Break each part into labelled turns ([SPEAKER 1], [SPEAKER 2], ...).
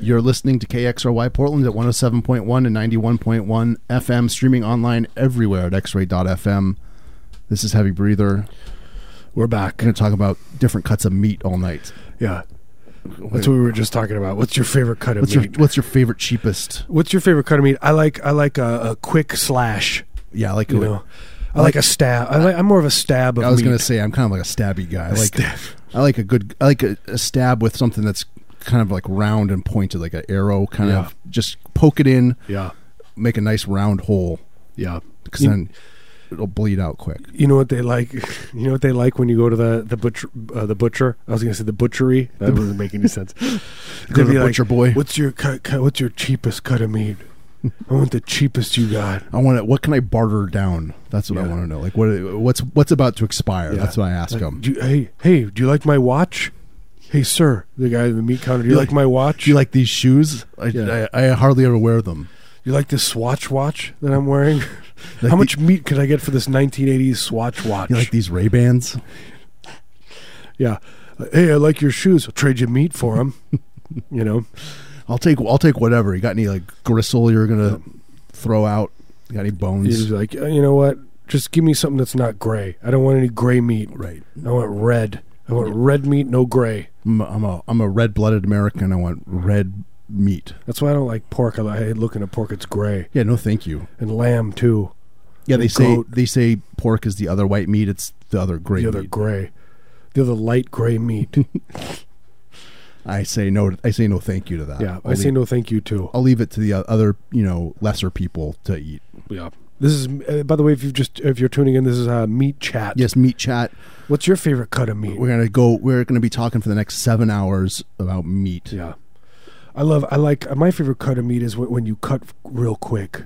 [SPEAKER 1] You're listening to KXRY Portland at 107.1 and 91.1 FM, streaming online everywhere at xray.fm. This is Heavy Breather.
[SPEAKER 2] We're back.
[SPEAKER 1] Going to talk about different cuts of meat all night.
[SPEAKER 2] Yeah. That's what we were just talking about. What's your favorite cut of
[SPEAKER 1] What's your
[SPEAKER 2] meat?
[SPEAKER 1] What's your favorite cheapest?
[SPEAKER 2] What's your favorite cut of meat? I like I like a, a quick slash.
[SPEAKER 1] Yeah, I like
[SPEAKER 2] You know, I like a stab. I like, I'm more of a stab of.
[SPEAKER 1] I was
[SPEAKER 2] meat.
[SPEAKER 1] going to say I'm kind of like a stabby guy. I like
[SPEAKER 2] stab.
[SPEAKER 1] I like a good I like a, a stab with something that's kind of like round and pointed, like an arrow, kind
[SPEAKER 2] Yeah.
[SPEAKER 1] of just poke it in,
[SPEAKER 2] Yeah,
[SPEAKER 1] make a nice round hole,
[SPEAKER 2] yeah.
[SPEAKER 1] because
[SPEAKER 2] You-
[SPEAKER 1] then it'll bleed out quick.
[SPEAKER 2] You know what they like? You know what they like when you go to the the butcher. Uh, the butcher. I was going to say the butchery. That doesn't make any sense.
[SPEAKER 1] Go to
[SPEAKER 2] They'd be
[SPEAKER 1] the
[SPEAKER 2] like,
[SPEAKER 1] butcher boy.
[SPEAKER 2] What's your cut, cut? What's your cheapest cut of meat? I want the cheapest you got.
[SPEAKER 1] I want to. What can I barter down? That's what I
[SPEAKER 2] Yeah.
[SPEAKER 1] want to know. Like what? What's what's about to expire?
[SPEAKER 2] Yeah.
[SPEAKER 1] That's what I ask
[SPEAKER 2] Like,
[SPEAKER 1] them.
[SPEAKER 2] do you- hey, hey, do you like my watch? Hey, sir, the guy in the meat counter. Do you,
[SPEAKER 1] You
[SPEAKER 2] like,
[SPEAKER 1] like-
[SPEAKER 2] my watch?
[SPEAKER 1] Do you like these shoes? I,
[SPEAKER 2] Yeah.
[SPEAKER 1] I, I hardly ever wear them.
[SPEAKER 2] You like this Swatch watch that I'm wearing?
[SPEAKER 1] Like
[SPEAKER 2] How
[SPEAKER 1] the-
[SPEAKER 2] much meat could I get for this 1980s Swatch watch?
[SPEAKER 1] You like these Ray Bans?
[SPEAKER 2] yeah. Hey, I like your shoes. I'll trade you meat for them. you know,
[SPEAKER 1] I'll take I'll take whatever. You got any like gristle you're gonna throw out? You got any bones?
[SPEAKER 2] he's like, "Uh, you know what? Just give me something that's not gray. I don't want any gray meat.
[SPEAKER 1] Right.
[SPEAKER 2] I want red. I want red meat, no gray.
[SPEAKER 1] I'm a, I'm a I'm a red blooded American. I want red meat.
[SPEAKER 2] That's why I don't like pork. I like I hate looking at pork. It's gray
[SPEAKER 1] Yeah, no, thank you.
[SPEAKER 2] and lamb too.
[SPEAKER 1] Yeah, they
[SPEAKER 2] And
[SPEAKER 1] say
[SPEAKER 2] goat.
[SPEAKER 1] they say pork is the other white meat. It's the other gray
[SPEAKER 2] The other
[SPEAKER 1] meat.
[SPEAKER 2] gray, the other light gray meat.
[SPEAKER 1] I say no. I say no. Thank you to that.
[SPEAKER 2] yeah,
[SPEAKER 1] I'll
[SPEAKER 2] I say
[SPEAKER 1] leave-
[SPEAKER 2] no, thank you too.
[SPEAKER 1] I'll leave it to the o- other you know lesser people to eat.
[SPEAKER 2] Yeah. This is, uh, by the way, if you've just if you're tuning in, this is uh, meat chat.
[SPEAKER 1] Yes, meat chat.
[SPEAKER 2] What's your favorite cut of meat?
[SPEAKER 1] We're gonna go. We're gonna be talking for the next seven hours about meat.
[SPEAKER 2] Yeah, I love. I like my favorite cut of meat is when, when you cut real quick,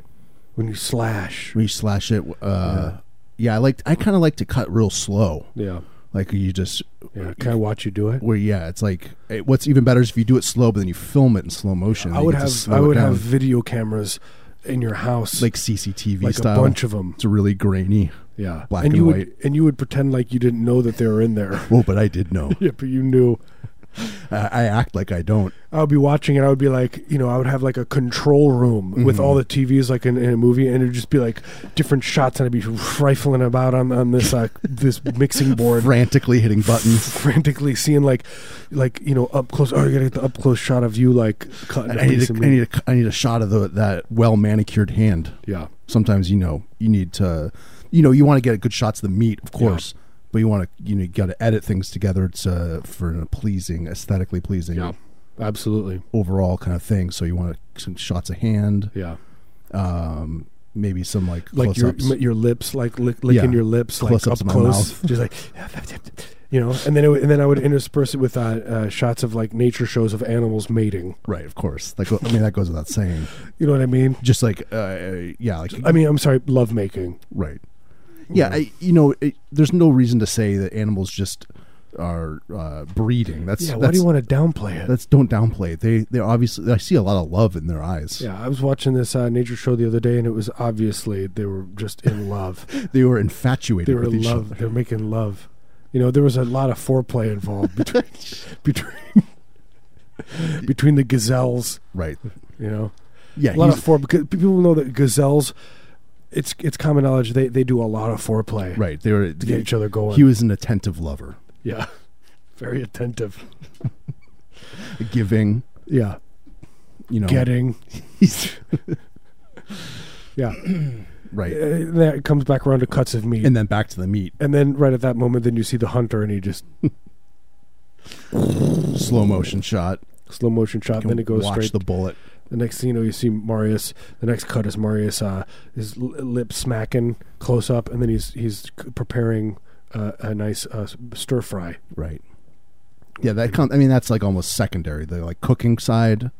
[SPEAKER 2] when you slash.
[SPEAKER 1] We slash it. Uh, yeah. I like. I kind of like to cut real slow.
[SPEAKER 2] Yeah,
[SPEAKER 1] Like you just.
[SPEAKER 2] yeah. Can I watch you do it?
[SPEAKER 1] Where yeah, it's like it, what's even better is if you do it slow, but then you film it in slow motion. and
[SPEAKER 2] I
[SPEAKER 1] you
[SPEAKER 2] would
[SPEAKER 1] get to
[SPEAKER 2] have.
[SPEAKER 1] slow
[SPEAKER 2] I
[SPEAKER 1] it
[SPEAKER 2] would
[SPEAKER 1] down.
[SPEAKER 2] have video cameras in your house,
[SPEAKER 1] like CCTV
[SPEAKER 2] like
[SPEAKER 1] style.
[SPEAKER 2] a bunch of them.
[SPEAKER 1] It's really grainy.
[SPEAKER 2] Yeah,
[SPEAKER 1] black
[SPEAKER 2] and
[SPEAKER 1] and
[SPEAKER 2] you would,
[SPEAKER 1] white.
[SPEAKER 2] and you would pretend like you didn't know that they were in there.
[SPEAKER 1] Well, but I did know.
[SPEAKER 2] yeah, but you knew.
[SPEAKER 1] I, I act like I don't.
[SPEAKER 2] I would be watching it. I would be like, you know, I would have like a control room with
[SPEAKER 1] Mm-hmm.
[SPEAKER 2] all the TVs, like in, in a movie, and it'd just be like different shots, and I'd be rifling about on on this uh, this mixing board,
[SPEAKER 1] Frantically hitting buttons.
[SPEAKER 2] frantically seeing like, like you know, up close. Oh, you gotta get the up close shot of you, like cutting
[SPEAKER 1] I
[SPEAKER 2] a
[SPEAKER 1] I need,
[SPEAKER 2] piece
[SPEAKER 1] a,
[SPEAKER 2] of
[SPEAKER 1] I,
[SPEAKER 2] meat.
[SPEAKER 1] need a, I need a shot of the, that well manicured hand.
[SPEAKER 2] yeah,
[SPEAKER 1] Sometimes you know you need to, you know, you want to get good shots of the meat, of course, but you want to, you know, you got to edit things together to for a pleasing, aesthetically pleasing
[SPEAKER 2] yeah, absolutely,
[SPEAKER 1] overall kind of thing. So you want some shots of hand,
[SPEAKER 2] yeah.
[SPEAKER 1] um, maybe some like
[SPEAKER 2] Like your
[SPEAKER 1] close-ups.
[SPEAKER 2] m- your lips, like lick, licking
[SPEAKER 1] Yeah.
[SPEAKER 2] your lips, like
[SPEAKER 1] Close-ups of
[SPEAKER 2] up
[SPEAKER 1] my
[SPEAKER 2] close, just like. You know, and then it, would- and then I would intersperse it with uh, uh, shots of like nature shows of animals mating.
[SPEAKER 1] right? Of course, like I mean that goes without saying.
[SPEAKER 2] You know what I mean?
[SPEAKER 1] Just like uh, yeah, like
[SPEAKER 2] I mean, I'm sorry, love making.
[SPEAKER 1] Right. Yeah, I, you know, it, there's no reason to say that animals just are uh, breeding. That's
[SPEAKER 2] Yeah,
[SPEAKER 1] that's,
[SPEAKER 2] why do you want to downplay it?
[SPEAKER 1] that's don't downplay it. They they obviously I see a lot of love in their eyes.
[SPEAKER 2] Yeah, I was watching this uh, nature show the other day, and it was obviously they were just in love.
[SPEAKER 1] They were infatuated
[SPEAKER 2] they were
[SPEAKER 1] with
[SPEAKER 2] in
[SPEAKER 1] each
[SPEAKER 2] love.
[SPEAKER 1] other.
[SPEAKER 2] They're making love. You know, there was a lot of foreplay involved between between between the gazelles.
[SPEAKER 1] Right.
[SPEAKER 2] You know,
[SPEAKER 1] Yeah.
[SPEAKER 2] a lot
[SPEAKER 1] he's-
[SPEAKER 2] of fore because people know that gazelles. It's it's common knowledge they they do a lot of foreplay
[SPEAKER 1] right. They were.
[SPEAKER 2] to get each other going.
[SPEAKER 1] He was an attentive lover,
[SPEAKER 2] yeah, very attentive.
[SPEAKER 1] giving.
[SPEAKER 2] Yeah,
[SPEAKER 1] You know.
[SPEAKER 2] getting
[SPEAKER 1] He's-
[SPEAKER 2] yeah.
[SPEAKER 1] right.
[SPEAKER 2] And Uh, that comes back around to cuts of meat.
[SPEAKER 1] And then back to the meat.
[SPEAKER 2] And then right at that moment, then you see the hunter, and he just
[SPEAKER 1] Slow motion shot.
[SPEAKER 2] slow motion shot.
[SPEAKER 1] Can
[SPEAKER 2] And then it goes
[SPEAKER 1] watch
[SPEAKER 2] straight.
[SPEAKER 1] the
[SPEAKER 2] The,
[SPEAKER 1] bullet.
[SPEAKER 2] next thing you know, you see Marius. The next cut is Marius. Uh, his l- lip smacking close up, and then he's he's c- preparing uh, a nice uh, s- stir fry.
[SPEAKER 1] Right. Yeah, that comes. I mean, that's like almost secondary. The like cooking side,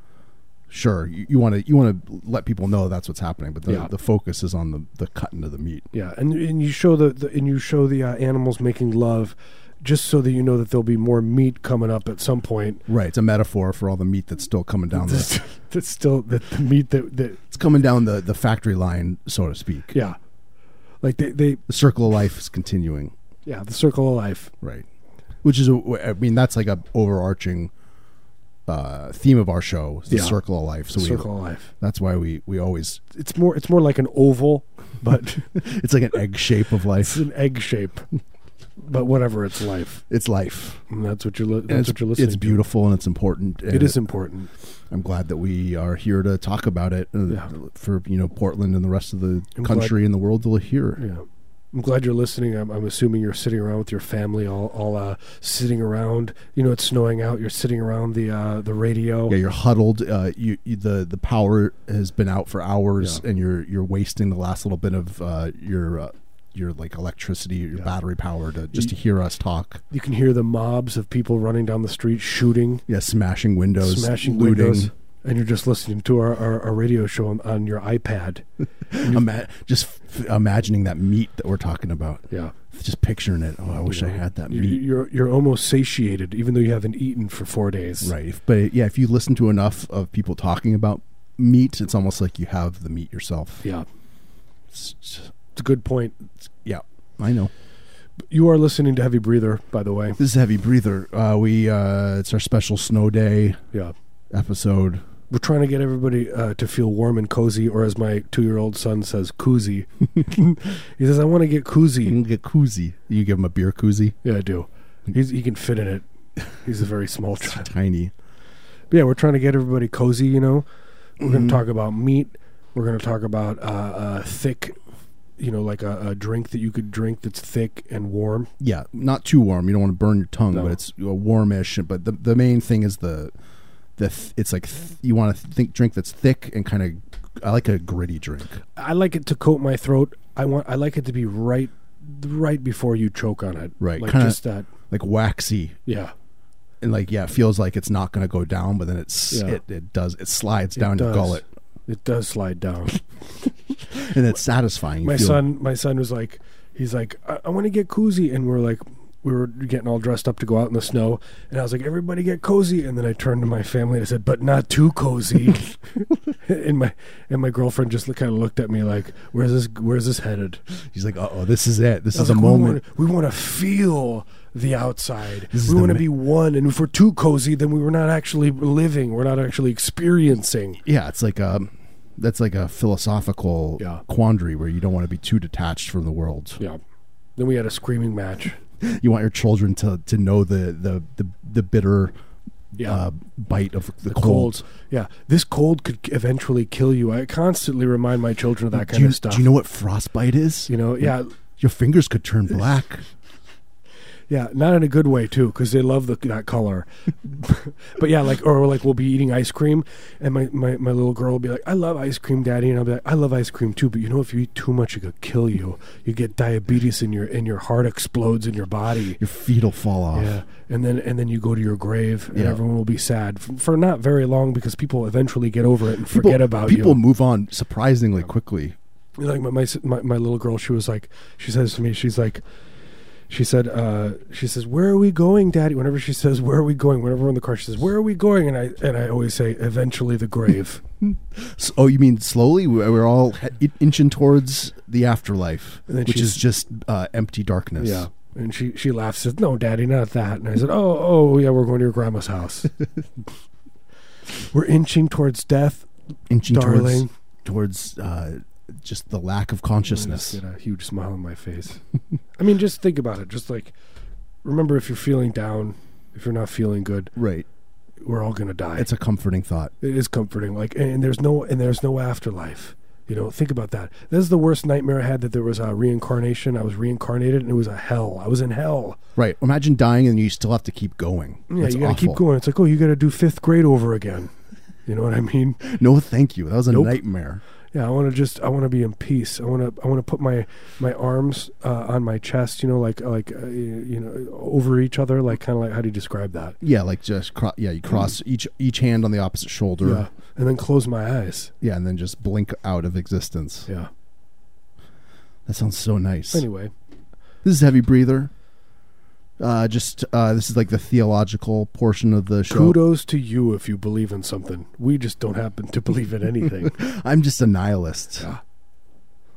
[SPEAKER 1] sure, you want to you want to let people know that's what's happening, but the,
[SPEAKER 2] Yeah.
[SPEAKER 1] the focus is on the the cut into the meat.
[SPEAKER 2] Yeah, and and you show the, the and you show the uh, animals making love, just so that you know that there'll be more meat coming up at some point.
[SPEAKER 1] Right. It's a metaphor for all the meat that's still coming down the
[SPEAKER 2] That's still that the meat that that
[SPEAKER 1] it's coming down the the factory line, so to speak.
[SPEAKER 2] yeah, like they they
[SPEAKER 1] The circle of life is continuing.
[SPEAKER 2] yeah the circle of life.
[SPEAKER 1] Right. Which is a, I mean that's like a overarching uh, theme of our show, is the
[SPEAKER 2] Yeah.
[SPEAKER 1] circle of life. So we,
[SPEAKER 2] circle of life.
[SPEAKER 1] that's why we we always
[SPEAKER 2] It's more it's more like an oval, but
[SPEAKER 1] it's like an egg shape of
[SPEAKER 2] it's
[SPEAKER 1] life.
[SPEAKER 2] an egg shape. But whatever, it's life.
[SPEAKER 1] It's life.
[SPEAKER 2] And that's what you're li-
[SPEAKER 1] And
[SPEAKER 2] that's
[SPEAKER 1] it's,
[SPEAKER 2] what you're listening.
[SPEAKER 1] it's
[SPEAKER 2] to.
[SPEAKER 1] beautiful and it's important. And
[SPEAKER 2] It is important.
[SPEAKER 1] I'm glad that we are here to talk about it uh,
[SPEAKER 2] Yeah.
[SPEAKER 1] for you know Portland and the rest of the
[SPEAKER 2] I'm
[SPEAKER 1] country and the world to hear.
[SPEAKER 2] Yeah. I'm glad you're listening. I'm, I'm assuming you're sitting around with your family, all, all uh, sitting around. You know, it's snowing out. You're sitting around the uh, the radio.
[SPEAKER 1] Yeah, you're huddled. Uh, you, you the the power has been out for hours,
[SPEAKER 2] Yeah.
[SPEAKER 1] and you're you're wasting the last little bit of uh, your uh, your like electricity, your
[SPEAKER 2] Yeah.
[SPEAKER 1] battery power to just to hear us talk.
[SPEAKER 2] You can hear the mobs of people running down the street, shooting,
[SPEAKER 1] Yeah, smashing windows,
[SPEAKER 2] smashing
[SPEAKER 1] looting.
[SPEAKER 2] windows, and you're just listening to our, our, our radio show on, on your iPad.
[SPEAKER 1] Ima- just f- imagining that meat that we're talking about.
[SPEAKER 2] Yeah,
[SPEAKER 1] Just picturing it. Oh, I wish I
[SPEAKER 2] Yeah.
[SPEAKER 1] had that
[SPEAKER 2] you,
[SPEAKER 1] meat.
[SPEAKER 2] you're you're almost satiated, even though you haven't eaten for four days.
[SPEAKER 1] Right. If- But yeah, if you listen to enough of people talking about meat, it's almost like you have the meat yourself.
[SPEAKER 2] Yeah,
[SPEAKER 1] It's just-
[SPEAKER 2] it's a good point.
[SPEAKER 1] I know.
[SPEAKER 2] You are listening to Heavy Breather, by the way.
[SPEAKER 1] This is Heavy Breather. Uh, we uh, it's our special snow day
[SPEAKER 2] Yeah.
[SPEAKER 1] episode.
[SPEAKER 2] We're trying to get everybody uh, to feel warm and cozy, or as my two-year-old son says, koozie. he says, "I want to get
[SPEAKER 1] You
[SPEAKER 2] koozie."
[SPEAKER 1] can get koozie. You give him a beer koozie.
[SPEAKER 2] Yeah, I do. He's, he can fit in it. He's a very small child.
[SPEAKER 1] Tiny.
[SPEAKER 2] But yeah, we're trying to get everybody cozy. You know, we're going
[SPEAKER 1] Mhm.
[SPEAKER 2] to talk about meat. We're going to talk about uh, uh, thick, you know, like a, a drink that you could drink that's thick and warm.
[SPEAKER 1] Yeah, not too warm. You don't want to burn your tongue,
[SPEAKER 2] No.
[SPEAKER 1] but it's uh, warmish. But the the main thing is the the th- it's like th- you want to think drink that's thick and kind of I like a gritty drink.
[SPEAKER 2] I like it to coat my throat. I want. I like it to be right, right before you choke on it.
[SPEAKER 1] Right,
[SPEAKER 2] like
[SPEAKER 1] kinda-
[SPEAKER 2] just that.
[SPEAKER 1] like waxy
[SPEAKER 2] Yeah,
[SPEAKER 1] and like yeah it feels like it's not going to go down but then it's
[SPEAKER 2] Yeah.
[SPEAKER 1] it, it does it slides
[SPEAKER 2] It
[SPEAKER 1] down your
[SPEAKER 2] does.
[SPEAKER 1] gullet
[SPEAKER 2] It does slide down.
[SPEAKER 1] and it's satisfying you
[SPEAKER 2] my
[SPEAKER 1] feel-
[SPEAKER 2] son my son was like he's like i, I want to get koozie and we're like we were getting all dressed up to go out in the snow and i was like everybody get cozy and then i turned to my family and i said but not too cozy and my and my girlfriend just kind of looked at me like where's this where's this headed
[SPEAKER 1] he's like oh this is it this
[SPEAKER 2] I was
[SPEAKER 1] is a
[SPEAKER 2] like,
[SPEAKER 1] moment
[SPEAKER 2] we want, to, feel the outside
[SPEAKER 1] This is
[SPEAKER 2] we
[SPEAKER 1] the
[SPEAKER 2] want to
[SPEAKER 1] ma-
[SPEAKER 2] be one and if we're too cozy then we were not actually living we're not actually experiencing
[SPEAKER 1] yeah it's like um that's like a philosophical
[SPEAKER 2] Yeah.
[SPEAKER 1] quandary where you don't want to be too detached from the world
[SPEAKER 2] yeah then we had a screaming match
[SPEAKER 1] you want your children to to know the the the, the bitter
[SPEAKER 2] yeah
[SPEAKER 1] uh, bite of the,
[SPEAKER 2] the
[SPEAKER 1] cold,
[SPEAKER 2] colds. Yeah, this cold could eventually kill you. I constantly remind my children of that
[SPEAKER 1] do
[SPEAKER 2] kind
[SPEAKER 1] you,
[SPEAKER 2] of stuff.
[SPEAKER 1] do you know what frostbite is
[SPEAKER 2] You know, yeah,
[SPEAKER 1] your fingers could turn black
[SPEAKER 2] yeah, not in a good way too, because they love the, that color. but yeah, like or like we'll be eating ice cream, and my, my my little girl will be like, "I love ice cream, daddy," and I'll be like, "I love ice cream too." But you know, if you eat too much, it could kill you. You get diabetes, and your and your heart explodes in your body.
[SPEAKER 1] your feet will fall off
[SPEAKER 2] Yeah, and then and then you go to your grave, and
[SPEAKER 1] Yeah.
[SPEAKER 2] everyone will be sad for, for not very long because people eventually get over it and
[SPEAKER 1] People-
[SPEAKER 2] forget about you.
[SPEAKER 1] people move on surprisingly quickly
[SPEAKER 2] You know, like my, my s- my my little girl she was like she says to me she's like she said uh she says where are we going daddy whenever she says where are we going whenever we're in the car she says where are we going and i and i always say eventually the grave
[SPEAKER 1] S- Oh, you mean slowly? We- We're all he- inching towards the afterlife,
[SPEAKER 2] And then
[SPEAKER 1] which is
[SPEAKER 2] she's-
[SPEAKER 1] just uh, empty darkness.
[SPEAKER 2] and she she laughs says no daddy not that and i said oh oh yeah we're going to your grandma's house we're inching towards death
[SPEAKER 1] inching
[SPEAKER 2] darling
[SPEAKER 1] towards towards uh, just the lack of consciousness.
[SPEAKER 2] I just get a huge smile on my face i mean just think about it just like remember if you're feeling down if you're not feeling good
[SPEAKER 1] Right.
[SPEAKER 2] we're all going to die
[SPEAKER 1] It's a comforting thought.
[SPEAKER 2] It is comforting. Like, and and there's no and there's no afterlife. You know, think about that. This is the worst nightmare I had. That there was a reincarnation. I was reincarnated, and it was a hell. I was in hell.
[SPEAKER 1] Right. Imagine dying and you still have to keep going.
[SPEAKER 2] Yeah,
[SPEAKER 1] That's
[SPEAKER 2] you got to keep
[SPEAKER 1] awful.
[SPEAKER 2] going. It's like, oh, you got to do fifth grade over again. You know what I mean?
[SPEAKER 1] No, thank you. That was a
[SPEAKER 2] Nope.
[SPEAKER 1] nightmare.
[SPEAKER 2] Yeah, I want to just, I want to be in peace. I want to, I want to put my my arms uh, on my chest. You know, like like uh, you know, over each other. Like kind of like how do you describe that?
[SPEAKER 1] Yeah, like just cro- yeah, you cross each each hand on the opposite shoulder.
[SPEAKER 2] Mm-hmm. Yeah, and then close my eyes.
[SPEAKER 1] Yeah, and then just blink out of existence.
[SPEAKER 2] Yeah.
[SPEAKER 1] That sounds so nice.
[SPEAKER 2] Anyway,
[SPEAKER 1] This is heavy breather. Uh, just uh, this is like the theological portion of the show.
[SPEAKER 2] kudos to you if you believe in something. We just don't happen to believe in anything.
[SPEAKER 1] I'm just a nihilist.
[SPEAKER 2] Yeah.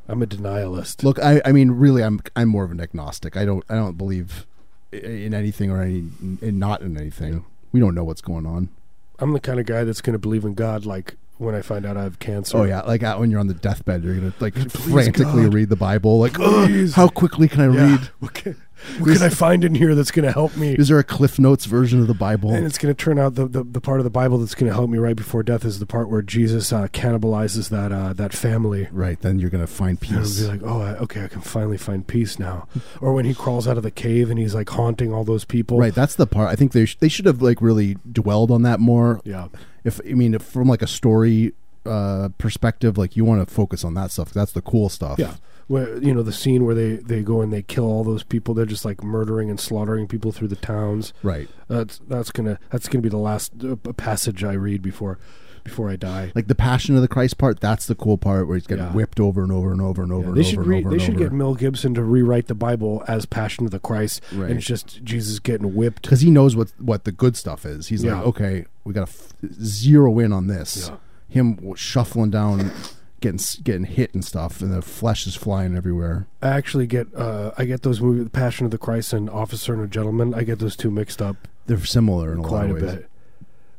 [SPEAKER 2] I'm a denialist.
[SPEAKER 1] Look, I, I mean, really, I'm I'm more of an agnostic. I don't I don't believe i- in anything or any in not in anything. We don't know what's going on.
[SPEAKER 2] I'm the kind of guy that's going to believe in God. Like when I find out I have cancer.
[SPEAKER 1] Oh yeah, like out when you're on the deathbed, you're gonna like
[SPEAKER 2] Please,
[SPEAKER 1] frantically
[SPEAKER 2] God.
[SPEAKER 1] read the Bible. Like, "Ugh,
[SPEAKER 2] Please.
[SPEAKER 1] how quickly can I
[SPEAKER 2] Yeah.
[SPEAKER 1] read?
[SPEAKER 2] What can, what can I find in here that's going to help me?
[SPEAKER 1] Is there a Cliff Notes version of the Bible?
[SPEAKER 2] And it's going to turn out the, the, the part of the Bible that's going to help me right before death is the part where Jesus uh, cannibalizes that uh, that family.
[SPEAKER 1] right, then you're gonna find
[SPEAKER 2] And I'll be
[SPEAKER 1] peace.
[SPEAKER 2] like, oh, I, okay, I can finally find peace now. or when he crawls out of the cave and he's like haunting all those people.
[SPEAKER 1] Right, that's the part. I think they sh- they should have like really dwelled on that more.
[SPEAKER 2] Yeah.
[SPEAKER 1] If I mean, if from like a story uh perspective, like you want to focus on that stuff. That's the cool stuff.
[SPEAKER 2] Yeah. Where you know the scene where they they go and they kill all those people. They're just like murdering and slaughtering people through the towns.
[SPEAKER 1] Right.
[SPEAKER 2] That's that's gonna that's gonna be the last uh, p- passage I read before before I die.
[SPEAKER 1] Like the Passion of the Christ part. That's the cool part where he's getting
[SPEAKER 2] Yeah.
[SPEAKER 1] whipped over and over and over and over.
[SPEAKER 2] Yeah,
[SPEAKER 1] and
[SPEAKER 2] they
[SPEAKER 1] over
[SPEAKER 2] should
[SPEAKER 1] and
[SPEAKER 2] re-
[SPEAKER 1] over
[SPEAKER 2] they
[SPEAKER 1] and
[SPEAKER 2] should
[SPEAKER 1] over.
[SPEAKER 2] get Mel Gibson to rewrite the Bible as Passion of the Christ,
[SPEAKER 1] Right.
[SPEAKER 2] and it's just Jesus getting whipped.
[SPEAKER 1] because he knows what what the good stuff is. He's
[SPEAKER 2] Yeah.
[SPEAKER 1] like, okay, we got to f- zero in on this.
[SPEAKER 2] Yeah.
[SPEAKER 1] Him w- shuffling down, getting s- getting hit and stuff, and the flesh is flying everywhere.
[SPEAKER 2] I actually get uh, I get those movies, Passion of the Christ and Officer and a Gentleman. I get those two mixed up
[SPEAKER 1] They're similar in a lot
[SPEAKER 2] quite a
[SPEAKER 1] of ways.
[SPEAKER 2] bit.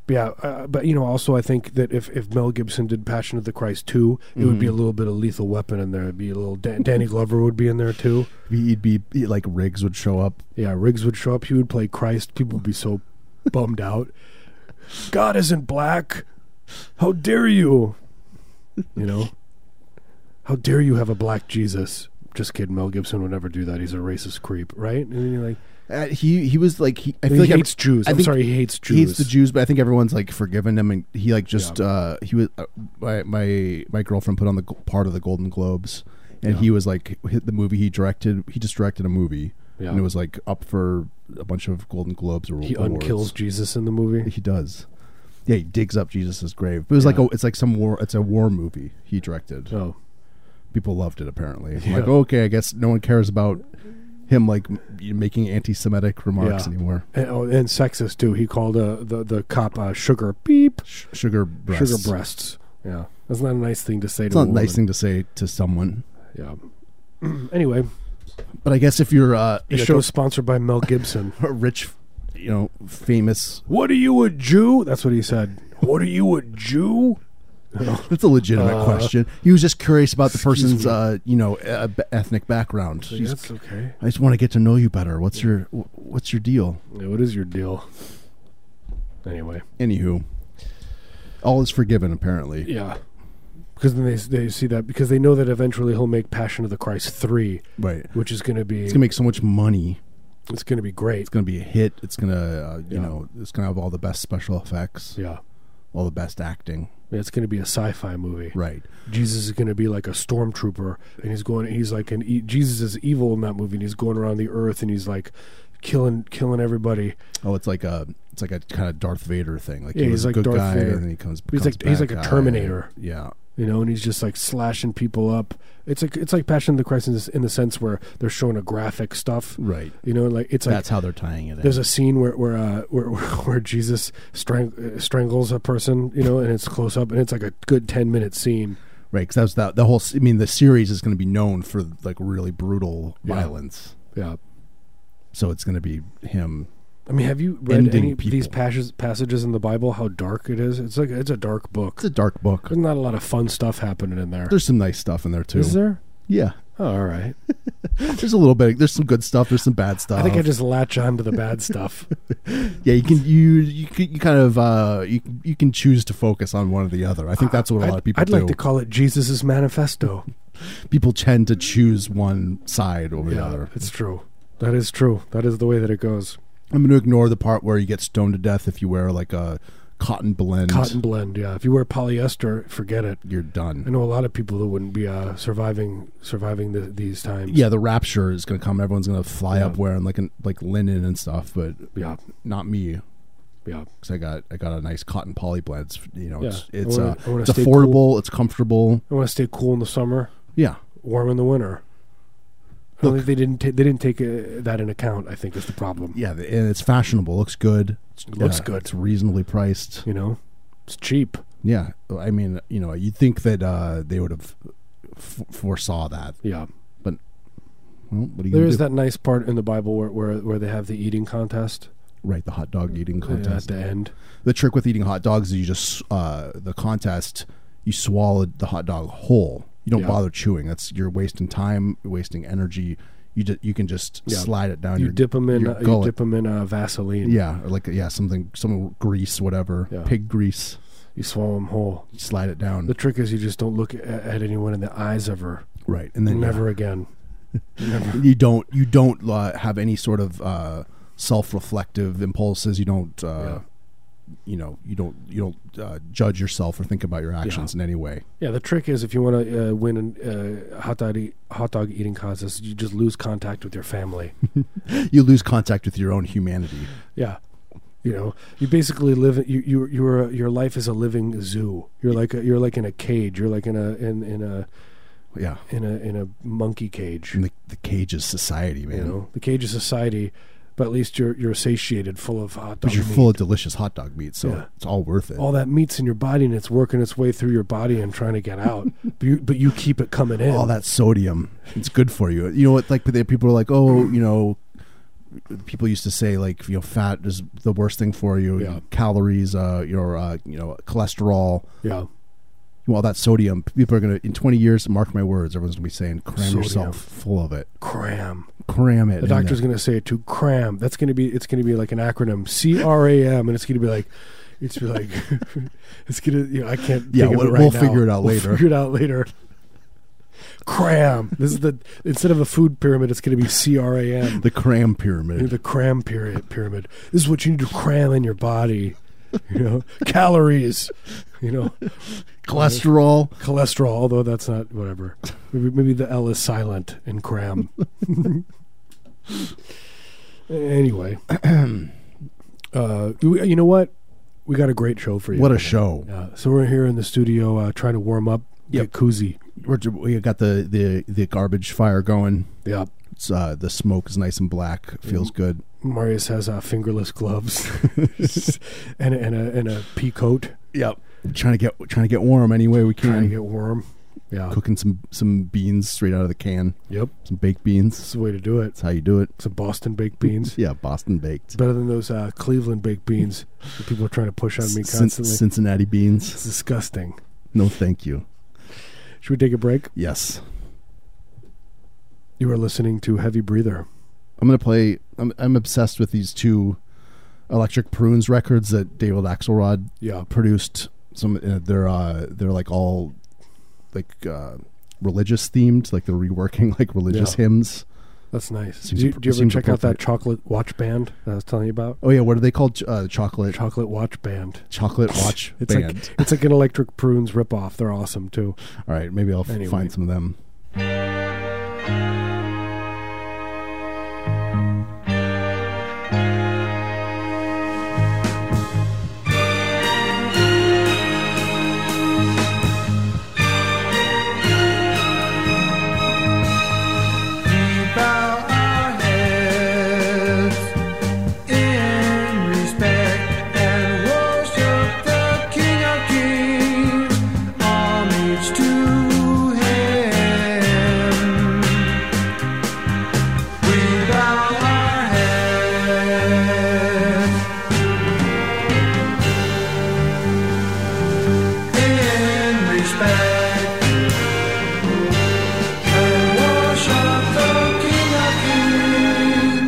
[SPEAKER 2] But yeah, uh, but you know, also I think that if, if Mel Gibson did Passion of the Christ two, it would
[SPEAKER 1] Mm.
[SPEAKER 2] be a little bit of Lethal Weapon in there. It'd be a little Dan- Danny Glover would be in there too.
[SPEAKER 1] He- He'd be he- like Riggs would show up.
[SPEAKER 2] Yeah, Riggs would show up. He would play Christ. People would be so bummed out. God isn't black. How dare you? You know? How dare you have a black Jesus? Just kidding. Mel Gibson would never do that. He's a racist creep, right? And then you're like,
[SPEAKER 1] Uh, he he was like he. I feel
[SPEAKER 2] he
[SPEAKER 1] like ev-
[SPEAKER 2] hates Jews.
[SPEAKER 1] I
[SPEAKER 2] I'm
[SPEAKER 1] think
[SPEAKER 2] sorry, he hates
[SPEAKER 1] he
[SPEAKER 2] Jews.
[SPEAKER 1] hates the Jews, but I think everyone's like forgiven him, and he like just uh, he was uh, my my my girlfriend put on the g- part of the Golden Globes, and
[SPEAKER 2] Yeah.
[SPEAKER 1] he was like hit the movie he directed. He just directed a movie,
[SPEAKER 2] Yeah.
[SPEAKER 1] and it was like up for a bunch of Golden Globes or
[SPEAKER 2] He
[SPEAKER 1] awards.
[SPEAKER 2] unkills Jesus in the movie.
[SPEAKER 1] He does. Yeah, he digs up Jesus' grave. But it was like
[SPEAKER 2] Yeah.
[SPEAKER 1] a, it's like some war. It's a war movie he directed.
[SPEAKER 2] Oh,
[SPEAKER 1] People loved it apparently. I'm
[SPEAKER 2] Yeah.
[SPEAKER 1] Like okay, I guess no one cares about him like m- making anti-Semitic remarks
[SPEAKER 2] Yeah.
[SPEAKER 1] anymore.
[SPEAKER 2] and, oh, and sexist too. He called uh, the the cop uh, sugar beep
[SPEAKER 1] Sh- sugar breasts.
[SPEAKER 2] sugar breasts. Yeah, that's not a nice thing to say
[SPEAKER 1] It's
[SPEAKER 2] to a
[SPEAKER 1] not a nice
[SPEAKER 2] woman.
[SPEAKER 1] thing to say to someone.
[SPEAKER 2] Yeah. anyway,
[SPEAKER 1] But I guess if you're uh,
[SPEAKER 2] the
[SPEAKER 1] you know,
[SPEAKER 2] show is sponsored by Mel Gibson.
[SPEAKER 1] a rich, you know, famous.
[SPEAKER 2] What are you a Jew? That's what he said. What are you a Jew?
[SPEAKER 1] That's a legitimate
[SPEAKER 2] Uh,
[SPEAKER 1] question. He was just curious about the
[SPEAKER 2] excuse
[SPEAKER 1] person's,
[SPEAKER 2] me.
[SPEAKER 1] uh, you know, uh, b- ethnic background. He's-
[SPEAKER 2] That's okay.
[SPEAKER 1] I just want to get to know you better. What's your wh- What's your deal?
[SPEAKER 2] Yeah, what is your deal? Anyway,
[SPEAKER 1] Anywho, all is forgiven apparently.
[SPEAKER 2] yeah. Because then they they see that because they know that eventually he'll make Passion of the Christ three,
[SPEAKER 1] Right.
[SPEAKER 2] which is going to be
[SPEAKER 1] It's gonna make so much money.
[SPEAKER 2] it's going to be great.
[SPEAKER 1] It's gonna be a hit. It's gonna, uh, you
[SPEAKER 2] Yeah.
[SPEAKER 1] know, it's gonna have all the best special effects,
[SPEAKER 2] Yeah.
[SPEAKER 1] all the best acting.
[SPEAKER 2] Yeah, It's going to be a sci-fi movie.
[SPEAKER 1] Right.
[SPEAKER 2] Jesus is going to be like a stormtrooper, and he's going. He's like an e- Jesus is evil in that movie, and he's going around the earth, and he's like killing killing everybody.
[SPEAKER 1] Oh, it's like a, it's like a kind of Darth Vader thing. Like
[SPEAKER 2] Yeah,
[SPEAKER 1] he was
[SPEAKER 2] he's
[SPEAKER 1] a
[SPEAKER 2] like
[SPEAKER 1] good
[SPEAKER 2] Darth
[SPEAKER 1] guy,
[SPEAKER 2] Vader.
[SPEAKER 1] and then he comes.
[SPEAKER 2] He's like-
[SPEAKER 1] becomes
[SPEAKER 2] he's
[SPEAKER 1] bad
[SPEAKER 2] like a
[SPEAKER 1] guy.
[SPEAKER 2] Terminator.
[SPEAKER 1] Yeah.
[SPEAKER 2] you know, and he's just like slashing people up. It's like it's like Passion of the Christ in, this, in the sense where they're showing a graphic stuff,
[SPEAKER 1] Right.
[SPEAKER 2] you know, like it's like
[SPEAKER 1] That's how they're tying it in.
[SPEAKER 2] there's a scene where where uh, where, where where Jesus strang- uh, strangles a person, you know, and it's close up, and it's like a good ten minute scene.
[SPEAKER 1] Right, because that's that the whole. I mean, the series is going to be known for like really brutal
[SPEAKER 2] Yeah.
[SPEAKER 1] violence,
[SPEAKER 2] Yeah,
[SPEAKER 1] so it's going to be him.
[SPEAKER 2] I mean, have you read
[SPEAKER 1] Ending
[SPEAKER 2] any of these
[SPEAKER 1] people.
[SPEAKER 2] passages passages in the Bible? How dark it is! It's like it's a dark book.
[SPEAKER 1] It's a dark book.
[SPEAKER 2] There's not a lot of fun stuff happening in there.
[SPEAKER 1] There's some nice stuff in there too.
[SPEAKER 2] Is there?
[SPEAKER 1] Yeah,
[SPEAKER 2] Oh, all right.
[SPEAKER 1] there's a little bit. There's some good stuff. There's some bad stuff.
[SPEAKER 2] I think I just latch on to the bad stuff.
[SPEAKER 1] yeah, you can you you, can, you kind of uh, you you can choose to focus on one or the other. I think that's what a
[SPEAKER 2] I'd-
[SPEAKER 1] lot of people
[SPEAKER 2] I'd
[SPEAKER 1] do.
[SPEAKER 2] like to call it Jesus's manifesto.
[SPEAKER 1] people tend to choose one side over the
[SPEAKER 2] Yeah,
[SPEAKER 1] other.
[SPEAKER 2] it's true. That is true. That is the way that it goes.
[SPEAKER 1] I'm going to ignore the part where you get stoned to death if you wear like a cotton blend.
[SPEAKER 2] Cotton blend. Yeah. If you wear polyester, forget it.
[SPEAKER 1] You're done.
[SPEAKER 2] I know a lot of people that wouldn't be uh, surviving surviving the, these times.
[SPEAKER 1] yeah, the rapture is going to come. Everyone's going to fly
[SPEAKER 2] Yeah.
[SPEAKER 1] up wearing like an, like linen and stuff, but
[SPEAKER 2] Yeah.
[SPEAKER 1] not me
[SPEAKER 2] Yeah.
[SPEAKER 1] because I got I got a nice cotton poly blend. It's, You know, it's
[SPEAKER 2] Yeah. I
[SPEAKER 1] it's,
[SPEAKER 2] wanna- I
[SPEAKER 1] uh,
[SPEAKER 2] wanna
[SPEAKER 1] it's
[SPEAKER 2] stay
[SPEAKER 1] affordable. It's comfortable.
[SPEAKER 2] I want to stay cool in the summer,
[SPEAKER 1] Yeah,
[SPEAKER 2] warm in the winter. I don't think they didn't ta- they didn't take uh, that in account. I think is the problem.
[SPEAKER 1] yeah, the- and it's fashionable. Looks good. It's,
[SPEAKER 2] looks
[SPEAKER 1] yeah,
[SPEAKER 2] good.
[SPEAKER 1] It's reasonably priced.
[SPEAKER 2] You know, it's cheap.
[SPEAKER 1] Yeah, I mean, you know, you'd think that uh, they would have f- foresaw that.
[SPEAKER 2] Yeah.
[SPEAKER 1] Well, what do you
[SPEAKER 2] There
[SPEAKER 1] gonna
[SPEAKER 2] is
[SPEAKER 1] do?
[SPEAKER 2] that nice part in the Bible where, where where they have the eating contest.
[SPEAKER 1] right the hot dog eating
[SPEAKER 2] at
[SPEAKER 1] contest.
[SPEAKER 2] the end.
[SPEAKER 1] The trick with eating hot dogs is you just uh, the contest you swallow the hot dog whole. You don't
[SPEAKER 2] Yeah.
[SPEAKER 1] bother chewing. That's you're wasting time, you're wasting energy. You ju- you can just
[SPEAKER 2] Yeah.
[SPEAKER 1] slide it down.
[SPEAKER 2] You
[SPEAKER 1] your,
[SPEAKER 2] dip them in.
[SPEAKER 1] your
[SPEAKER 2] Uh, you
[SPEAKER 1] gullet.
[SPEAKER 2] dip 'em in uh, Vaseline.
[SPEAKER 1] Yeah, or like yeah, something, some grease, whatever,
[SPEAKER 2] Yeah.
[SPEAKER 1] pig grease.
[SPEAKER 2] You swallow them whole.
[SPEAKER 1] You slide it down,
[SPEAKER 2] The trick is you just don't look at, at anyone in the eyes ever.
[SPEAKER 1] right, and then
[SPEAKER 2] Never again. Never.
[SPEAKER 1] yeah, you don't you don't uh, have any sort of uh, self-reflective impulses. You don't, uh, you know, you don't you don't uh, judge yourself or think about your actions in any way.
[SPEAKER 2] Yeah, the trick is if you want to uh, win an uh, hot dog e- hot dog eating contest, you just lose contact with your family.
[SPEAKER 1] You lose contact with your own humanity.
[SPEAKER 2] yeah, you know, you basically live. You you you're a, your life is a living zoo. You're like a, you're like in a cage. You're like in a in in a
[SPEAKER 1] Yeah,
[SPEAKER 2] in a in a monkey cage.
[SPEAKER 1] in the, the cage is society, man.
[SPEAKER 2] You know, the cage of society, but at least you're you're satiated, full of hot dog.
[SPEAKER 1] But you're
[SPEAKER 2] meat.
[SPEAKER 1] full of delicious hot dog meat, so
[SPEAKER 2] Yeah.
[SPEAKER 1] it's all worth it.
[SPEAKER 2] all that meat's in your body and it's working its way through your body and trying to get out. but, you, but you keep it coming in.
[SPEAKER 1] all that sodium. It's good for you. You know what? Like the people are like, oh, you know, people used to say like, you know, fat is the worst thing for you.
[SPEAKER 2] Yeah.
[SPEAKER 1] Calories, uh, your, uh, you know, cholesterol,
[SPEAKER 2] yeah,
[SPEAKER 1] you know, all that sodium. People are gonna in twenty years, mark my words, everyone's gonna be saying, cram
[SPEAKER 2] Sodium.
[SPEAKER 1] yourself full of it,
[SPEAKER 2] cram.
[SPEAKER 1] cram it.
[SPEAKER 2] The
[SPEAKER 1] in
[SPEAKER 2] doctor's
[SPEAKER 1] there.
[SPEAKER 2] going to say it too. Cram. That's going to be. It's going to be like an acronym. C R A M, and it's going to be like. It's be like. it's going to. You know, I can't.
[SPEAKER 1] Yeah,
[SPEAKER 2] think of
[SPEAKER 1] we'll-
[SPEAKER 2] it right
[SPEAKER 1] we'll
[SPEAKER 2] now.
[SPEAKER 1] figure it out
[SPEAKER 2] We'll
[SPEAKER 1] later.
[SPEAKER 2] Figure it out later. Cram. This is the instead of a food pyramid, it's going to be C R A M.
[SPEAKER 1] the cram pyramid.
[SPEAKER 2] The cram period pyramid. This is what you need to cram in your body. You know, calories. You know,
[SPEAKER 1] cholesterol.
[SPEAKER 2] cholesterol, although that's not whatever. Maybe, maybe the L is silent in cram. anyway, uh, you you know what? We got a great show for you.
[SPEAKER 1] What a show!
[SPEAKER 2] Yeah, so we're here in the studio uh, trying to warm up.
[SPEAKER 1] Yep.
[SPEAKER 2] Get koozie.
[SPEAKER 1] We're, we got the, the the garbage fire going.
[SPEAKER 2] Yeah.
[SPEAKER 1] It's, uh, the smoke is nice and black.
[SPEAKER 2] Mm-hmm.
[SPEAKER 1] Feels good.
[SPEAKER 2] Marius has uh, fingerless gloves and, a, and, a, and a pea coat
[SPEAKER 1] Yep. Trying to get trying to get warm any way we
[SPEAKER 2] trying to
[SPEAKER 1] can.
[SPEAKER 2] get warm. Yeah.
[SPEAKER 1] Cooking some some beans straight out of the can.
[SPEAKER 2] Yep.
[SPEAKER 1] Some baked beans.
[SPEAKER 2] That's the way to do it.
[SPEAKER 1] That's how you do it.
[SPEAKER 2] Some Boston baked beans.
[SPEAKER 1] Yeah, Boston
[SPEAKER 2] It's
[SPEAKER 1] baked.
[SPEAKER 2] better than those uh, Cleveland baked beans that people are trying to push on me
[SPEAKER 1] Cin-
[SPEAKER 2] constantly.
[SPEAKER 1] Cincinnati beans.
[SPEAKER 2] It's disgusting.
[SPEAKER 1] No, thank you.
[SPEAKER 2] Should we take a break?
[SPEAKER 1] Yes,
[SPEAKER 2] You are listening to Heavy Breather.
[SPEAKER 1] I'm gonna play. I'm I'm obsessed with these two Electric Prunes records that David Axelrod
[SPEAKER 2] Yeah.
[SPEAKER 1] produced. Some uh, they're uh, they're like all like uh, religious themed. Like they're reworking like religious
[SPEAKER 2] Yeah.
[SPEAKER 1] hymns.
[SPEAKER 2] That's nice.
[SPEAKER 1] Seems
[SPEAKER 2] do you,
[SPEAKER 1] appro-
[SPEAKER 2] do you ever
[SPEAKER 1] seems
[SPEAKER 2] check out that chocolate watch band that I was telling you about?
[SPEAKER 1] Oh yeah, what are they called? Ch- Uh, chocolate
[SPEAKER 2] Chocolate watch band.
[SPEAKER 1] chocolate watch
[SPEAKER 2] It's
[SPEAKER 1] band.
[SPEAKER 2] like it's like an electric prunes ripoff. They're awesome too.
[SPEAKER 1] All right, maybe I'll f-
[SPEAKER 2] Anyway.
[SPEAKER 1] find some of them.
[SPEAKER 3] We bow our heads in respect and worship the King of Kings. Homage to Him. We bow our heads in respect. And worship the King of Kings.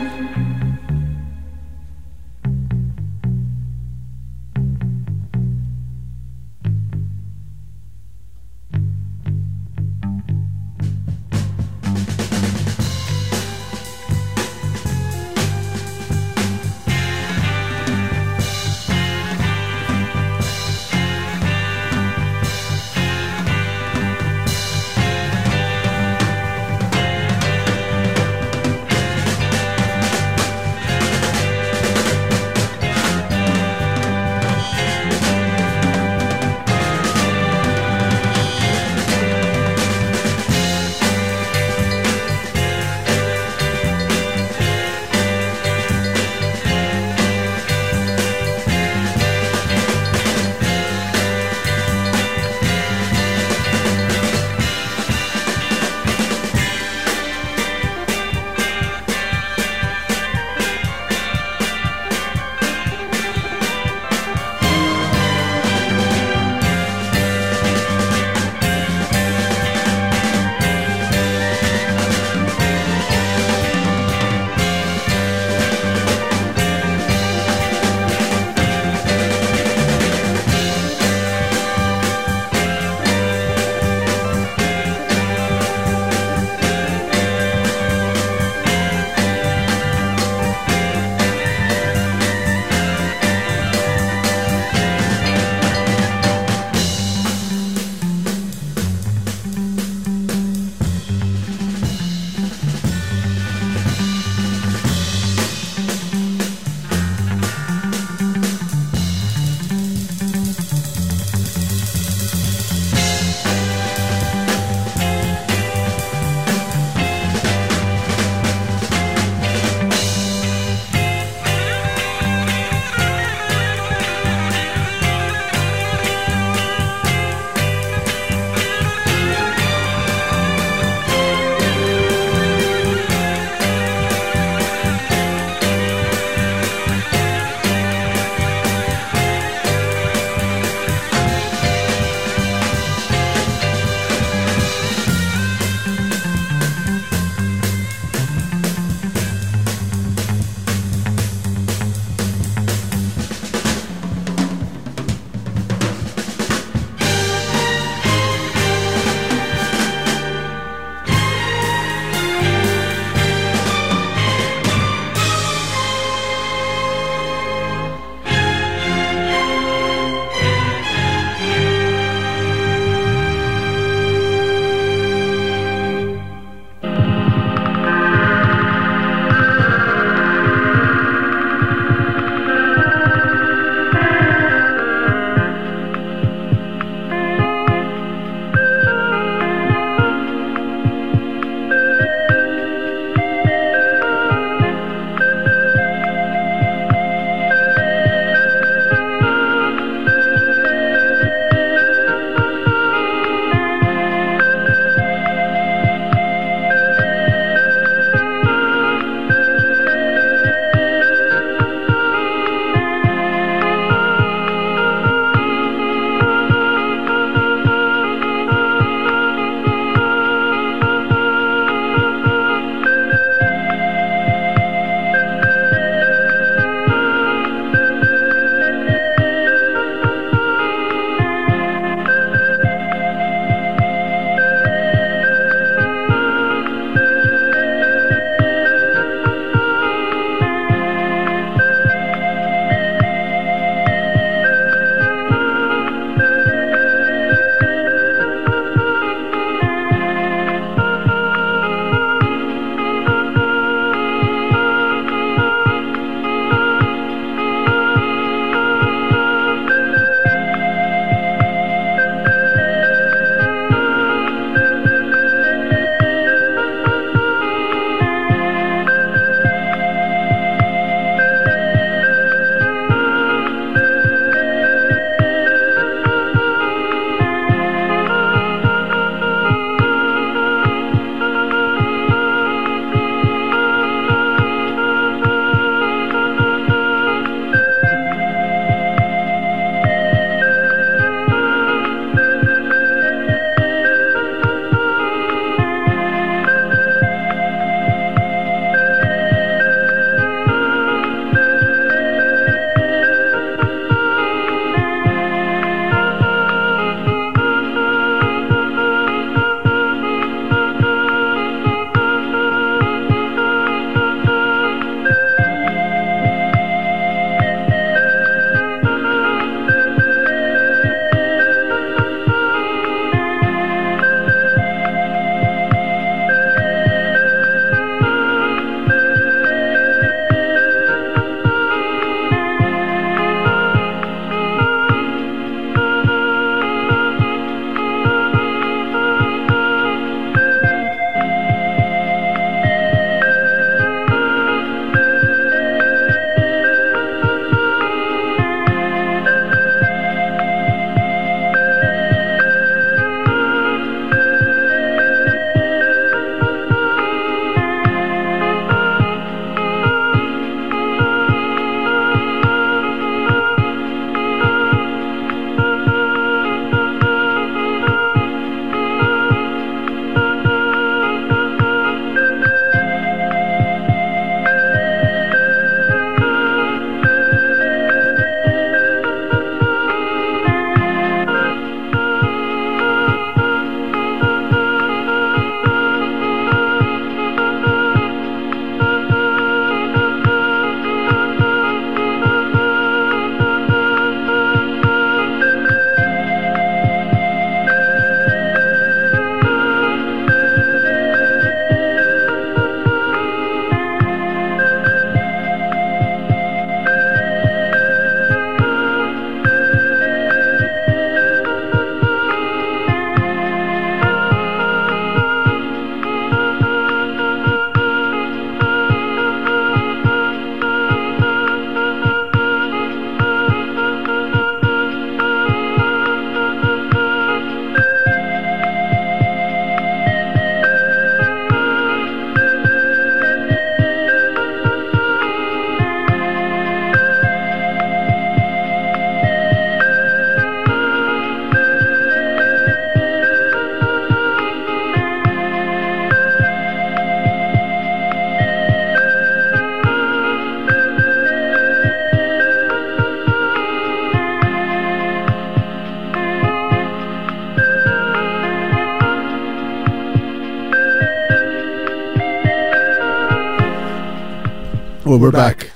[SPEAKER 1] Well, we're back.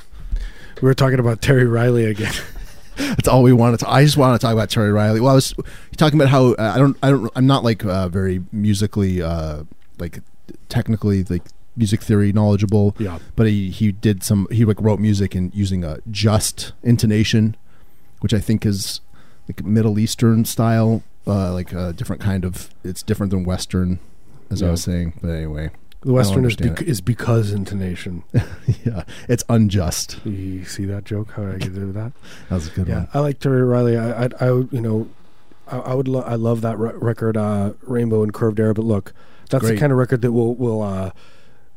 [SPEAKER 2] We were talking about Terry Riley again.
[SPEAKER 1] That's all we wanted. To, I just want to talk about Terry Riley. Well, I was talking about how uh, I don't, I don't, I'm not like uh, very musically, uh, like technically, like music theory knowledgeable.
[SPEAKER 2] Yeah.
[SPEAKER 1] But he he did some. He like wrote music and using a just intonation, which I think is like Middle Eastern style, uh, like a different kind of. It's different than Western, as I
[SPEAKER 2] Yeah.
[SPEAKER 1] was saying. But anyway,
[SPEAKER 2] The Western is,
[SPEAKER 1] understand
[SPEAKER 2] bec- is because intonation.
[SPEAKER 1] yeah, it's unjust.
[SPEAKER 2] you see that joke? How I get rid of that?
[SPEAKER 1] That was a good
[SPEAKER 2] Yeah,
[SPEAKER 1] one.
[SPEAKER 2] I like Terry Riley. I, I, I would, you know, I, I would, lo- I love that re- record, uh, Rainbow and Curved Air. But look, that's
[SPEAKER 1] Great.
[SPEAKER 2] the kind of record that will, will, uh,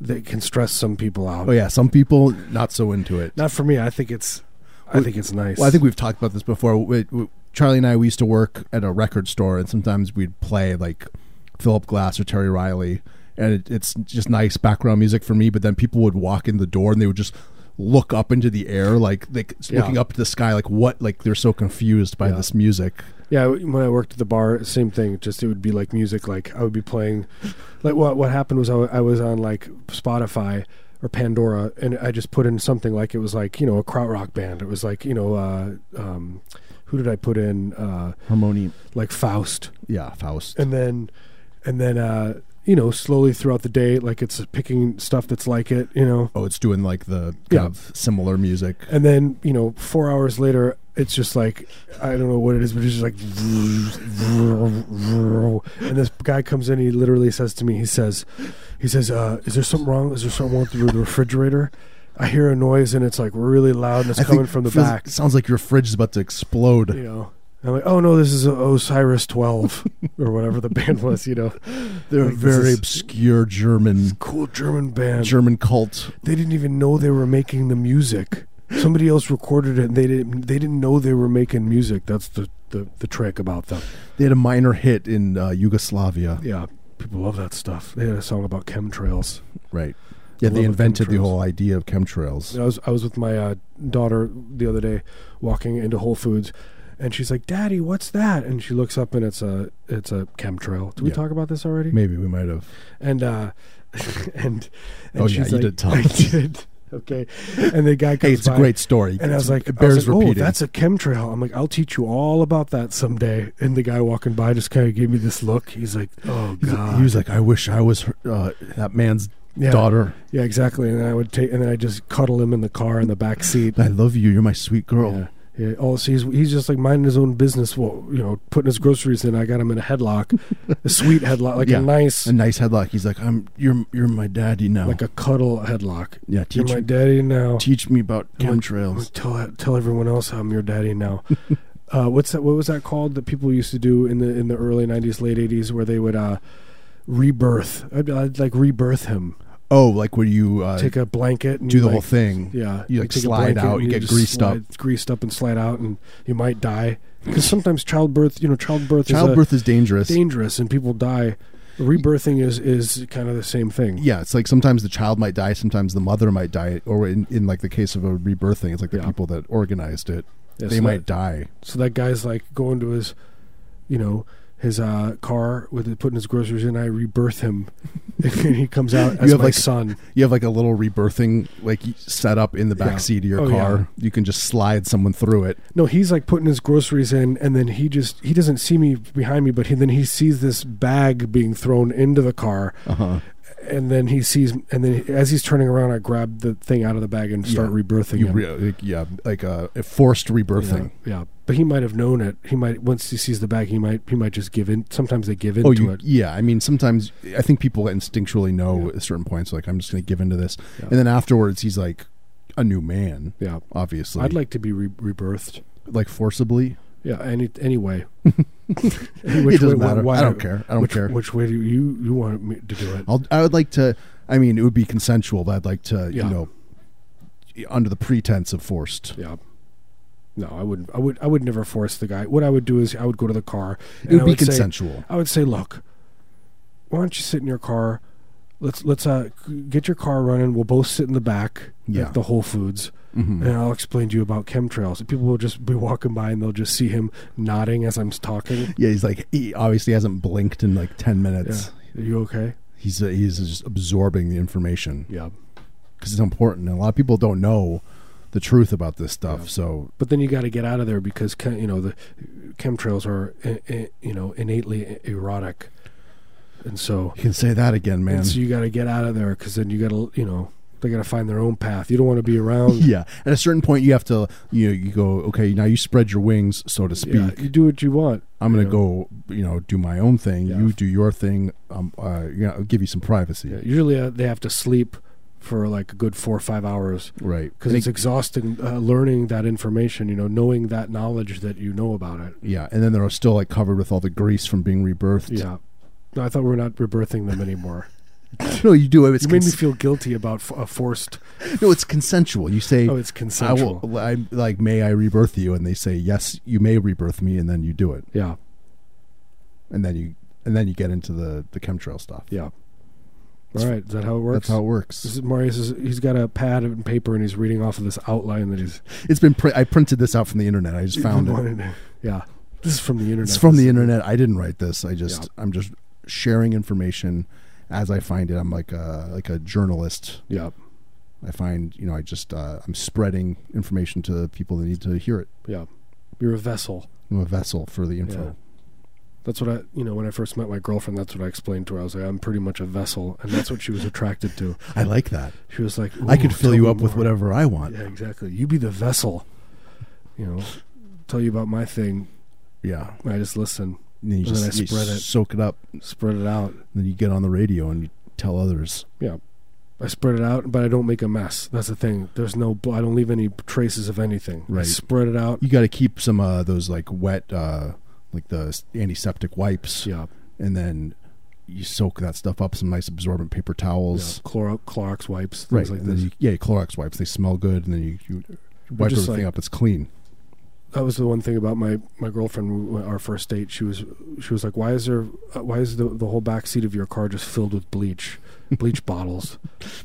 [SPEAKER 2] that can stress some people out.
[SPEAKER 1] Oh yeah, some people not so into it.
[SPEAKER 2] Not for me. I think it's, I
[SPEAKER 1] Well-
[SPEAKER 2] think it's nice.
[SPEAKER 1] Well, I think we've talked about this before. We, we, Charlie and I, we used to work at a record store, and sometimes we'd play like Philip Glass or Terry Riley, and it, it's just nice background music for me. But then people would walk in the door, and they would just look up into the air, like like
[SPEAKER 2] Yeah.
[SPEAKER 1] looking up at the sky, like what? Like they're so confused by
[SPEAKER 2] Yeah.
[SPEAKER 1] this music.
[SPEAKER 2] Yeah, when I worked at the bar, same thing. Just it would be like music. Like I would be playing, like what what happened was I, wa- I was on like Spotify or Pandora, and I just put in something like it was like you know a krautrock band. It was like you know uh, um, who did I put in uh,
[SPEAKER 1] Harmony,
[SPEAKER 2] like Faust,
[SPEAKER 1] yeah, Faust.
[SPEAKER 2] and then and then uh, you know slowly throughout the day, like it's picking stuff that's like it, you know.
[SPEAKER 1] Oh, it's doing like the kind
[SPEAKER 2] Yeah.
[SPEAKER 1] of similar music.
[SPEAKER 2] And then you know four hours later, it's just like I don't know what it is, but it's just like, and this guy comes in. He literally says to me, he says, he says, uh, "Is there something wrong? Is there something wrong with the refrigerator?" I hear a noise and it's like really loud and it's
[SPEAKER 1] I think
[SPEAKER 2] coming from the
[SPEAKER 1] feels-
[SPEAKER 2] back.
[SPEAKER 1] Sounds like your fridge is about to explode.
[SPEAKER 2] You know, I'm like, "Oh no, this is Osiris 12 or whatever the band was." You know,
[SPEAKER 1] They're a
[SPEAKER 2] Like, this
[SPEAKER 1] very
[SPEAKER 2] is-
[SPEAKER 1] obscure German
[SPEAKER 2] cool German band.
[SPEAKER 1] German cult.
[SPEAKER 2] they didn't even know they were making the music. Somebody else recorded it. And they didn't. They didn't know they were making music. That's the the, the trick about them.
[SPEAKER 1] They had a minor hit in uh, Yugoslavia,
[SPEAKER 2] Yeah, people love that stuff. They had a song about chemtrails.
[SPEAKER 1] right? Yeah,
[SPEAKER 2] I
[SPEAKER 1] they
[SPEAKER 2] love
[SPEAKER 1] invented the
[SPEAKER 2] chemtrails.
[SPEAKER 1] whole idea of chemtrails.
[SPEAKER 2] And I was I was with my uh, daughter the other day, walking into Whole Foods, and she's like, "Daddy, what's that?" And she looks up and it's a it's a chemtrail. Did we
[SPEAKER 1] Yeah.
[SPEAKER 2] talk about this already?
[SPEAKER 1] Maybe we might have.
[SPEAKER 2] And uh, and, and
[SPEAKER 1] Oh, yeah,
[SPEAKER 2] she's
[SPEAKER 1] you
[SPEAKER 2] like,
[SPEAKER 1] did tell
[SPEAKER 2] I
[SPEAKER 1] us.
[SPEAKER 2] did. Okay, and the guy comes
[SPEAKER 1] Hey, it's
[SPEAKER 2] by,
[SPEAKER 1] a great story.
[SPEAKER 2] And I was like,
[SPEAKER 1] it bears
[SPEAKER 2] I was like,
[SPEAKER 1] repeating.
[SPEAKER 2] Oh, that's a chemtrail. I'm like, I'll teach you all about that someday. And the guy walking by just kind of gave me this look. He's like, Oh
[SPEAKER 1] He's-
[SPEAKER 2] god.
[SPEAKER 1] he was like, I wish I was her, uh, that man's
[SPEAKER 2] yeah,
[SPEAKER 1] daughter.
[SPEAKER 2] Yeah, exactly. And then I would take, and then I just cuddle him in the car in the back seat.
[SPEAKER 1] I love you. You're my sweet girl.
[SPEAKER 2] Yeah. Yeah, all so he's he's just like minding his own business, well, you know, putting his groceries in. I got him in a headlock, a sweet headlock, like
[SPEAKER 1] Yeah.
[SPEAKER 2] a nice,
[SPEAKER 1] A nice headlock. He's like, I'm. You're. You're my daddy now.
[SPEAKER 2] like a cuddle headlock.
[SPEAKER 1] yeah.
[SPEAKER 2] You're
[SPEAKER 1] Teach.
[SPEAKER 2] my daddy now.
[SPEAKER 1] teach me about
[SPEAKER 2] I'm like-
[SPEAKER 1] chemtrails.
[SPEAKER 2] Tell tell everyone else I'm your daddy now. uh, what's that? What was that called that people used to do in the in the early '90s, late '80s, where they would uh, rebirth? I'd, I'd like rebirth him.
[SPEAKER 1] Oh, like where you uh,
[SPEAKER 2] Take a blanket and
[SPEAKER 1] do the
[SPEAKER 2] like,
[SPEAKER 1] whole thing.
[SPEAKER 2] Yeah,
[SPEAKER 1] you, like,
[SPEAKER 2] take a
[SPEAKER 1] slide
[SPEAKER 2] blanket
[SPEAKER 1] out,
[SPEAKER 2] and
[SPEAKER 1] you get
[SPEAKER 2] just
[SPEAKER 1] greased up.
[SPEAKER 2] slide- greased up, and slide out, and you might die because sometimes childbirth, you know, childbirth,
[SPEAKER 1] Childbirth is dangerous.
[SPEAKER 2] is uh, dangerous and people die. Rebirthing is is kind of the same thing.
[SPEAKER 1] yeah, it's like sometimes the child might die, sometimes the mother might die, or in, in like the case of a rebirthing, it's like the
[SPEAKER 2] Yeah.
[SPEAKER 1] people that organized it,
[SPEAKER 2] Yeah,
[SPEAKER 1] they
[SPEAKER 2] so
[SPEAKER 1] might die.
[SPEAKER 2] So that guy's like going to his, you know, his uh, car with it, putting his groceries in. I rebirth him, and he comes out as
[SPEAKER 1] have,
[SPEAKER 2] my
[SPEAKER 1] like,
[SPEAKER 2] son.
[SPEAKER 1] You have like a little rebirthing like set up in the back
[SPEAKER 2] Yeah.
[SPEAKER 1] seat of your
[SPEAKER 2] Oh,
[SPEAKER 1] car. You can just slide someone through it.
[SPEAKER 2] No, he's like putting his groceries in, and then he just he doesn't see me behind me, but he, then he sees this bag being thrown into the car,
[SPEAKER 1] Uh-huh.
[SPEAKER 2] and then he sees, and then as he's turning around, I grab the thing out of the bag and start
[SPEAKER 1] Yeah.
[SPEAKER 2] rebirthing
[SPEAKER 1] You
[SPEAKER 2] him.
[SPEAKER 1] re- like, yeah, like a, a forced rebirthing.
[SPEAKER 2] Yeah, yeah. but he might have known it. He might once he sees the bag, he might he might just give in. Sometimes they give in
[SPEAKER 1] Oh,
[SPEAKER 2] to
[SPEAKER 1] you,
[SPEAKER 2] it.
[SPEAKER 1] yeah. I mean, sometimes I think people instinctually know at certain points, like I'm just going to give into this,
[SPEAKER 2] Yeah.
[SPEAKER 1] and then afterwards he's like a new man,
[SPEAKER 2] Yeah,
[SPEAKER 1] obviously,
[SPEAKER 2] I'd like to be re- rebirthed.
[SPEAKER 1] like forcibly.
[SPEAKER 2] Yeah, any anyway.
[SPEAKER 1] it doesn't matter. I don't care. I don't
[SPEAKER 2] which,
[SPEAKER 1] care.
[SPEAKER 2] Which way do you you want me to do it?
[SPEAKER 1] I'll, I would like to. I mean, it would be consensual, but I'd like to,
[SPEAKER 2] Yeah.
[SPEAKER 1] you know, under the pretense of forced.
[SPEAKER 2] yeah. No, I wouldn't. I would. I would never force the guy. What I would do is I would go to the car.
[SPEAKER 1] It would
[SPEAKER 2] I
[SPEAKER 1] be
[SPEAKER 2] say-
[SPEAKER 1] consensual.
[SPEAKER 2] I would say, look, why don't you sit in your car? Let's let's uh, get your car running. We'll both sit in the back
[SPEAKER 1] Yeah.
[SPEAKER 2] at the Whole Foods,
[SPEAKER 1] Mhm.
[SPEAKER 2] and I'll explain to you about chemtrails. And People will just be walking by and they'll just see him nodding as I'm talking.
[SPEAKER 1] Yeah, he's like he obviously hasn't blinked in like ten
[SPEAKER 2] Yeah.
[SPEAKER 1] minutes.
[SPEAKER 2] Are you okay?
[SPEAKER 1] He's uh, he's just absorbing the information.
[SPEAKER 2] Yeah.
[SPEAKER 1] because it's important. And a lot of people don't know the truth about this stuff. So
[SPEAKER 2] But then you got to get out of there because chem- you know the chemtrails are eh, eh, you know innately erotic, and so
[SPEAKER 1] you can say that again, man.
[SPEAKER 2] and so you got to get out of there because then you got to you know they got to find their own path. You don't want to be around.
[SPEAKER 1] yeah. At a certain point, you have to you know, you go okay. Now you spread your wings, so to speak.
[SPEAKER 2] Yeah, you do what you want.
[SPEAKER 1] I'm gonna
[SPEAKER 2] you
[SPEAKER 1] go you know do my own thing.
[SPEAKER 2] Yeah.
[SPEAKER 1] You do your thing. Um, uh, you know, I'll give you some privacy.
[SPEAKER 2] Yeah, usually uh, they have to sleep for like a good four or five hours
[SPEAKER 1] Right.
[SPEAKER 2] because
[SPEAKER 1] And
[SPEAKER 2] it's
[SPEAKER 1] it-
[SPEAKER 2] exhausting uh, learning that information. You know, knowing that knowledge that you know about it.
[SPEAKER 1] yeah, and then they're still like covered with all the grease from being rebirthed.
[SPEAKER 2] Yeah. No, I thought we were not rebirthing them anymore.
[SPEAKER 1] No, you do it. It's
[SPEAKER 2] you made me
[SPEAKER 1] cons-
[SPEAKER 2] feel guilty about f- a forced.
[SPEAKER 1] no, it's consensual. You say
[SPEAKER 2] Oh, it's
[SPEAKER 1] I
[SPEAKER 2] consensual.
[SPEAKER 1] will. I like may I rebirth you, and they say yes, you may rebirth me, and then you do it,
[SPEAKER 2] Yeah,
[SPEAKER 1] and then you and then you get into the the chemtrail stuff.
[SPEAKER 2] yeah. All right, is that how it works?
[SPEAKER 1] That's how it works.
[SPEAKER 2] This is Marius. Is, he's got a pad and paper, and he's reading off of this outline that he's
[SPEAKER 1] It's been. Pr- I printed this out from the internet. I just found it.
[SPEAKER 2] wanted- Yeah, this is from the internet.
[SPEAKER 1] It's from the
[SPEAKER 2] This-
[SPEAKER 1] internet. I didn't write this. I just. I'm just sharing information as I find it. I'm like a like a journalist.
[SPEAKER 2] Yeah,
[SPEAKER 1] I find you know. I just. Uh, I'm spreading information to people that need to hear it.
[SPEAKER 2] yeah. You're a vessel.
[SPEAKER 1] I'm a vessel for the info.
[SPEAKER 2] Yeah. That's what I, you know, when I first met my girlfriend, that's what I explained to her. I was like, I'm pretty much a vessel, and that's what she was attracted to.
[SPEAKER 1] I like that.
[SPEAKER 2] She was like,
[SPEAKER 1] I can
[SPEAKER 2] "Ooh,
[SPEAKER 1] fill
[SPEAKER 2] tell
[SPEAKER 1] you
[SPEAKER 2] me
[SPEAKER 1] up with
[SPEAKER 2] more."
[SPEAKER 1] whatever I want.
[SPEAKER 2] Yeah, exactly. You be the vessel. You know, tell you about my thing.
[SPEAKER 1] Yeah.
[SPEAKER 2] and I just listen,
[SPEAKER 1] And then you
[SPEAKER 2] And
[SPEAKER 1] just
[SPEAKER 2] then I
[SPEAKER 1] you
[SPEAKER 2] spread it.
[SPEAKER 1] soak it up.
[SPEAKER 2] spread it out.
[SPEAKER 1] then you get on the radio and you tell others.
[SPEAKER 2] I spread it out, but I don't make a mess. That's the thing. There's no, bl- I don't leave any traces of anything. I
[SPEAKER 1] Right.
[SPEAKER 2] spread it out.
[SPEAKER 1] You got to keep some uh, those like wet, uh, like the s- antiseptic wipes,
[SPEAKER 2] Yeah.
[SPEAKER 1] and then you soak that stuff up. Some nice absorbent paper
[SPEAKER 2] yeah.
[SPEAKER 1] towels,
[SPEAKER 2] Clor- Clorox wipes,
[SPEAKER 1] right?
[SPEAKER 2] things like
[SPEAKER 1] and then
[SPEAKER 2] this.
[SPEAKER 1] you, yeah, Clorox wipes. They smell good, and then you, you wipe
[SPEAKER 2] just
[SPEAKER 1] everything
[SPEAKER 2] like-
[SPEAKER 1] up. It's clean.
[SPEAKER 2] that was the one thing about my, my girlfriend. w- Our first date, she was she was like, "Why is there? uh, Why is the the whole back seat of your car just filled with bleach, bleach bottles?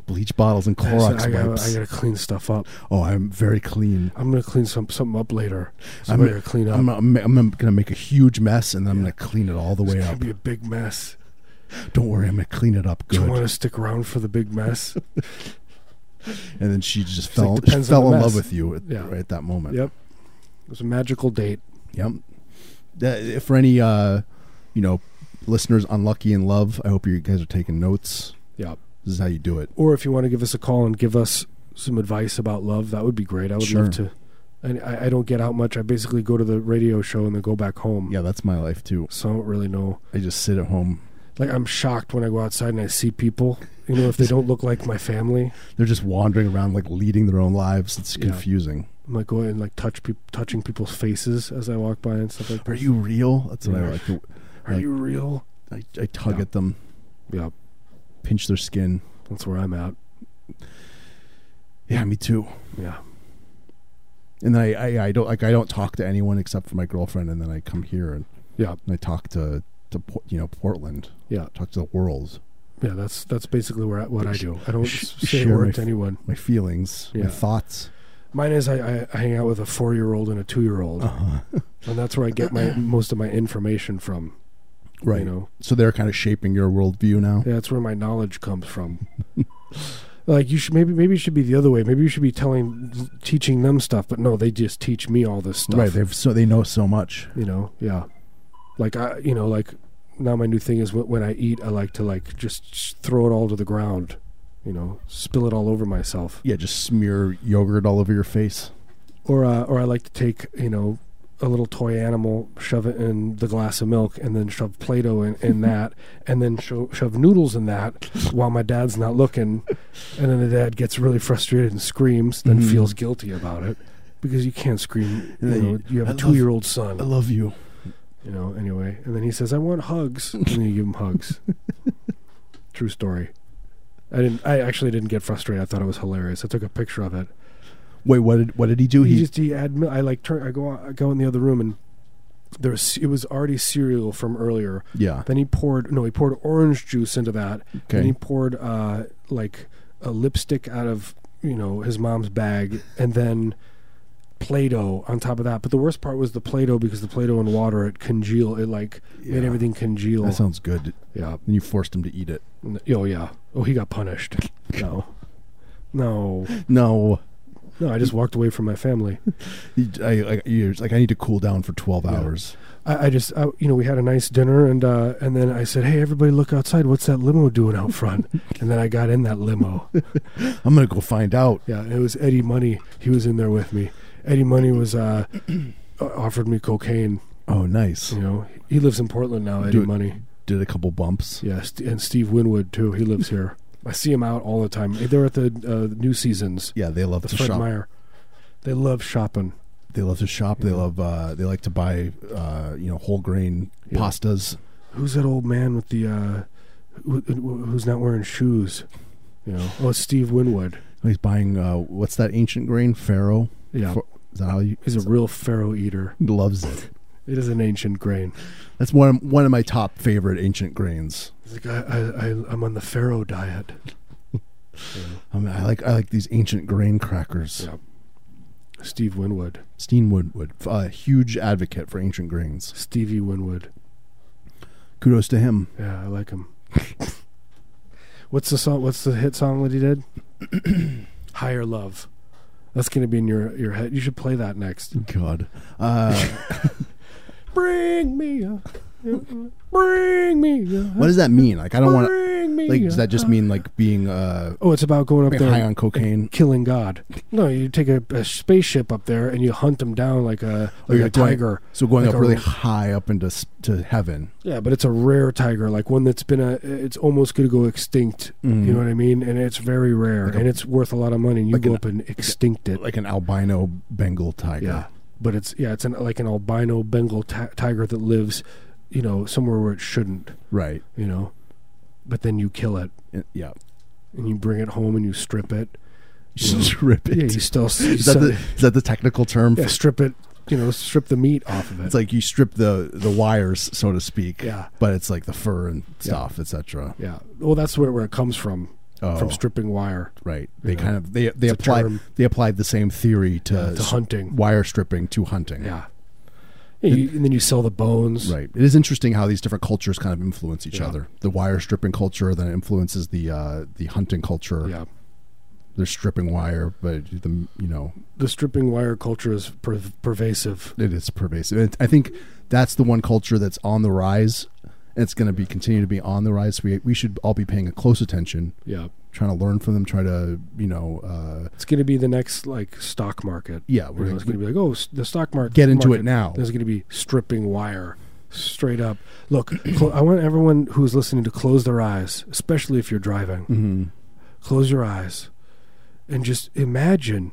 [SPEAKER 1] Bleach bottles and
[SPEAKER 2] And I said,
[SPEAKER 1] Clorox
[SPEAKER 2] I, gotta,
[SPEAKER 1] wipes.
[SPEAKER 2] I gotta clean stuff up.
[SPEAKER 1] oh, I'm very clean.
[SPEAKER 2] I'm gonna clean some something up later. So
[SPEAKER 1] I'm
[SPEAKER 2] I
[SPEAKER 1] gonna-
[SPEAKER 2] better clean up.
[SPEAKER 1] I'm, I'm, I'm gonna make a huge mess, and then I'm gonna clean it all the
[SPEAKER 2] it's
[SPEAKER 1] way
[SPEAKER 2] gonna
[SPEAKER 1] up.
[SPEAKER 2] be a big mess.
[SPEAKER 1] Don't worry, I'm gonna clean it up
[SPEAKER 2] Do you want
[SPEAKER 1] good.
[SPEAKER 2] to stick around for the big mess?
[SPEAKER 1] And then she just
[SPEAKER 2] It's like,
[SPEAKER 1] fell
[SPEAKER 2] depends on
[SPEAKER 1] fell
[SPEAKER 2] the
[SPEAKER 1] in love
[SPEAKER 2] mess.
[SPEAKER 1] with you at,
[SPEAKER 2] Yeah.
[SPEAKER 1] right at that moment.
[SPEAKER 2] yep. It was a magical date.
[SPEAKER 1] Yep. That- for any, uh, you know, listeners unlucky in love, I hope you guys are taking notes.
[SPEAKER 2] Yeah.
[SPEAKER 1] This is how you do it.
[SPEAKER 2] Or if you want to give us a call and give us some advice about love, that would be great. I would
[SPEAKER 1] Sure.
[SPEAKER 2] love to. And I, I don't get out much. I basically go to the radio show and then go back home.
[SPEAKER 1] Yeah, that's my life too.
[SPEAKER 2] So I don't really know.
[SPEAKER 1] I just sit at home.
[SPEAKER 2] Like I'm shocked when I go outside and I see people. You know, if they don't look like my family,
[SPEAKER 1] They're just wandering around, like leading their own lives. It's
[SPEAKER 2] Yeah.
[SPEAKER 1] confusing.
[SPEAKER 2] I'm like going and like touch peop touching people's faces as I walk by and stuff like. that.
[SPEAKER 1] Are you real? That's what I
[SPEAKER 2] Yeah.
[SPEAKER 1] like. To,
[SPEAKER 2] Are you real?
[SPEAKER 1] I, I tug
[SPEAKER 2] Yeah.
[SPEAKER 1] at them,
[SPEAKER 2] Yeah,
[SPEAKER 1] pinch their skin.
[SPEAKER 2] that's where I'm at.
[SPEAKER 1] Yeah, me too.
[SPEAKER 2] Yeah,
[SPEAKER 1] And then I, I, I don't like I don't talk to anyone except for my girlfriend. And then I come here and
[SPEAKER 2] yeah,
[SPEAKER 1] and I talk to to Por- you know Portland.
[SPEAKER 2] Yeah.
[SPEAKER 1] talk to the world.
[SPEAKER 2] yeah. That's that's basically where I, what I do. I don't
[SPEAKER 1] Sh-
[SPEAKER 2] say a
[SPEAKER 1] share my
[SPEAKER 2] word to
[SPEAKER 1] f-
[SPEAKER 2] anyone.
[SPEAKER 1] My feelings, my
[SPEAKER 2] Yeah.
[SPEAKER 1] thoughts.
[SPEAKER 2] Mine is I, I, I hang out with a four year old and a two year old,
[SPEAKER 1] Uh-huh.
[SPEAKER 2] and that's where I get my most of my information from.
[SPEAKER 1] Right.
[SPEAKER 2] You know,
[SPEAKER 1] So they're kind of shaping your worldview now.
[SPEAKER 2] yeah, that's where my knowledge comes from. like you should maybe maybe it should be the other way. Maybe you should be telling teaching them stuff, but no, they just teach me all this stuff.
[SPEAKER 1] Right. They've so they know so much.
[SPEAKER 2] you know, yeah. Like I, you know, like now my new thing is wh- when I eat, I like to like just throw it all to the ground. You know, spill it all over myself.
[SPEAKER 1] Yeah, just smear yogurt all over your face.
[SPEAKER 2] or uh, or I like to take you know a little toy animal, shove it in the glass of milk, and then shove Play-Doh in, in that, and then sho- shove noodles in that while my dad's not looking, and then the dad gets really frustrated and screams, then
[SPEAKER 1] Mhm.
[SPEAKER 2] feels guilty about it because you can't scream. You,
[SPEAKER 1] And then
[SPEAKER 2] know,
[SPEAKER 1] you-
[SPEAKER 2] you, have
[SPEAKER 1] I
[SPEAKER 2] a
[SPEAKER 1] love-
[SPEAKER 2] two-year-old son,
[SPEAKER 1] I love you.
[SPEAKER 2] you know. Anyway, and then he says, "I want hugs," and then you give him hugs. True story. I didn't. I actually didn't get frustrated. I thought it was hilarious. I took a picture of it.
[SPEAKER 1] Wait, what did what did he do?
[SPEAKER 2] He,
[SPEAKER 1] He,
[SPEAKER 2] just he had. mil- I like turn. I go. I go in the other room and there was it was already cereal from earlier.
[SPEAKER 1] yeah.
[SPEAKER 2] Then he poured no, he poured orange juice into that. Then he
[SPEAKER 1] Okay.
[SPEAKER 2] poured uh like a lipstick out of you know his mom's bag, and then Play-Doh on top of that. But the worst part was the Play-Doh because the Play-Doh and water it congeal. It like
[SPEAKER 1] Yeah.
[SPEAKER 2] made everything congeal.
[SPEAKER 1] That sounds good.
[SPEAKER 2] yeah.
[SPEAKER 1] And you forced him to eat it.
[SPEAKER 2] N- Oh yeah. Oh, he got punished. no. No,
[SPEAKER 1] No,
[SPEAKER 2] no, I just walked away from my family.
[SPEAKER 1] You- I, I, you're just like I need to cool down for twelve
[SPEAKER 2] Yeah.
[SPEAKER 1] hours.
[SPEAKER 2] I, I just, I, you know, we had a nice dinner, and uh, and then I said, "Hey, everybody, look outside! What's that limo doing out front?" and then I got in that limo.
[SPEAKER 1] I'm gonna go find out.
[SPEAKER 2] Yeah, and it was Eddie Money. He was in there with me. Eddie Money was uh, offered me cocaine.
[SPEAKER 1] Oh, nice.
[SPEAKER 2] You know, he lives in Portland now. Eddie
[SPEAKER 1] Dude.
[SPEAKER 2] Money.
[SPEAKER 1] Did a couple bumps.
[SPEAKER 2] Yeah, St- and Steve Winwood too. He lives here. I see him out all the time. They're at the uh, New Seasons,
[SPEAKER 1] Yeah, they love
[SPEAKER 2] the
[SPEAKER 1] to
[SPEAKER 2] Fred
[SPEAKER 1] shop.
[SPEAKER 2] Meyer. They love shopping.
[SPEAKER 1] They love to shop. They
[SPEAKER 2] Yeah.
[SPEAKER 1] love. Uh, they like to buy. Uh, you know, whole grain
[SPEAKER 2] Yeah.
[SPEAKER 1] pastas.
[SPEAKER 2] Who's that old man with the uh, who, who- who's not wearing shoes? You know, oh, it's Steve Winwood.
[SPEAKER 1] He's buying. Uh, what's that ancient grain? Farro.
[SPEAKER 2] Yeah,
[SPEAKER 1] For- Is that how you?
[SPEAKER 2] he's a real farrow eater.
[SPEAKER 1] He loves it.
[SPEAKER 2] It is an ancient grain.
[SPEAKER 1] That's one of, one of my top favorite ancient grains.
[SPEAKER 2] He's like, I, I, I, I'm on the farrow diet. You know,
[SPEAKER 1] I, mean, Um, I like I like these ancient grain crackers.
[SPEAKER 2] Yeah. Steve Winwood,
[SPEAKER 1] Steen Woodwood, a uh, huge advocate for ancient grains.
[SPEAKER 2] Stevie Winwood.
[SPEAKER 1] Kudos to him.
[SPEAKER 2] Yeah, I like him. what's the song? What's the hit song that he did? Higher Love. That's gonna be in your your head. You should play that next.
[SPEAKER 1] God, uh,
[SPEAKER 2] Bring me a, bring me a,
[SPEAKER 1] what does that mean? Like I don't want to.
[SPEAKER 2] bring me
[SPEAKER 1] Like does
[SPEAKER 2] a-
[SPEAKER 1] that just mean like being uh,
[SPEAKER 2] Oh, it's about going up
[SPEAKER 1] being
[SPEAKER 2] there,
[SPEAKER 1] high on cocaine?
[SPEAKER 2] killing God. No, you take a, a spaceship up there and you hunt them down like a
[SPEAKER 1] Oh,
[SPEAKER 2] like
[SPEAKER 1] you're
[SPEAKER 2] a
[SPEAKER 1] going-
[SPEAKER 2] tiger.
[SPEAKER 1] So going
[SPEAKER 2] Like
[SPEAKER 1] up
[SPEAKER 2] a-
[SPEAKER 1] really high up into s- to heaven.
[SPEAKER 2] Yeah, but it's a rare tiger, like one that's been a. It's almost going to go extinct.
[SPEAKER 1] Mm.
[SPEAKER 2] You know what I mean? And it's very rare,
[SPEAKER 1] Like a-
[SPEAKER 2] and it's worth a lot of money. And you
[SPEAKER 1] like
[SPEAKER 2] go
[SPEAKER 1] an-
[SPEAKER 2] up and extinct it.
[SPEAKER 1] like an albino Bengal tiger.
[SPEAKER 2] yeah, but it's yeah, it's an, like an albino Bengal ti- tiger that lives, you know, somewhere where it shouldn't.
[SPEAKER 1] Right.
[SPEAKER 2] You know, but then you kill it
[SPEAKER 1] Uh, Yeah.
[SPEAKER 2] and you bring it home and you strip it.
[SPEAKER 1] You
[SPEAKER 2] Yeah.
[SPEAKER 1] strip it.
[SPEAKER 2] Yeah, you still you
[SPEAKER 1] is, that
[SPEAKER 2] sell-
[SPEAKER 1] the, is that the technical term?
[SPEAKER 2] yeah, strip it. You know, strip the meat off of it.
[SPEAKER 1] It's like you strip the the wires, so to speak.
[SPEAKER 2] yeah,
[SPEAKER 1] But it's like the fur and stuff, etc.
[SPEAKER 2] yeah. Well, that's where where it comes from,
[SPEAKER 1] Oh,
[SPEAKER 2] from stripping wire
[SPEAKER 1] right. They
[SPEAKER 2] you know,
[SPEAKER 1] kind of they they
[SPEAKER 2] it's a
[SPEAKER 1] apply
[SPEAKER 2] term.
[SPEAKER 1] they applied the same theory to,
[SPEAKER 2] yeah, to
[SPEAKER 1] s-
[SPEAKER 2] hunting.
[SPEAKER 1] wire stripping to hunting.
[SPEAKER 2] Yeah. Yeah, you, and then you sell the bones.
[SPEAKER 1] Right. It is interesting how these different cultures kind of influence each
[SPEAKER 2] Yeah.
[SPEAKER 1] other. The wire stripping culture then influences the uh, the hunting culture.
[SPEAKER 2] Yeah.
[SPEAKER 1] They're stripping wire, but the you know
[SPEAKER 2] The stripping wire culture is perv pervasive.
[SPEAKER 1] It is pervasive. It, I think that's the one culture that's on the rise. and It's going to be continue to be on the rise. We we should all be paying a close attention,
[SPEAKER 2] Yeah.
[SPEAKER 1] trying to learn from them. Try to you know, uh,
[SPEAKER 2] It's going to be the next like stock market.
[SPEAKER 1] yeah,
[SPEAKER 2] You
[SPEAKER 1] we're
[SPEAKER 2] know,
[SPEAKER 1] gonna,
[SPEAKER 2] it's going to be like, oh, s- the stock market.
[SPEAKER 1] get into it now.
[SPEAKER 2] There's going to be stripping wire straight up. Look, cl- I want everyone who's listening to close their eyes, especially if you're driving.
[SPEAKER 1] Mm-hmm.
[SPEAKER 2] Close your eyes and just imagine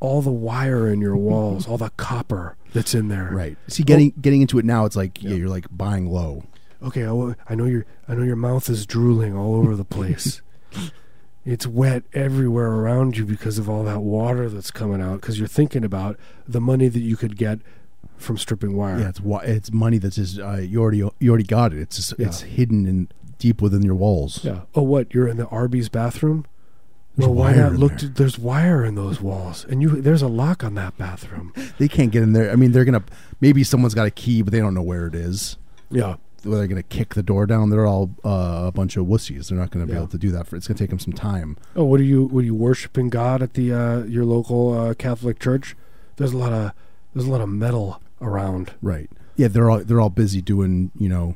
[SPEAKER 2] all the wire in your walls, all the copper that's in there.
[SPEAKER 1] Right. See, getting getting into it now. It's like yeah,
[SPEAKER 2] Yeah.
[SPEAKER 1] you're like buying low.
[SPEAKER 2] okay I, wa- I know your i know your mouth is drooling all over the place it's wet everywhere around you because of all that water that's coming out because you're thinking about the money that you could get from stripping wire
[SPEAKER 1] Yeah, it's wa- it's money that's just uh, you already you already got it. It's just,
[SPEAKER 2] Yeah.
[SPEAKER 1] it's hidden in deep within your walls.
[SPEAKER 2] Yeah. oh what you're in the arby's bathroom
[SPEAKER 1] There's
[SPEAKER 2] well why
[SPEAKER 1] wire
[SPEAKER 2] not
[SPEAKER 1] in
[SPEAKER 2] look
[SPEAKER 1] there.
[SPEAKER 2] to, there's wire in those walls and you there's a lock on that bathroom
[SPEAKER 1] They can't get in there. I mean, they're gonna maybe someone's got a key, but they don't know where it is.
[SPEAKER 2] yeah
[SPEAKER 1] where they're going to kick the door down. They're all uh, a bunch of wussies. They're not going to be
[SPEAKER 2] Yeah.
[SPEAKER 1] able to do that. For it's going to take them some time.
[SPEAKER 2] oh what are you what are you worshiping god at the uh, your local uh, catholic church there's a lot of there's a lot of metal around
[SPEAKER 1] Right. Yeah, they're all they're all busy doing you know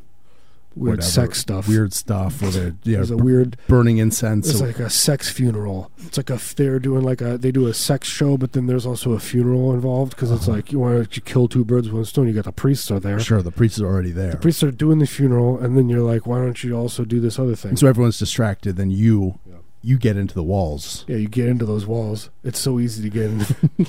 [SPEAKER 2] weird
[SPEAKER 1] whatever,
[SPEAKER 2] sex stuff
[SPEAKER 1] weird stuff, or they're yeah,
[SPEAKER 2] there's a
[SPEAKER 1] b-
[SPEAKER 2] weird
[SPEAKER 1] burning incense.
[SPEAKER 2] It's
[SPEAKER 1] So-
[SPEAKER 2] like a sex funeral. It's like a f- they're doing like a they do a sex show, but then there's also a funeral involved because it's like you want to kill two birds with one stone. You got the priests are there.
[SPEAKER 1] Uh-huh. sure, the priests are already there,
[SPEAKER 2] The priests are doing the funeral, and then you're like, why don't you also do this other thing?
[SPEAKER 1] and so everyone's distracted. Then you
[SPEAKER 2] Yeah.
[SPEAKER 1] you get into the walls.
[SPEAKER 2] yeah, you get into those walls. It's so easy to get in.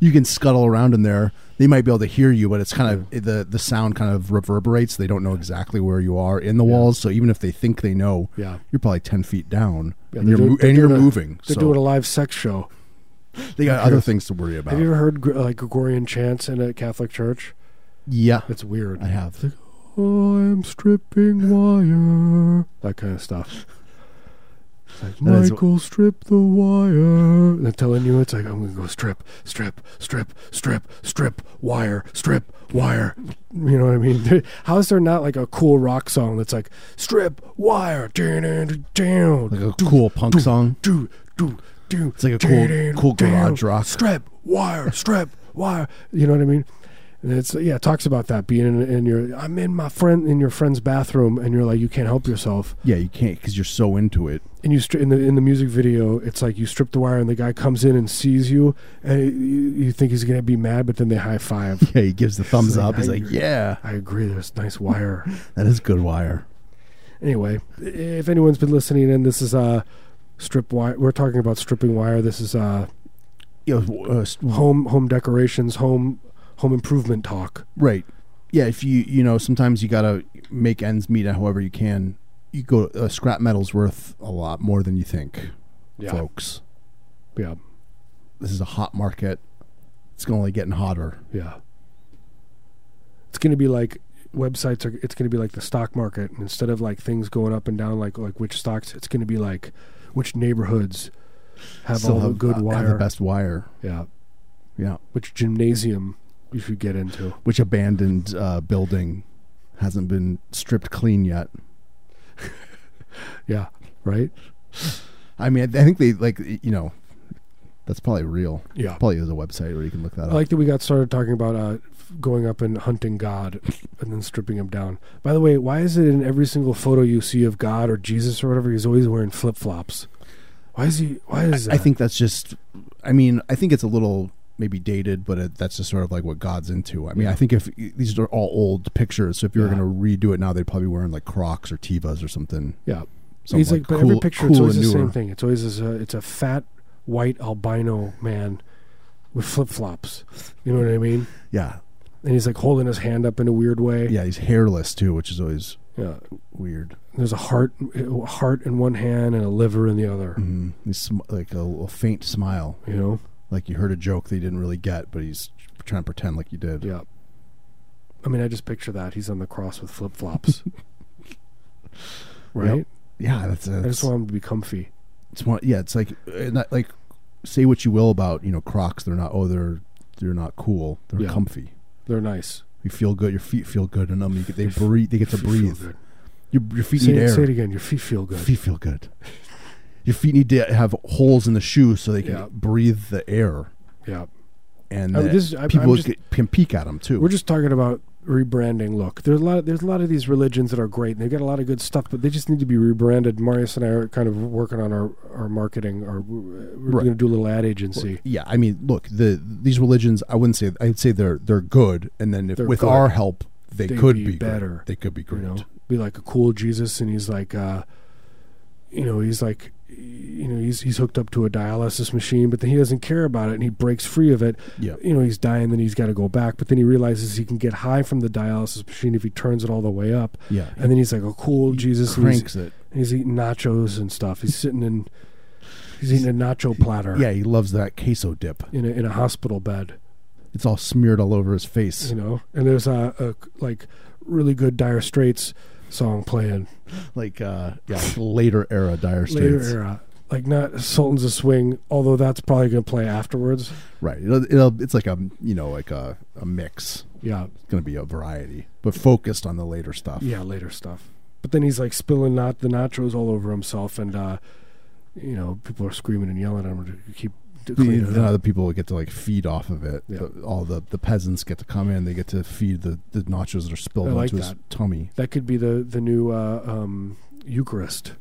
[SPEAKER 1] You can scuttle around in there. They might be able to hear you, but it's kind of the the sound kind of reverberates. They don't know exactly where you are in the
[SPEAKER 2] Yeah.
[SPEAKER 1] walls. So even if they think they know,
[SPEAKER 2] yeah,
[SPEAKER 1] you're probably ten feet down,
[SPEAKER 2] Yeah,
[SPEAKER 1] and
[SPEAKER 2] they're
[SPEAKER 1] you're
[SPEAKER 2] doing-
[SPEAKER 1] mo-
[SPEAKER 2] they're
[SPEAKER 1] and you're
[SPEAKER 2] doing a-
[SPEAKER 1] moving.
[SPEAKER 2] they're
[SPEAKER 1] so
[SPEAKER 2] doing a live sex show.
[SPEAKER 1] they got other things to worry about.
[SPEAKER 2] Have you ever heard Gr- like Gregorian chants in a Catholic church?
[SPEAKER 1] yeah,
[SPEAKER 2] It's weird.
[SPEAKER 1] I have.
[SPEAKER 2] I'm stripping wire. That kind of stuff. It's like,
[SPEAKER 1] That is-
[SPEAKER 2] Michael, strip the wire. They're telling you it's like, I'm going to go strip, strip, strip, strip, strip, wire, strip, wire. You know what I mean? How is there not like a cool rock song that's like, strip, wire, down, down, down,
[SPEAKER 1] like a cool punk song.
[SPEAKER 2] do, do, do.
[SPEAKER 1] It's like a cool- cool garage rock.
[SPEAKER 2] Strap wire, strap wire. You know what I mean? And it's yeah, it talks about that being in, in your. I'm in my friend in your friend's bathroom, and you're like you can't help yourself.
[SPEAKER 1] Yeah, you can't because you're so into it.
[SPEAKER 2] And you stri- in the in the music video, it's like you strip the wire, and the guy comes in and sees you, and you, you think he's gonna be mad, but then they high five.
[SPEAKER 1] Yeah, he gives the thumbs
[SPEAKER 2] like,
[SPEAKER 1] up. He's
[SPEAKER 2] I
[SPEAKER 1] like,
[SPEAKER 2] agree.
[SPEAKER 1] yeah,
[SPEAKER 2] I agree. There's nice wire.
[SPEAKER 1] that is good wire.
[SPEAKER 2] anyway, if anyone's been listening in, this is uh strip wire. We're talking about stripping wire. This is uh
[SPEAKER 1] You know, uh, s-
[SPEAKER 2] home home decorations, home home improvement talk.
[SPEAKER 1] right. Yeah, if you you know sometimes you gotta make ends meet however you can. You go uh, scrap metal's worth a lot more than you think, folks.
[SPEAKER 2] yeah,
[SPEAKER 1] This is a hot market. It's gonna only getting hotter.
[SPEAKER 2] yeah. It's gonna be like websites are. It's gonna be like the stock market. And instead of like things going up and down, like like which stocks, it's gonna be like which neighborhoods have all the good
[SPEAKER 1] uh,
[SPEAKER 2] wire.
[SPEAKER 1] Have the best wire.
[SPEAKER 2] Yeah,
[SPEAKER 1] Yeah,
[SPEAKER 2] which gymnasium you should get into.
[SPEAKER 1] which abandoned uh, building hasn't been stripped clean yet.
[SPEAKER 2] Yeah, right.
[SPEAKER 1] I mean, I, I think they like you know, that's probably real.
[SPEAKER 2] Yeah.
[SPEAKER 1] Probably is a website where you can look that
[SPEAKER 2] I
[SPEAKER 1] up.
[SPEAKER 2] like that we got started talking about uh, f- going up and hunting God and then stripping him down. By the way, why is it in every single photo you see of God or Jesus or whatever, he's always wearing flip flops? Why is he? Why is that?
[SPEAKER 1] I think that's just. I mean, I think it's a little maybe dated, but it, that's just sort of like what God's into. I mean, I think if these are all old pictures, so if you were
[SPEAKER 2] Yeah.
[SPEAKER 1] going to redo it now, they'd probably be wearing like Crocs or Tevas or something.
[SPEAKER 2] yeah.
[SPEAKER 1] something
[SPEAKER 2] he's like, but every
[SPEAKER 1] cool-
[SPEAKER 2] picture,
[SPEAKER 1] cool
[SPEAKER 2] it's always
[SPEAKER 1] and
[SPEAKER 2] the same
[SPEAKER 1] newer.
[SPEAKER 2] thing. It's always this, uh, it's a fat white albino man with flip flops. You know what I mean?
[SPEAKER 1] Yeah,
[SPEAKER 2] And he's like holding his hand up in a weird way.
[SPEAKER 1] yeah. He's hairless too, which is always
[SPEAKER 2] yeah.
[SPEAKER 1] weird.
[SPEAKER 2] There's a heart, a heart in one hand and a liver in the other.
[SPEAKER 1] Mm, he's sm- like a, a faint smile,
[SPEAKER 2] You know?
[SPEAKER 1] like you heard a joke that you didn't really get, but he's trying to pretend like you did.
[SPEAKER 2] Yeah. I mean, I just picture that he's on the cross with flip flops. right.
[SPEAKER 1] yeah. That's,
[SPEAKER 2] I
[SPEAKER 1] that's
[SPEAKER 2] just want him to be comfy.
[SPEAKER 1] it's one yeah it's like uh, not, like say what you will about you know crocs they're not oh they're they're not cool they're
[SPEAKER 2] Yeah.
[SPEAKER 1] comfy
[SPEAKER 2] They're nice.
[SPEAKER 1] you feel good your feet feel good in them you get, they
[SPEAKER 2] Your f-
[SPEAKER 1] breathe they get to
[SPEAKER 2] Your feet feel
[SPEAKER 1] breathe
[SPEAKER 2] good.
[SPEAKER 1] your, your feet
[SPEAKER 2] Say,
[SPEAKER 1] need air
[SPEAKER 2] it, say it again. Your feet feel
[SPEAKER 1] your
[SPEAKER 2] good.
[SPEAKER 1] feet feel good your feet need to have holes in the shoes so they can
[SPEAKER 2] Yeah.
[SPEAKER 1] breathe the air
[SPEAKER 2] Yeah.
[SPEAKER 1] and
[SPEAKER 2] I mean,
[SPEAKER 1] that
[SPEAKER 2] this is- I-
[SPEAKER 1] people
[SPEAKER 2] I'm just-
[SPEAKER 1] get, can peek at them too
[SPEAKER 2] We're just talking about rebranding. Look, there's a lot. There's a lot of these religions that are great, and they've got a lot of good stuff, but they just need to be rebranded. Marius and I are kind of working on our our marketing. Our we're
[SPEAKER 1] Right.
[SPEAKER 2] going to do a little ad agency.
[SPEAKER 1] yeah, I mean, look, the these religions. I wouldn't say I'd say they're they're good, and then if,
[SPEAKER 2] They're
[SPEAKER 1] with
[SPEAKER 2] good.
[SPEAKER 1] our help, they
[SPEAKER 2] They'd
[SPEAKER 1] could
[SPEAKER 2] be
[SPEAKER 1] be, great.
[SPEAKER 2] better,
[SPEAKER 1] They could be great.
[SPEAKER 2] You know, be like a cool Jesus, and he's like, uh, you know, he's like, you know, he's he's hooked up to a dialysis machine, but then he doesn't care about it, and he breaks free of it.
[SPEAKER 1] Yeah.
[SPEAKER 2] You know, he's dying, then he's got to go back, but then he realizes he can get high from the dialysis machine if he turns it all the way up,
[SPEAKER 1] Yeah,
[SPEAKER 2] and then he's like a cool Jesus, and he's,
[SPEAKER 1] cranks it.
[SPEAKER 2] he's eating nachos and stuff. He's sitting in, he's eating a nacho platter.
[SPEAKER 1] Yeah, he loves that queso dip.
[SPEAKER 2] In a, in a hospital bed,
[SPEAKER 1] It's all smeared all over his face.
[SPEAKER 2] you know, and there's a, a like really good Dire Straits song playing,
[SPEAKER 1] Like uh yeah, like later era Dire
[SPEAKER 2] Mm-hmm. later
[SPEAKER 1] Straits.
[SPEAKER 2] era. Like not Sultans of Swing, although that's probably gonna play afterwards.
[SPEAKER 1] Right. It'll, it'll it's like a you know, like a, a mix.
[SPEAKER 2] Yeah,
[SPEAKER 1] It's gonna be a variety. But focused on the later stuff.
[SPEAKER 2] yeah, later stuff. But then he's like spilling not the nachos all over himself, and uh, you know people are screaming and yelling at him to keep to clean it
[SPEAKER 1] Then
[SPEAKER 2] up.
[SPEAKER 1] other people will get to like feed off of it.
[SPEAKER 2] Yeah.
[SPEAKER 1] The- all the, the peasants get to come in. They get to feed the, the nachos that are spilled
[SPEAKER 2] I like
[SPEAKER 1] onto his
[SPEAKER 2] that.
[SPEAKER 1] tummy.
[SPEAKER 2] That could be the the new uh, um, Eucharist,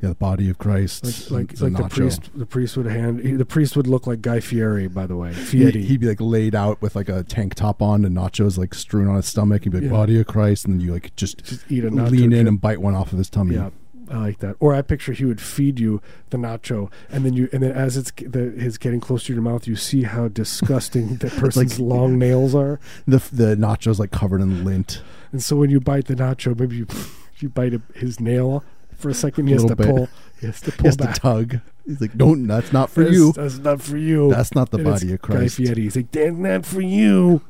[SPEAKER 1] Yeah, the body of Christ.
[SPEAKER 2] like like,
[SPEAKER 1] It's a
[SPEAKER 2] like the
[SPEAKER 1] nacho.
[SPEAKER 2] priest. The priest would hand he, the priest would look like Guy Fieri, by the way.
[SPEAKER 1] He,
[SPEAKER 2] Fieri.
[SPEAKER 1] he'd be like laid out with like a tank top on and nachos like strewn on his stomach. He'd be like,
[SPEAKER 2] Yeah.
[SPEAKER 1] "Body of Christ," and then you like just
[SPEAKER 2] just eat a nacho
[SPEAKER 1] lean
[SPEAKER 2] chip.
[SPEAKER 1] in and bite one off of his tummy.
[SPEAKER 2] Yeah, I like that. Or I picture he would feed you the nacho, and then you, and then as it's the, his getting close to your mouth, you see how disgusting that person's long nails are.
[SPEAKER 1] The the nachos like covered in lint.
[SPEAKER 2] And so when you bite the nacho, maybe you you bite a, his nail for a second. He has to
[SPEAKER 1] Little bit.
[SPEAKER 2] pull. He has to pull
[SPEAKER 1] He has to
[SPEAKER 2] back.
[SPEAKER 1] tug. He's like, "No, that's not for
[SPEAKER 2] That's-
[SPEAKER 1] you.
[SPEAKER 2] That's not for you.
[SPEAKER 1] That's not the
[SPEAKER 2] And it's
[SPEAKER 1] body of Christ."
[SPEAKER 2] Guy Fieri. He's like, that's not for you.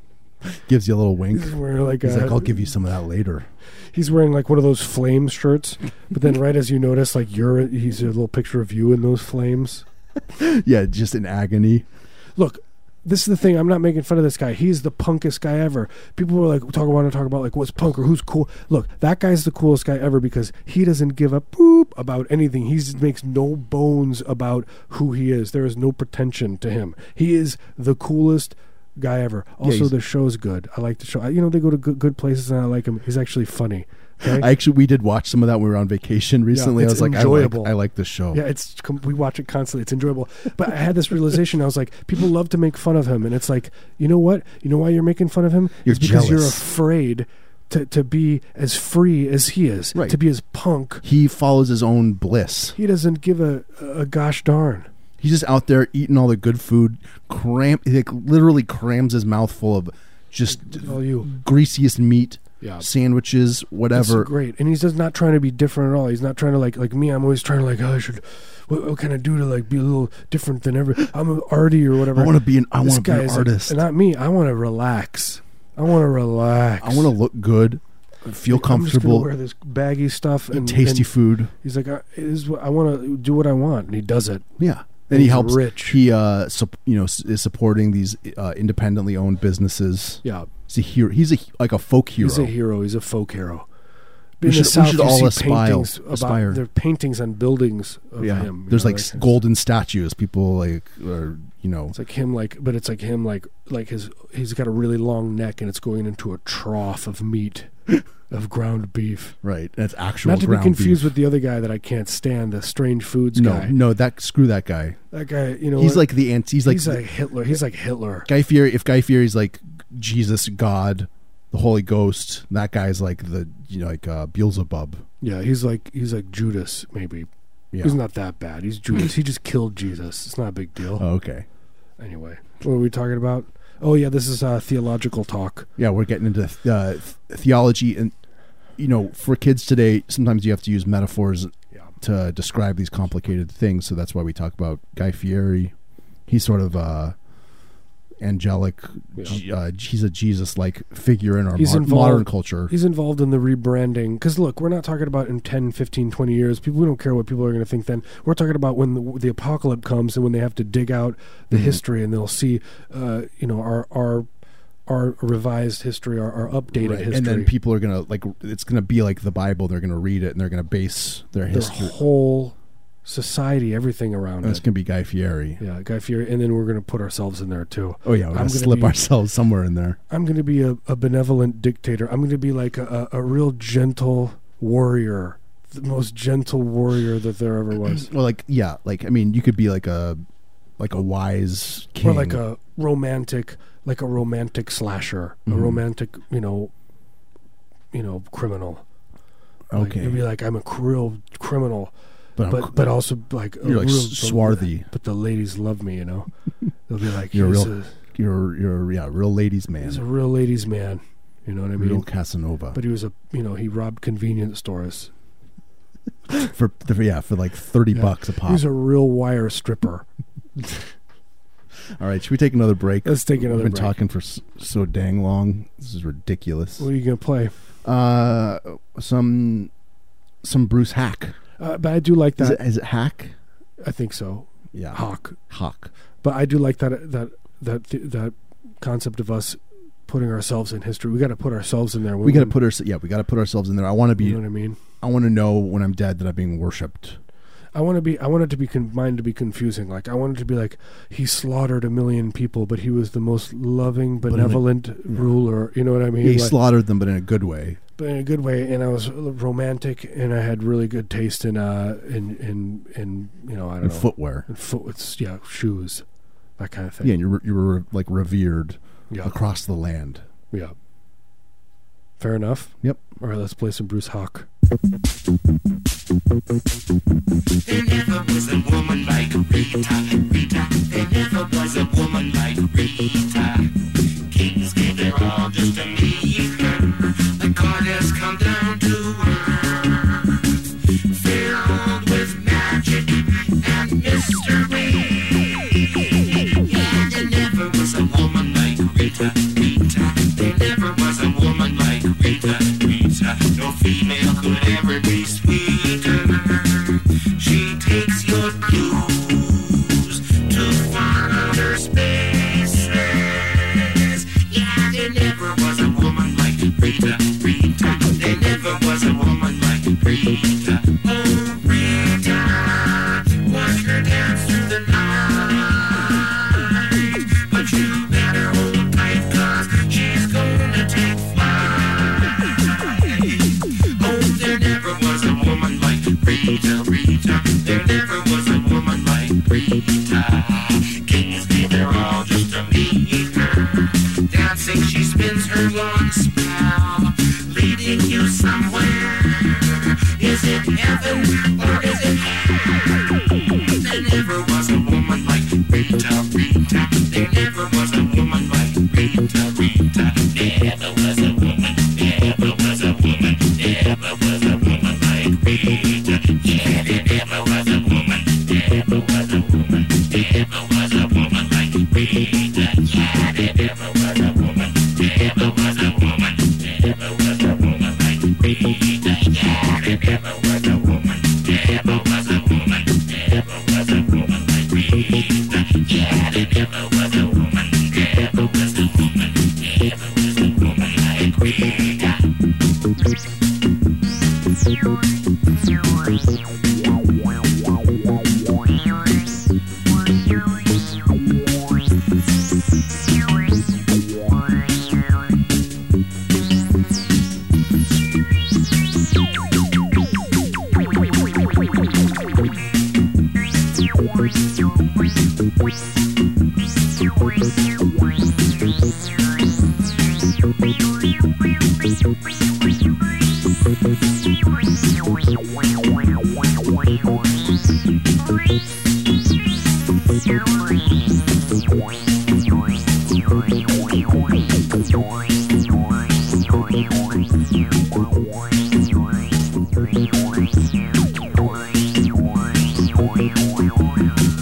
[SPEAKER 1] Gives you a little wink.
[SPEAKER 2] He's wearing like
[SPEAKER 1] He's
[SPEAKER 2] a,
[SPEAKER 1] like, "I'll give you some of that later."
[SPEAKER 2] he's wearing like one of those flame shirts. But then right as you notice, like you're, he's a little picture of you in those flames.
[SPEAKER 1] Yeah, just in agony.
[SPEAKER 2] Look, this is the thing. I'm not making fun of this guy. He's the punkest guy ever. People were like, talk want to talk about like what's punk or who's cool. Look, that guy's the coolest guy ever because he doesn't give a poop about anything. He just makes no bones about who he is. There is no pretension to him. He is the coolest guy ever. Also,
[SPEAKER 1] he's-
[SPEAKER 2] the show's good. I like the show. I, you know, they go to good, good places, and I like him. He's actually funny. Okay?
[SPEAKER 1] I actually we did watch some of that when we were on vacation recently. I
[SPEAKER 2] it's
[SPEAKER 1] was like, I
[SPEAKER 2] enjoyable.
[SPEAKER 1] like, I like this show.
[SPEAKER 2] Yeah, it's com- we watch it constantly. It's enjoyable. But I had this realization. I was like, people love to make fun of him, and it's like, you know what? You know why you're making fun of him?
[SPEAKER 1] You're
[SPEAKER 2] it's because you're
[SPEAKER 1] jealous.
[SPEAKER 2] afraid to to be as free as he is,
[SPEAKER 1] Right.
[SPEAKER 2] to be as punk.
[SPEAKER 1] He follows his own bliss.
[SPEAKER 2] He doesn't give a a gosh darn.
[SPEAKER 1] He's just out there eating all the good food. Cram, he, like literally crams his mouth full of just
[SPEAKER 2] All you,
[SPEAKER 1] greasiest meat,
[SPEAKER 2] yeah.
[SPEAKER 1] sandwiches,
[SPEAKER 2] That's
[SPEAKER 1] whatever.
[SPEAKER 2] great. And he's just not trying to be different at all. He's not trying to like like me. I'm always trying to like oh, I should. What, what can I do to like be a little different than every? I'm an arty or whatever.
[SPEAKER 1] I want to be an. I
[SPEAKER 2] This
[SPEAKER 1] want to
[SPEAKER 2] guy
[SPEAKER 1] be an
[SPEAKER 2] is like,
[SPEAKER 1] artist.
[SPEAKER 2] not me. I want to relax. I want to relax.
[SPEAKER 1] I want to look good, feel
[SPEAKER 2] I'm just gonna
[SPEAKER 1] comfortable,
[SPEAKER 2] wear this baggy stuff
[SPEAKER 1] eat
[SPEAKER 2] and
[SPEAKER 1] tasty
[SPEAKER 2] and
[SPEAKER 1] food.
[SPEAKER 2] he's like, I, it is what I want to do what I want, and he does it.
[SPEAKER 1] Yeah, and he
[SPEAKER 2] He's
[SPEAKER 1] helps.
[SPEAKER 2] Rich.
[SPEAKER 1] He uh, sup, you know, s- is supporting these uh, independently owned businesses.
[SPEAKER 2] yeah,
[SPEAKER 1] He's a hero. He's a like a folk hero.
[SPEAKER 2] he's a hero. He's a folk hero.
[SPEAKER 1] We
[SPEAKER 2] In
[SPEAKER 1] should-
[SPEAKER 2] the
[SPEAKER 1] we
[SPEAKER 2] South,
[SPEAKER 1] should
[SPEAKER 2] you
[SPEAKER 1] all
[SPEAKER 2] see
[SPEAKER 1] aspire-
[SPEAKER 2] paintings about-
[SPEAKER 1] aspire.
[SPEAKER 2] There are paintings on buildings of
[SPEAKER 1] yeah,
[SPEAKER 2] him. you
[SPEAKER 1] there's
[SPEAKER 2] know,
[SPEAKER 1] like
[SPEAKER 2] that
[SPEAKER 1] s-
[SPEAKER 2] kind of
[SPEAKER 1] golden statues. People like, are, you know,
[SPEAKER 2] It's like him, like, but it's like him, like, like his, he's got a really long neck, and it's going into a trough of meat, of ground beef.
[SPEAKER 1] right? That's actual.
[SPEAKER 2] Not to be
[SPEAKER 1] ground
[SPEAKER 2] confused
[SPEAKER 1] beef.
[SPEAKER 2] with the other guy that I can't stand, the strange foods
[SPEAKER 1] no,
[SPEAKER 2] guy.
[SPEAKER 1] no. That screw that guy.
[SPEAKER 2] That guy, you know,
[SPEAKER 1] He's
[SPEAKER 2] what?
[SPEAKER 1] like the anti. He's like,
[SPEAKER 2] he's like Hitler. He's like Hitler.
[SPEAKER 1] Guy Fieri. If Guy Fieri's like Jesus, God, the Holy Ghost, that guy's like the you know like uh, Beelzebub.
[SPEAKER 2] Yeah, he's like he's like Judas. Maybe
[SPEAKER 1] Yeah.
[SPEAKER 2] he's not that bad. He's Judas. he just killed Jesus. It's not a big deal.
[SPEAKER 1] Oh, okay.
[SPEAKER 2] Anyway, what are we talking about? Oh yeah, this is uh, theological talk.
[SPEAKER 1] Yeah, we're getting into th- uh, th- theology, and you know, for kids today, sometimes you have to use metaphors
[SPEAKER 2] Yeah,
[SPEAKER 1] to describe these complicated things. So that's why we talk about Guy Fieri. He's sort of uh, angelic. Je- uh, he's a Jesus-like figure in our
[SPEAKER 2] He's
[SPEAKER 1] mod-
[SPEAKER 2] involved-
[SPEAKER 1] modern culture.
[SPEAKER 2] he's involved in the rebranding because look, we're not talking about in 10, 15, 20 years. People, we don't care what people are going to think then. We're talking about when the, the apocalypse comes and when they have to dig out
[SPEAKER 1] Mm-hmm.
[SPEAKER 2] the history and they'll see, uh, you know, our our our revised history, our, our updated
[SPEAKER 1] Right.
[SPEAKER 2] history,
[SPEAKER 1] And then people are gonna like it's gonna be like the Bible. They're gonna read it and they're gonna base their
[SPEAKER 2] their
[SPEAKER 1] history.
[SPEAKER 2] whole society, everything around
[SPEAKER 1] And
[SPEAKER 2] it.
[SPEAKER 1] it's gonna be Guy Fieri.
[SPEAKER 2] Yeah, Guy Fieri, and then we're gonna put ourselves in there too.
[SPEAKER 1] Oh yeah, we're
[SPEAKER 2] I'm
[SPEAKER 1] gonna,
[SPEAKER 2] gonna
[SPEAKER 1] slip
[SPEAKER 2] be-
[SPEAKER 1] ourselves somewhere in there.
[SPEAKER 2] I'm gonna be a, a benevolent dictator. I'm gonna be like a, a, a real gentle warrior, the most gentle warrior that there ever was,
[SPEAKER 1] Well, like yeah, like I mean, you could be like a like a wise king.
[SPEAKER 2] or like a romantic, like a romantic slasher, a
[SPEAKER 1] Mhm.
[SPEAKER 2] romantic, you know, you know, criminal. Like,
[SPEAKER 1] okay,
[SPEAKER 2] you'd be like, I'm a cruel criminal,
[SPEAKER 1] but, I'm-
[SPEAKER 2] but but also like a
[SPEAKER 1] you're like
[SPEAKER 2] real,
[SPEAKER 1] swarthy.
[SPEAKER 2] But the ladies love me, you know. They'll be like,
[SPEAKER 1] You're
[SPEAKER 2] he's,
[SPEAKER 1] real-
[SPEAKER 2] a,
[SPEAKER 1] You're you're yeah, real ladies
[SPEAKER 2] he's a
[SPEAKER 1] man,
[SPEAKER 2] real ladies' man. You know what I mean?
[SPEAKER 1] real Casanova.
[SPEAKER 2] But he was a you know he robbed convenience stores.
[SPEAKER 1] for for- yeah for like thirty
[SPEAKER 2] Yeah.
[SPEAKER 1] bucks a pop.
[SPEAKER 2] He's a real wire stripper.
[SPEAKER 1] All right, should we take another break?
[SPEAKER 2] Let's take another
[SPEAKER 1] We've been
[SPEAKER 2] break.
[SPEAKER 1] talking for s- so dang long. This is ridiculous.
[SPEAKER 2] What are you gonna play?
[SPEAKER 1] Uh, some some Bruce Hack.
[SPEAKER 2] Uh, but I do like
[SPEAKER 1] Is
[SPEAKER 2] that.
[SPEAKER 1] it, is it Hack?
[SPEAKER 2] I think so,
[SPEAKER 1] Yeah,
[SPEAKER 2] Hawk.
[SPEAKER 1] Hawk.
[SPEAKER 2] But I do like that that that that concept of us putting ourselves in history. We got to put ourselves in there.
[SPEAKER 1] We got to put our yeah. We got to put ourselves in there. I want to
[SPEAKER 2] You
[SPEAKER 1] be.
[SPEAKER 2] know what I mean?
[SPEAKER 1] I want to know when I'm dead that I'm being worshipped.
[SPEAKER 2] I want to be. I want it to be con- mine to be confusing. Like I want it to be like he slaughtered a million people, but he was the most loving,
[SPEAKER 1] in a-
[SPEAKER 2] benevolent ruler. You know what I mean?
[SPEAKER 1] He
[SPEAKER 2] Like-
[SPEAKER 1] slaughtered them, but in a good way.
[SPEAKER 2] but in a good way. And I was romantic, and I had really good taste in uh in in in you know I don't
[SPEAKER 1] And
[SPEAKER 2] know
[SPEAKER 1] footwear.
[SPEAKER 2] in foot it's, yeah shoes, that kind of thing.
[SPEAKER 1] Yeah, and you were, you were like revered
[SPEAKER 2] yeah,
[SPEAKER 1] across the land.
[SPEAKER 2] yeah. Fair enough.
[SPEAKER 1] Yep.
[SPEAKER 2] All right, let's play some Bruce Hawk.
[SPEAKER 4] There never was a woman like Rita, Rita. There never was a woman like Rita. Kings gave their all just to meet her. The goddess come down to her, filled with magic and mystery. Yeah, there never was a woman like Rita, Rita. There never was a woman like Rita, Rita. No female could ever be sweeter. She takes your blues to farther spaces. Rita, Rita. There never was a woman like Rita. Kings gave their all just to meet her. Dancing, she spins her long spell, leading you somewhere. Is it heaven or is it hell? There never was a woman like Rita, Rita. There never was a woman like Rita, Rita. Never was a woman, never was a woman, never was a woman like Rita. Yeah, there never was a woman, never was a woman, never was a woman like Rita. Yeah, there never was a woman, never was a woman, never was a woman like Rita. Yeah, there never was a woman, never was a woman, never was a woman like Rita. Yeah, there never was a woman, never was a woman, never was a woman like Rita. Never was a woman, never was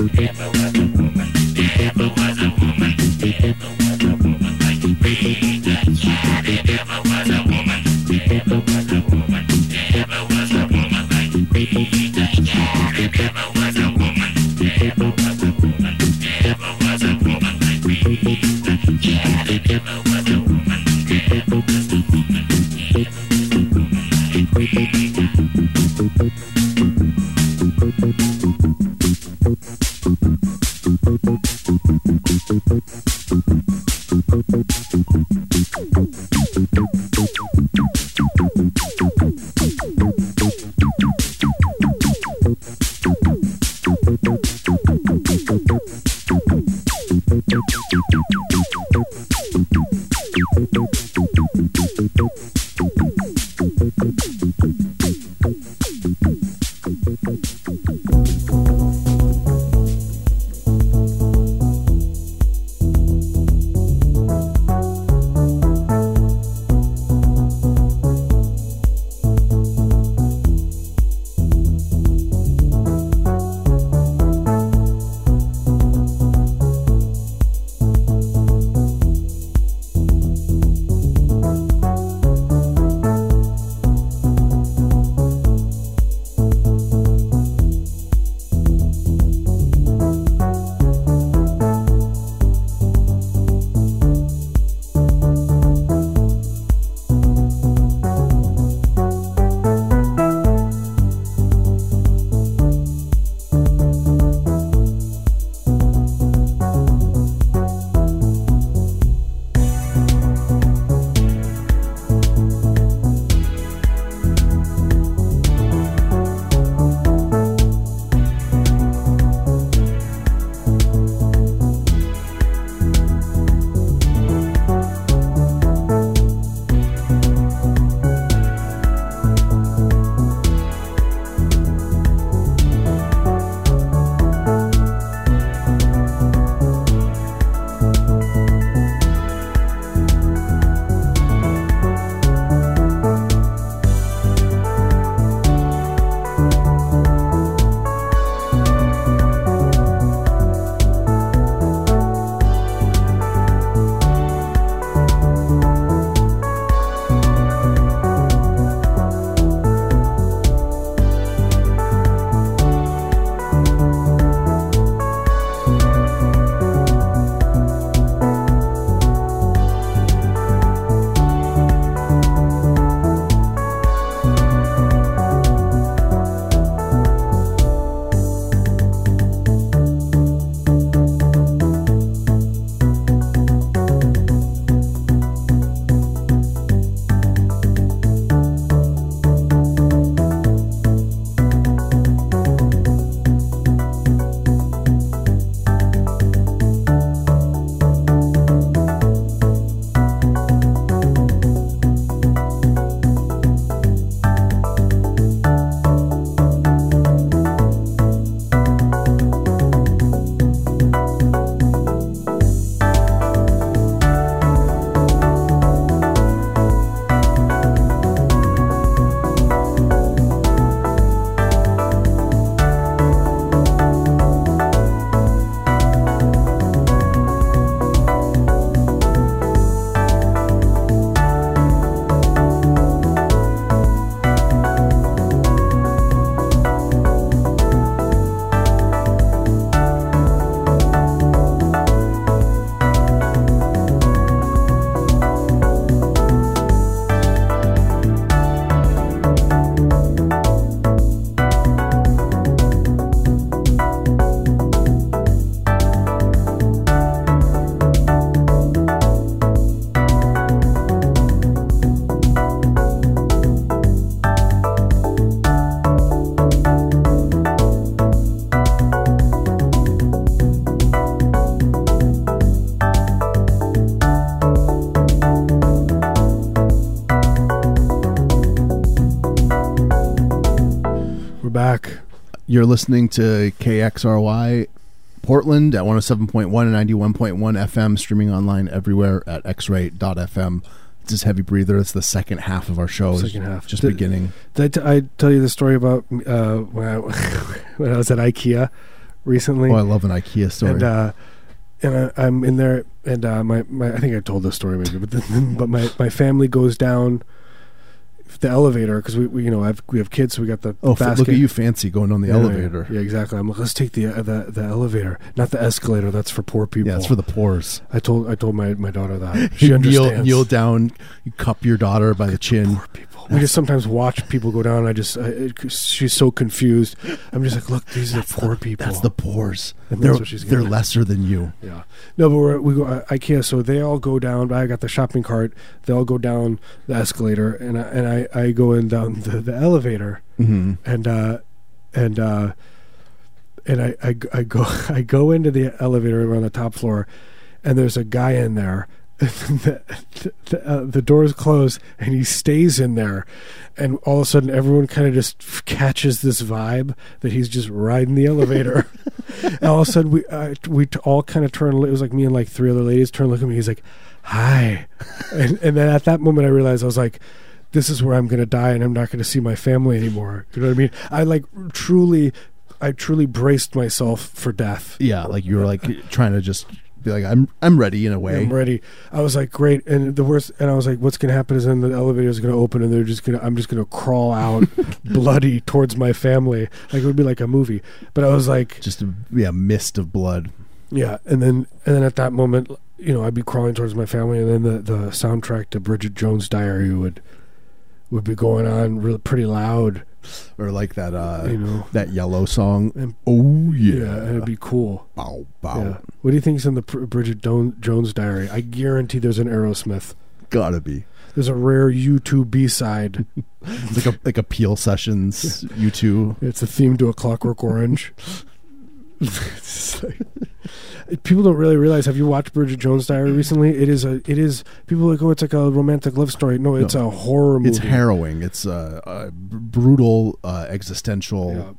[SPEAKER 4] a woman, never was a woman like Rita. Yeah, there never was a woman, never was a woman, never was a woman like Rita. Yeah, there never was a woman, never was a woman, never was a woman like Rita. Yeah, there never was a woman, never was a woman, never was a woman like Rita.
[SPEAKER 2] back.
[SPEAKER 1] You're listening to KXRY Portland at 107.1 and 91.1 FM, streaming online everywhere at xray.fm. This is Heavy Breather. It's the second half of our show.
[SPEAKER 2] Second half.
[SPEAKER 1] Just
[SPEAKER 2] The-
[SPEAKER 1] beginning.
[SPEAKER 2] Did I, t- I tell you the story about uh, when I when I was at IKEA recently?
[SPEAKER 1] Oh, I love an IKEA story.
[SPEAKER 2] And uh, and I, I'm in there, and uh, my, my I think I told this story maybe, but then, but my, my family goes down the elevator because we, we you know I've, we have kids, so we got the
[SPEAKER 1] oh, f-
[SPEAKER 2] basket.
[SPEAKER 1] look at you fancy going on the
[SPEAKER 2] Yeah,
[SPEAKER 1] elevator.
[SPEAKER 2] Yeah, exactly. I'm like, let's take the, uh, the the elevator, not the escalator. That's for poor people.
[SPEAKER 1] Yeah, it's for the pores.
[SPEAKER 2] I told I told my, my daughter that
[SPEAKER 1] You
[SPEAKER 2] she understands.
[SPEAKER 1] Kneel, kneel down, you cup your daughter by the chin.
[SPEAKER 2] Poor people. We just sometimes watch people go down. And I just I, it- she's so confused. I'm just like, look, these are poor people.
[SPEAKER 1] That's the pores.
[SPEAKER 2] And
[SPEAKER 1] They're,
[SPEAKER 2] that's what she's
[SPEAKER 1] they're
[SPEAKER 2] getting.
[SPEAKER 1] lesser than you.
[SPEAKER 2] Yeah. No, but we're, we go uh, IKEA, so they all go down. I got the shopping cart. They all go down the escalator, and I, and I, I go in down the, the elevator,
[SPEAKER 1] Mhm.
[SPEAKER 2] and uh, and uh, and I, I I go I go into the elevator we're on the top floor, and there's a guy in there. And the the, the, uh, the door is closed, and he stays in there, and all of a sudden, everyone kind of just f- catches this vibe that he's just riding the elevator. and all of a sudden, we uh, we t- all kind of turn. It was like me and like three other ladies turn, look at me. He's like, "Hi," and, and then at that moment, I realized I was like, "This is where I'm going to die, and I'm not going to see my family anymore." You know what I mean? I like truly, I truly braced myself for death.
[SPEAKER 1] Yeah, like you were like trying to just be like, I'm I'm ready in a way.
[SPEAKER 2] I'm ready. I was like, great. And the worst, and I was like, what's going to happen is then the elevator is going to open and they're just going to, I'm just going to crawl out bloody towards my family. Like it would be like a movie. But I was like,
[SPEAKER 1] Just a yeah, mist of blood.
[SPEAKER 2] yeah. And then, and then at that moment, you know, I'd be crawling towards my family and then the, the soundtrack to Bridget Jones' Diary would, would be going on real pretty loud,
[SPEAKER 1] Or like that uh
[SPEAKER 2] you know.
[SPEAKER 1] that yellow song.
[SPEAKER 2] And-
[SPEAKER 1] oh
[SPEAKER 2] Yeah.
[SPEAKER 1] yeah.
[SPEAKER 2] and it'd be cool.
[SPEAKER 1] bow bow.
[SPEAKER 2] Yeah. What do you think's in the Br- Bridget Don- Jones Diary? I guarantee there's an Aerosmith.
[SPEAKER 1] Gotta be.
[SPEAKER 2] There's a rare U2 B-side.
[SPEAKER 1] It's like a like a Peel Sessions you two.
[SPEAKER 2] It's a theme to a Clockwork Orange. It's like- people don't really realize. Have you watched Bridget Jones' Diary
[SPEAKER 1] Mm.
[SPEAKER 2] recently? It is a. It is. People are like, oh, it's like a romantic love story. No, it's a horror movie.
[SPEAKER 1] It's harrowing. It's a, a brutal uh, existential
[SPEAKER 2] Yeah.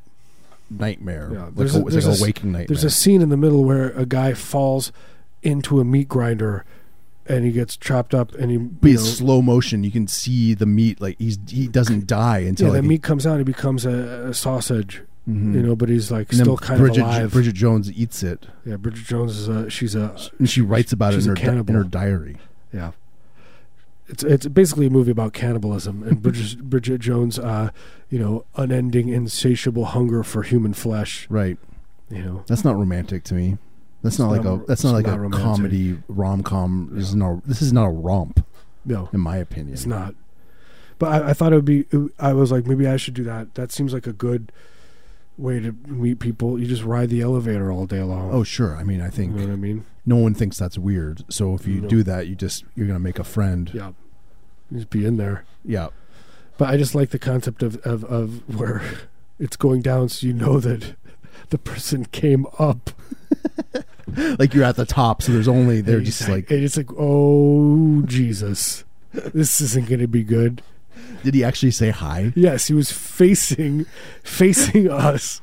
[SPEAKER 1] nightmare.
[SPEAKER 2] Yeah.
[SPEAKER 1] Like,
[SPEAKER 2] There's
[SPEAKER 1] a,
[SPEAKER 2] a-
[SPEAKER 1] it's
[SPEAKER 2] there's
[SPEAKER 1] like a
[SPEAKER 2] a-
[SPEAKER 1] waking nightmare.
[SPEAKER 2] There's a scene in the middle where a guy falls into a meat grinder, and he gets chopped up, and he.
[SPEAKER 1] but
[SPEAKER 2] you
[SPEAKER 1] it's
[SPEAKER 2] know,
[SPEAKER 1] slow motion. You can see the meat. Like he's he doesn't die until
[SPEAKER 2] yeah,
[SPEAKER 1] like,
[SPEAKER 2] the
[SPEAKER 1] he-
[SPEAKER 2] meat comes out. He becomes a, a sausage,
[SPEAKER 1] Mhm.
[SPEAKER 2] you know. But he's like
[SPEAKER 1] And then
[SPEAKER 2] still kind
[SPEAKER 1] Bridget,
[SPEAKER 2] of alive.
[SPEAKER 1] Bridget Jones eats it,
[SPEAKER 2] yeah, Bridget Jones is a. She's a.
[SPEAKER 1] and she writes about
[SPEAKER 2] She's
[SPEAKER 1] it
[SPEAKER 2] a
[SPEAKER 1] in her, di- in
[SPEAKER 2] cannibal.
[SPEAKER 1] her diary.
[SPEAKER 2] Yeah. It's it's basically a movie about cannibalism and Bridget, Bridget Jones, uh, you know, unending, insatiable hunger for human flesh.
[SPEAKER 1] Right.
[SPEAKER 2] You know,
[SPEAKER 1] That's not romantic to me. That's not
[SPEAKER 2] It's
[SPEAKER 1] like
[SPEAKER 2] not
[SPEAKER 1] a.
[SPEAKER 2] ro-
[SPEAKER 1] That's not like
[SPEAKER 2] it's not
[SPEAKER 1] a
[SPEAKER 2] romantic.
[SPEAKER 1] comedy rom com. This is not. This is not a romp,
[SPEAKER 2] no,
[SPEAKER 1] in my opinion.
[SPEAKER 2] it's not. But I, I thought it would be. I was like, maybe I should do that. That seems like a good way to meet people. You just ride the elevator all day long.
[SPEAKER 1] Oh sure. I mean, I
[SPEAKER 2] you
[SPEAKER 1] think
[SPEAKER 2] know what I mean?
[SPEAKER 1] no one thinks that's weird. So if you
[SPEAKER 2] No.
[SPEAKER 1] do that, you just you're gonna make a friend.
[SPEAKER 2] Yeah, just be in there.
[SPEAKER 1] Yeah.
[SPEAKER 2] But I just like the concept of of, of where it's going down, so you know that the person came up.
[SPEAKER 1] Like you're at the top, so there's only they're
[SPEAKER 2] And
[SPEAKER 1] just
[SPEAKER 2] he's
[SPEAKER 1] like,
[SPEAKER 2] and it's like, oh Jesus, this isn't going to be good.
[SPEAKER 1] did he actually say hi?
[SPEAKER 2] Yes, he was facing, facing us.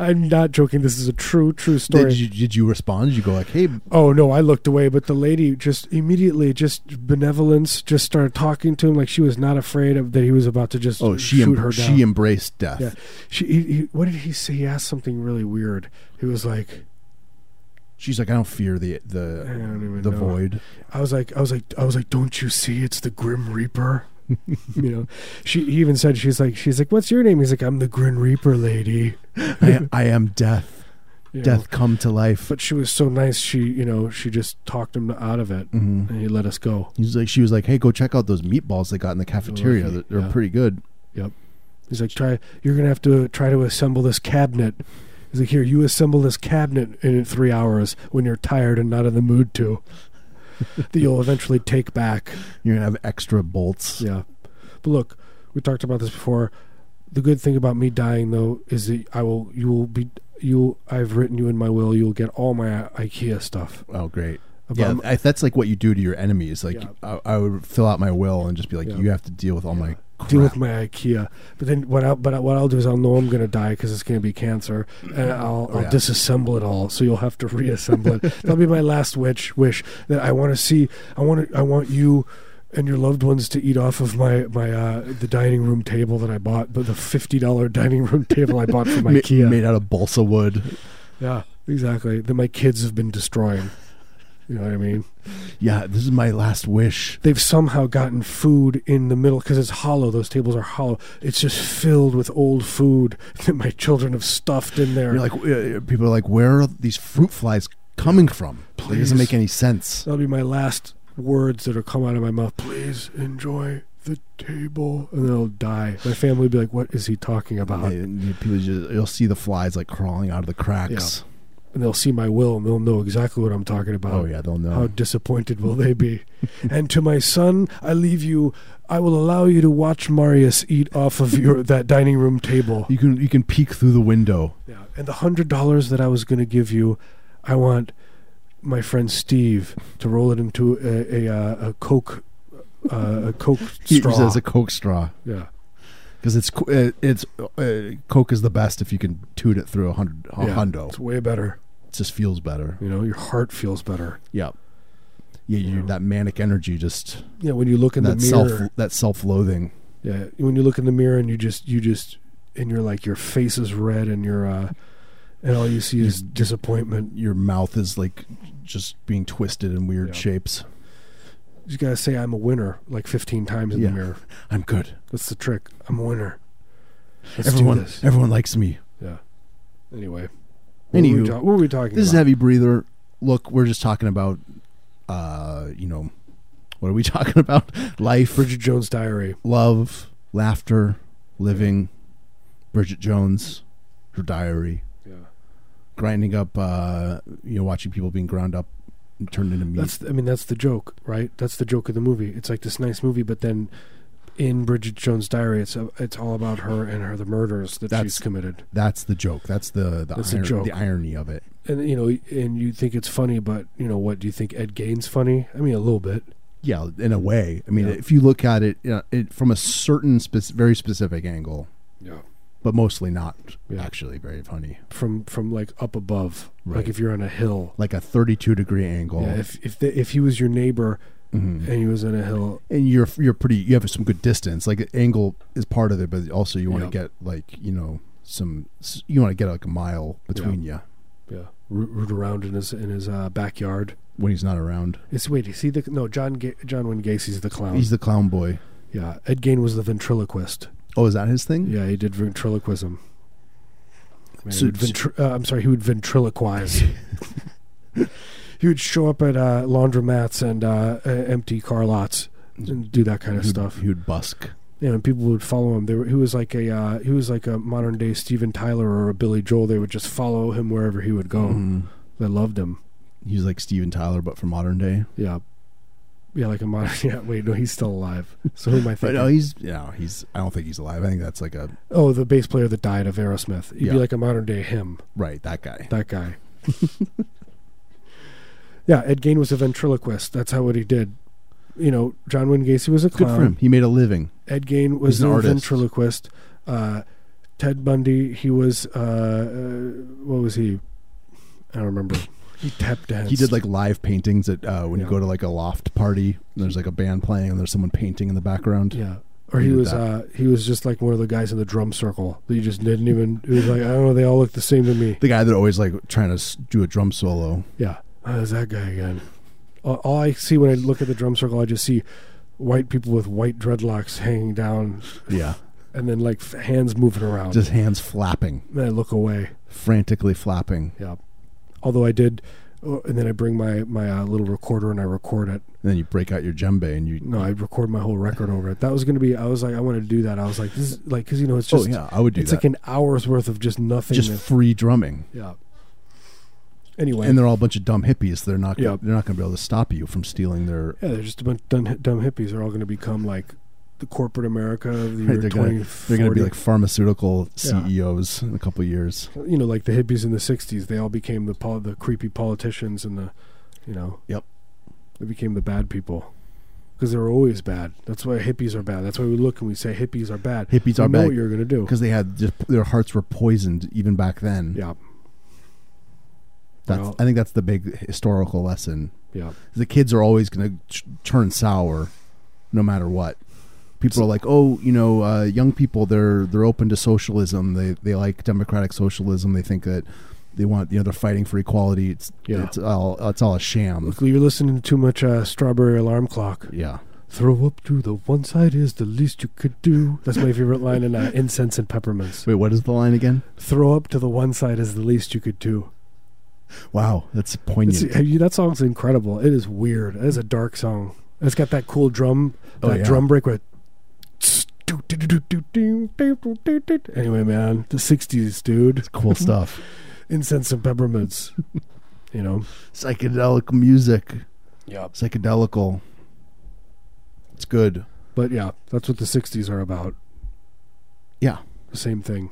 [SPEAKER 2] I'm not joking. This is a true, true story.
[SPEAKER 1] Did you, did you respond? Did you go like, hey,
[SPEAKER 2] oh no, I looked away, but the lady just immediately, just benevolence, just started talking to him like she was not afraid of that he was about to just
[SPEAKER 1] oh she
[SPEAKER 2] shoot
[SPEAKER 1] em-
[SPEAKER 2] her down.
[SPEAKER 1] she embraced death.
[SPEAKER 2] yeah, she. He, he, what did he say? He asked something really weird. He was like,
[SPEAKER 1] She's like, I don't fear the
[SPEAKER 2] I
[SPEAKER 1] the
[SPEAKER 2] don't even
[SPEAKER 1] the
[SPEAKER 2] know.
[SPEAKER 1] void.
[SPEAKER 2] I was like, I was like, I was like, don't you see? It's the Grim Reaper. you know, she he even said she's like, she's like, what's your name? He's like, I'm the Grim Reaper lady.
[SPEAKER 1] I, I am death.
[SPEAKER 2] You know,
[SPEAKER 1] Death come to life.
[SPEAKER 2] But she was so nice. She, you know, she just talked him out of it,
[SPEAKER 1] hmm
[SPEAKER 2] and he let us go.
[SPEAKER 1] He's like, she was like, "Hey, go check out those meatballs they got in the cafeteria. They're, they're
[SPEAKER 2] Yeah.
[SPEAKER 1] pretty good."
[SPEAKER 2] He's like, try. You're gonna have to try to assemble this cabinet. He's like, here, you assemble this cabinet in three hours when you're tired and not in the mood to. that you'll eventually take back.
[SPEAKER 1] You're gonna have extra bolts.
[SPEAKER 2] Yeah. But look, we talked about this before. The good thing about me dying though is that I will you will be you I've written you in my will, you'll get all my I- IKEA stuff.
[SPEAKER 1] Oh, great! Yeah,
[SPEAKER 2] About
[SPEAKER 1] I, that's like what you do to your enemies. Like,
[SPEAKER 2] um, Yeah.
[SPEAKER 1] I, I would fill out my will and just be like,
[SPEAKER 2] Yeah.
[SPEAKER 1] "You have to deal with all my
[SPEAKER 2] deal with my IKEA. But then what? I'll, but I- what I'll do is I'll know I'm going to die because it's going to be cancer, and I'll, I'll
[SPEAKER 1] yeah.
[SPEAKER 2] disassemble it all. So you'll have to reassemble it. That'll be my last wish. Wish that I want to see. I want. I want you. And your loved ones to eat off of my my uh, the dining room table that I bought, but the fifty dollar dining room table I bought from
[SPEAKER 1] Ma-
[SPEAKER 2] IKEA.
[SPEAKER 1] made out of balsa wood.
[SPEAKER 2] Yeah, exactly. That my kids have been destroying. You know what I mean?
[SPEAKER 1] Yeah, this is my last wish.
[SPEAKER 2] They've somehow gotten food in the middle because it's hollow. Those tables are hollow. It's just filled with old food that my children have stuffed in there.
[SPEAKER 1] You're like uh, people are like, where are these fruit flies coming from? It
[SPEAKER 2] Please.
[SPEAKER 1] doesn't make any sense.
[SPEAKER 2] That'll be my last words that'll come out of my mouth. Please enjoy the table, and then I'll die. My family will be like, "What is he talking about?"
[SPEAKER 1] And you- people just, you'll see the flies like crawling out of the cracks.
[SPEAKER 2] And they'll see my will, and they'll know exactly what I'm talking about.
[SPEAKER 1] Oh yeah, they'll know.
[SPEAKER 2] How disappointed will they be? and to my son, I leave you. I will allow you to watch Marius eat off of your that dining room table.
[SPEAKER 1] you can you can peek through the window.
[SPEAKER 2] Yeah. And the hundred dollars that I was going to give you, I want my friend Steve to roll it into a a, uh, a coke uh, a coke
[SPEAKER 1] He
[SPEAKER 2] straw.
[SPEAKER 1] says a Coke straw
[SPEAKER 2] yeah.
[SPEAKER 1] because it's co- uh, it's uh, Coke is the best if you can toot it through a hundred a
[SPEAKER 2] yeah.
[SPEAKER 1] hundo.
[SPEAKER 2] It's way better.
[SPEAKER 1] It just feels better.
[SPEAKER 2] You know, your heart feels better.
[SPEAKER 1] Yeah, yeah. You,
[SPEAKER 2] Yeah.
[SPEAKER 1] That manic energy just
[SPEAKER 2] Yeah. When you look in
[SPEAKER 1] that
[SPEAKER 2] the mirror.
[SPEAKER 1] self that self loathing.
[SPEAKER 2] Yeah, when you look in the mirror and you just you just and you're like your face is red and you're uh and all you see is disappointment.
[SPEAKER 1] Your mouth is like just being twisted in weird
[SPEAKER 2] Yeah.
[SPEAKER 1] shapes.
[SPEAKER 2] You just gotta say I'm a winner like 15 times in
[SPEAKER 1] Yeah.
[SPEAKER 2] the mirror.
[SPEAKER 1] I'm good.
[SPEAKER 2] That's the trick. I'm a winner. Let's do
[SPEAKER 1] everyone
[SPEAKER 2] this.
[SPEAKER 1] everyone likes me.
[SPEAKER 2] yeah. Anyway, what were,
[SPEAKER 1] Anywho,
[SPEAKER 2] we ta- what were we talking
[SPEAKER 1] This is
[SPEAKER 2] about?
[SPEAKER 1] heavy breather. Look, we're just talking about, uh, you know, what are we talking about? Life,
[SPEAKER 2] Bridget Jones' Diary.
[SPEAKER 1] love, laughter, living. Bridget Jones, her diary,
[SPEAKER 2] Yeah,
[SPEAKER 1] grinding up. Uh, you know, watching people being ground up and turned into meat.
[SPEAKER 2] that's I mean that's the joke, right? That's the joke of the movie. It's like this nice movie, but then in Bridget Jones' Diary, it's a, it's all about her and her the murders that
[SPEAKER 1] That's-
[SPEAKER 2] she's committed.
[SPEAKER 1] That's the joke. That's the the,
[SPEAKER 2] That's a
[SPEAKER 1] iron-
[SPEAKER 2] joke.
[SPEAKER 1] the irony of it.
[SPEAKER 2] and you know, and you think it's funny, but you know what? Do you think Ed Gain's funny? I mean, a little bit.
[SPEAKER 1] Yeah, in a way. I mean,
[SPEAKER 2] Yeah.
[SPEAKER 1] if you look at it, you know, it from a certain spec- very specific angle,
[SPEAKER 2] Yeah.
[SPEAKER 1] but mostly not
[SPEAKER 2] Yeah.
[SPEAKER 1] actually very funny.
[SPEAKER 2] From from like up above, like
[SPEAKER 1] Right. Oh.
[SPEAKER 2] if you're on a hill.
[SPEAKER 1] Like a thirty-two degree angle.
[SPEAKER 2] Yeah. If if the, if he was your neighbor
[SPEAKER 1] Mhm.
[SPEAKER 2] and he was on a hill,
[SPEAKER 1] and you're you're pretty you have some good distance like angle is part of it but also you want
[SPEAKER 2] Yeah.
[SPEAKER 1] to get like you know some s- you want to get like a mile between you
[SPEAKER 2] yeah, root, root around in his in his uh, backyard.
[SPEAKER 1] when he's not around
[SPEAKER 2] It's wait, is he the no John Ga- John Wayne Gacy's the clown.
[SPEAKER 1] he's the clown boy
[SPEAKER 2] yeah, Ed Gain was the ventriloquist.
[SPEAKER 1] oh is that his thing
[SPEAKER 2] Yeah, he did ventriloquism. Man,
[SPEAKER 1] So-
[SPEAKER 2] he would ventri- uh, I'm sorry, he would ventriloquize. he would show up at uh, laundromats and uh, uh, empty car lots and do that kind of
[SPEAKER 1] he,
[SPEAKER 2] stuff.
[SPEAKER 1] he would busk
[SPEAKER 2] You know, and people would follow him. They were, he was like a uh, he was like a modern day Steven Tyler or a Billy Joel. They would just follow him wherever he would go.
[SPEAKER 1] Mhm.
[SPEAKER 2] They loved him.
[SPEAKER 1] he's like steven tyler but for modern day
[SPEAKER 2] Yeah, yeah, like a modern. Yeah, wait, no, he's still alive. So who am
[SPEAKER 1] but
[SPEAKER 2] I
[SPEAKER 1] uh,
[SPEAKER 2] thinking?
[SPEAKER 1] no he's you know he's i don't think he's alive i think that's like a
[SPEAKER 2] oh, the bass player that died of Aerosmith. He'd
[SPEAKER 1] Yeah.
[SPEAKER 2] be like a modern day him.
[SPEAKER 1] right that guy
[SPEAKER 2] that guy. yeah, Ed Gain was a ventriloquist. That's how what he did. You know, John Wayne Gacy was a
[SPEAKER 1] good
[SPEAKER 2] clown.
[SPEAKER 1] for him he made a living
[SPEAKER 2] Ed Gain was
[SPEAKER 1] He's an
[SPEAKER 2] a
[SPEAKER 1] artist.
[SPEAKER 2] ventriloquist. Uh, Ted Bundy, he was uh, uh, what was he? I don't remember. He tap danced.
[SPEAKER 1] he did like live paintings at uh, when
[SPEAKER 2] Yeah.
[SPEAKER 1] you go to like a loft party and there's like a band playing and there's someone painting in the background
[SPEAKER 2] yeah. Or
[SPEAKER 1] he
[SPEAKER 2] he
[SPEAKER 1] did
[SPEAKER 2] was
[SPEAKER 1] that.
[SPEAKER 2] uh, he was just like one of the guys in the drum circle that you just didn't even. It was like I don't know. They all look the same to me.
[SPEAKER 1] the guy that always like trying to s- do a drum solo
[SPEAKER 2] Yeah, oh, there's that guy again. All, all I see when I look at the drum circle, I just see white people with white dreadlocks hanging down,
[SPEAKER 1] yeah
[SPEAKER 2] and then like f- hands moving around.
[SPEAKER 1] just hands flapping,
[SPEAKER 2] and I look away.
[SPEAKER 1] frantically flapping.
[SPEAKER 2] Yeah. Although I did, oh, and then I bring my my uh, little recorder and I record it.
[SPEAKER 1] And then you break out your djembe and you.
[SPEAKER 2] No, I record my whole record over it. That was gonna be. I was like, I want to do that. I was like, this is like because you know it's just
[SPEAKER 1] oh yeah, I would do
[SPEAKER 2] it's
[SPEAKER 1] that.
[SPEAKER 2] like an hour's worth of just nothing.
[SPEAKER 1] just
[SPEAKER 2] that-
[SPEAKER 1] free drumming,
[SPEAKER 2] yeah. Anyway,
[SPEAKER 1] and they're all a bunch of dumb hippies. They're not.
[SPEAKER 2] Yeah.
[SPEAKER 1] They're not going to be able to stop you from stealing their.
[SPEAKER 2] Yeah, they're just a bunch of dumb, dumb hippies. They're all going to become like the corporate America of the
[SPEAKER 1] Right,
[SPEAKER 2] year
[SPEAKER 1] they're gonna-
[SPEAKER 2] 20,
[SPEAKER 1] They're going to be like
[SPEAKER 2] 40.
[SPEAKER 1] pharmaceutical
[SPEAKER 2] Yeah.
[SPEAKER 1] CEOs in a couple of years.
[SPEAKER 2] you know, like the hippies in the '60s. They all became the pol- the creepy politicians and the, you know,
[SPEAKER 1] Yep.
[SPEAKER 2] they became the bad people. because they're always bad. That's why hippies are bad. That's why we look and we say hippies are bad.
[SPEAKER 1] Hippies
[SPEAKER 2] We
[SPEAKER 1] are
[SPEAKER 2] know
[SPEAKER 1] bad.
[SPEAKER 2] What you're gonna do?
[SPEAKER 1] because they had just their hearts were poisoned even back then.
[SPEAKER 2] yeah,
[SPEAKER 1] that's,
[SPEAKER 2] well-
[SPEAKER 1] I think that's the big historical lesson.
[SPEAKER 2] yeah.
[SPEAKER 1] The kids are always going to turn sour, no matter what. People are like, oh, you know, uh, young people they're they're open to socialism. They they like democratic socialism. They think that they want you know they're fighting for equality. It's
[SPEAKER 2] Yeah.
[SPEAKER 1] it's all it's all a sham.
[SPEAKER 2] Look, you're listening to too much uh, Strawberry Alarm Clock.
[SPEAKER 1] Yeah,
[SPEAKER 2] Throw up to the one side is the least you could do. That's my favorite line in uh, Incense and Peppermints.
[SPEAKER 1] Wait, what is the line again?
[SPEAKER 2] Throw up to the one side is the least you could do.
[SPEAKER 1] Wow, that's
[SPEAKER 2] It's,
[SPEAKER 1] poignant.
[SPEAKER 2] have you- that song's incredible. It is weird. It is a dark song. It's got that cool drum,
[SPEAKER 1] Oh,
[SPEAKER 2] that
[SPEAKER 1] yeah.
[SPEAKER 2] drum break with. Anyway, man, the '60s, dude.
[SPEAKER 1] cool stuff.
[SPEAKER 2] Incense and peppermints. you know.
[SPEAKER 1] Psychedelic music,
[SPEAKER 2] Yeah.
[SPEAKER 1] psychedelical. It's good.
[SPEAKER 2] But yeah, that's what the '60s are about.
[SPEAKER 1] Yeah.
[SPEAKER 2] The same thing.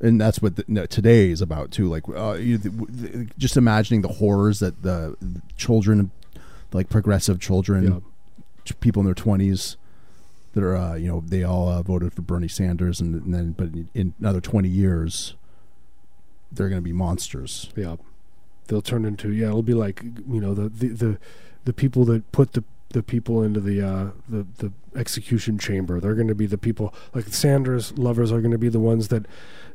[SPEAKER 1] and that's what the, no, today is about too. Like, uh, you, the, the, just imagining the horrors that the children, like progressive children,
[SPEAKER 2] Yeah.
[SPEAKER 1] t- people in their twenties, that are uh, you know they all uh, voted for Bernie Sanders, and, and then but in, in another twenty years, they're going to be monsters.
[SPEAKER 2] Yeah, they'll turn into yeah. It'll be like you know the the the, the people that put the the people into the uh, the the execution chamber. They're going to be the people like Sanders lovers are going to be the ones that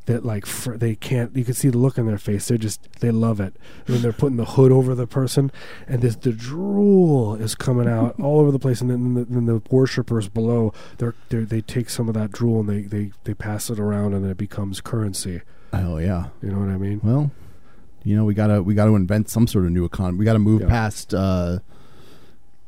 [SPEAKER 2] that like fr- they can't. You can see the look on their face. They just they love it when they're putting the hood over the person, and this the drool is coming out all over the place. And then the, then the worshippers below they're, they're they take some of that drool and they they they pass it around and then it becomes currency.
[SPEAKER 1] Oh yeah.
[SPEAKER 2] You know what I mean?
[SPEAKER 1] Well, you know we gotta we gotta invent some sort of new economy. We gotta move
[SPEAKER 2] Yeah.
[SPEAKER 1] past. Uh,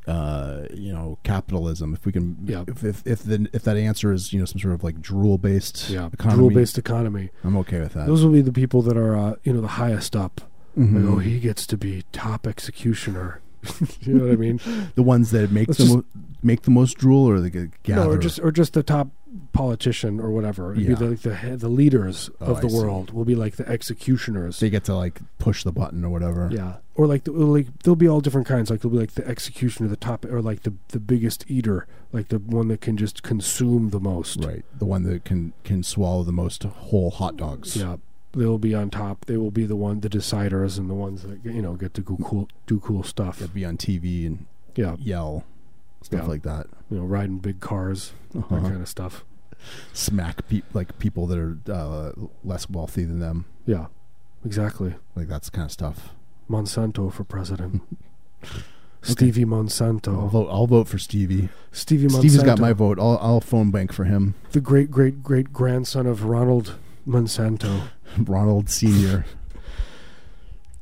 [SPEAKER 1] uh, you know, capitalism. If we can,
[SPEAKER 2] Yeah.
[SPEAKER 1] if if if, the, if that answer is you know some sort of like drool based
[SPEAKER 2] Yeah,
[SPEAKER 1] economy,
[SPEAKER 2] drool based economy.
[SPEAKER 1] I'm okay with that.
[SPEAKER 2] Those will be the people that are, uh, you know, the highest up. Like,
[SPEAKER 1] Mhm.
[SPEAKER 2] oh, he gets to be top executioner. you know what I mean?
[SPEAKER 1] the ones that make
[SPEAKER 2] Let's
[SPEAKER 1] the mo- make the most drool, or the g- gather.
[SPEAKER 2] No, or just or just the top politician or whatever. It'd
[SPEAKER 1] Yeah.
[SPEAKER 2] be the, like the head- the leaders
[SPEAKER 1] Oh,
[SPEAKER 2] of the
[SPEAKER 1] I see.
[SPEAKER 2] world will be like the executioners.
[SPEAKER 1] they get to like push the button or whatever.
[SPEAKER 2] yeah, or like the, or like there'll be all different kinds. Like there'll be like the executioner, the top, or like the the biggest eater, like the one that can just consume the most.
[SPEAKER 1] Right, the one that can can swallow the most whole hot dogs.
[SPEAKER 2] Yeah, they'll be on top. They will be the one, the deciders, and the ones that you know get to go cool, do cool stuff.
[SPEAKER 1] They'll be on TV and
[SPEAKER 2] Yeah,
[SPEAKER 1] yell stuff
[SPEAKER 2] Yeah.
[SPEAKER 1] like that.
[SPEAKER 2] you know, riding big cars,
[SPEAKER 1] Uh-huh.
[SPEAKER 2] that kind of stuff.
[SPEAKER 1] Smack peop like people that are uh, less wealthy than them.
[SPEAKER 2] Yeah, exactly.
[SPEAKER 1] Like that's kind of stuff.
[SPEAKER 2] Monsanto for president. Stevie
[SPEAKER 1] I'll
[SPEAKER 2] Monsanto.
[SPEAKER 1] vote. I'll vote for Stevie.
[SPEAKER 2] Stevie Monsanto.
[SPEAKER 1] Stevie's got my vote. I'll, I'll phone bank for him.
[SPEAKER 2] the great great great grandson of Ronald Monsanto.
[SPEAKER 1] Ronald Senior.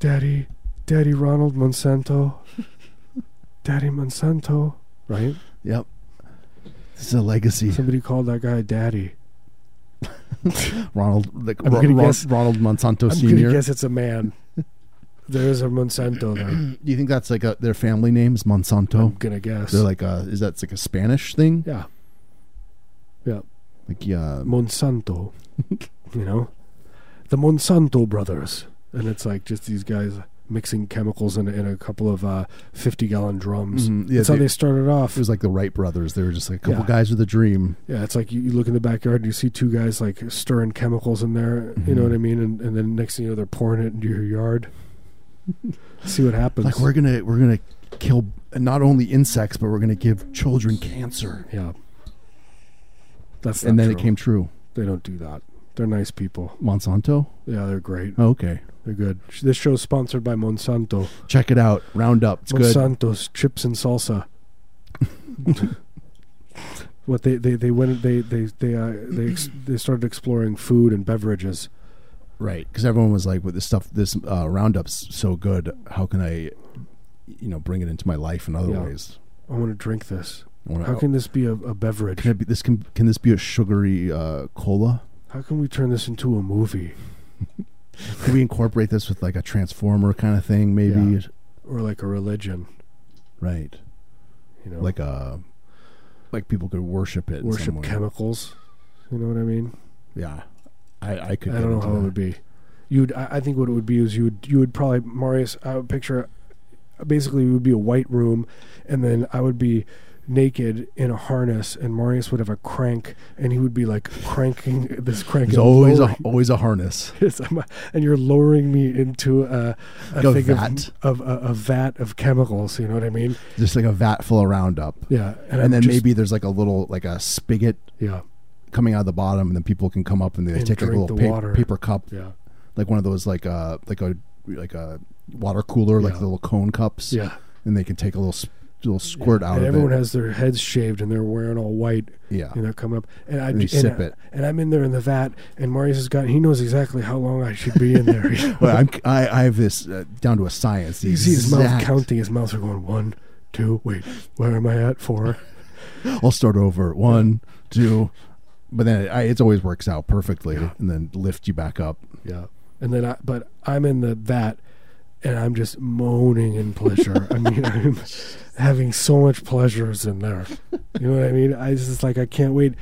[SPEAKER 2] Daddy, Daddy Ronald Monsanto. Daddy Monsanto. Right?
[SPEAKER 1] yep. This is a legacy.
[SPEAKER 2] Somebody called that guy Daddy.
[SPEAKER 1] Ronald, like
[SPEAKER 2] I'm
[SPEAKER 1] Ro-
[SPEAKER 2] gonna
[SPEAKER 1] Ron-
[SPEAKER 2] guess-
[SPEAKER 1] Ronald Monsanto
[SPEAKER 2] I'm
[SPEAKER 1] Senior.
[SPEAKER 2] gonna guess it's a man. There is a Monsanto there.
[SPEAKER 1] Do you think that's like a, their family name is Monsanto?
[SPEAKER 2] I'm gonna guess.
[SPEAKER 1] They're like, uh is that like a Spanish thing?
[SPEAKER 2] yeah,
[SPEAKER 1] Like, yeah, um,
[SPEAKER 2] Monsanto. you know, the Monsanto brothers, and it's like just these guys mixing chemicals in, in a couple of uh, fifty-gallon drums.
[SPEAKER 1] Mhm, yeah,
[SPEAKER 2] That's how
[SPEAKER 1] they-
[SPEAKER 2] they started off.
[SPEAKER 1] it was like the Wright brothers. They were just like a couple
[SPEAKER 2] Yeah.
[SPEAKER 1] guys with a dream.
[SPEAKER 2] yeah, it's like you, you look in the backyard and you see two guys like stirring chemicals in there. You
[SPEAKER 1] Mm-hmm.
[SPEAKER 2] know what I mean? And, and then next thing you know, they're pouring it into your yard. see what happens.
[SPEAKER 1] Like, we're gonna we're gonna kill not only insects, but we're gonna give children cancer.
[SPEAKER 2] yeah. That's
[SPEAKER 1] and
[SPEAKER 2] not
[SPEAKER 1] then it
[SPEAKER 2] true.
[SPEAKER 1] came true.
[SPEAKER 2] They don't do that. They're nice people.
[SPEAKER 1] Monsanto.
[SPEAKER 2] Yeah, they're great.
[SPEAKER 1] Oh, okay,
[SPEAKER 2] They're good. Sh- This show's sponsored by Monsanto.
[SPEAKER 1] check it out. Roundup. It's good.
[SPEAKER 2] Monsanto's chips and salsa. what they, they they went they they they uh, they ex- they started exploring food and beverages.
[SPEAKER 1] Right, because everyone was like, "With this stuff, this uh, Roundup's so good. How can I, you know, bring it into my life in other
[SPEAKER 2] Yeah.
[SPEAKER 1] ways?
[SPEAKER 2] I want to drink this.
[SPEAKER 1] I wanna-
[SPEAKER 2] How can this be a, a beverage?
[SPEAKER 1] can it be, this can can this be a sugary uh, cola?
[SPEAKER 2] How can we turn this into a movie
[SPEAKER 1] Could we incorporate this with like a transformer kind of thing, maybe?
[SPEAKER 2] or like a religion?
[SPEAKER 1] Right.
[SPEAKER 2] You know,
[SPEAKER 1] Like a like people could worship it. in some
[SPEAKER 2] worship
[SPEAKER 1] way.
[SPEAKER 2] chemicals. You know what I mean?
[SPEAKER 1] Yeah. I, I could.
[SPEAKER 2] I
[SPEAKER 1] get
[SPEAKER 2] don't know
[SPEAKER 1] into
[SPEAKER 2] how it
[SPEAKER 1] that.
[SPEAKER 2] would be. You'd I, I think what it would be is you would you would probably Marius. I would picture basically it would be a white room, and then I would be naked in a harness, and Marius would have a crank, and he would be like cranking this crank.
[SPEAKER 1] There's
[SPEAKER 2] and
[SPEAKER 1] always
[SPEAKER 2] lowering-
[SPEAKER 1] a always a harness.
[SPEAKER 2] Yes, I'm a- and you're lowering me into a, a
[SPEAKER 1] Like a
[SPEAKER 2] thing
[SPEAKER 1] vat.
[SPEAKER 2] Of, of a, a vat of chemicals. You know what I mean?
[SPEAKER 1] Just like a vat full of Roundup.
[SPEAKER 2] Yeah.
[SPEAKER 1] And,
[SPEAKER 2] I'm
[SPEAKER 1] then
[SPEAKER 2] just-
[SPEAKER 1] maybe there's like a little like a spigot
[SPEAKER 2] yeah,
[SPEAKER 1] coming out of the bottom, and then people can come up and they
[SPEAKER 2] And
[SPEAKER 1] take like a
[SPEAKER 2] drink
[SPEAKER 1] little
[SPEAKER 2] the
[SPEAKER 1] pa-
[SPEAKER 2] water.
[SPEAKER 1] paper cup,
[SPEAKER 2] yeah,
[SPEAKER 1] like one of those like uh like a like a water cooler, like
[SPEAKER 2] Yeah.
[SPEAKER 1] the little cone cups,
[SPEAKER 2] yeah.
[SPEAKER 1] and they can take a little s- little squirt out
[SPEAKER 2] and
[SPEAKER 1] of
[SPEAKER 2] everyone
[SPEAKER 1] it.
[SPEAKER 2] has their heads shaved and they're wearing all white.
[SPEAKER 1] yeah,
[SPEAKER 2] You know, coming up, and I
[SPEAKER 1] And they
[SPEAKER 2] and
[SPEAKER 1] sip
[SPEAKER 2] I-
[SPEAKER 1] it.
[SPEAKER 2] and I'm in there in the vat, and Marius has got he knows exactly how long I should be in there. you know?
[SPEAKER 1] Well, I'm, I I have this uh, down to a science. The
[SPEAKER 2] you see his mouth
[SPEAKER 1] exact-
[SPEAKER 2] counting. His mouths are going one, two. Wait, where am I at? Four.
[SPEAKER 1] I'll start over. One, two, but then I, it always works out perfectly, and then lift you back up.
[SPEAKER 2] Yeah. And then I, but I'm in the vat and I'm just moaning in pleasure. I mean, I'm having so much pleasures in there. You know what I mean? I just it's like, I can't wait.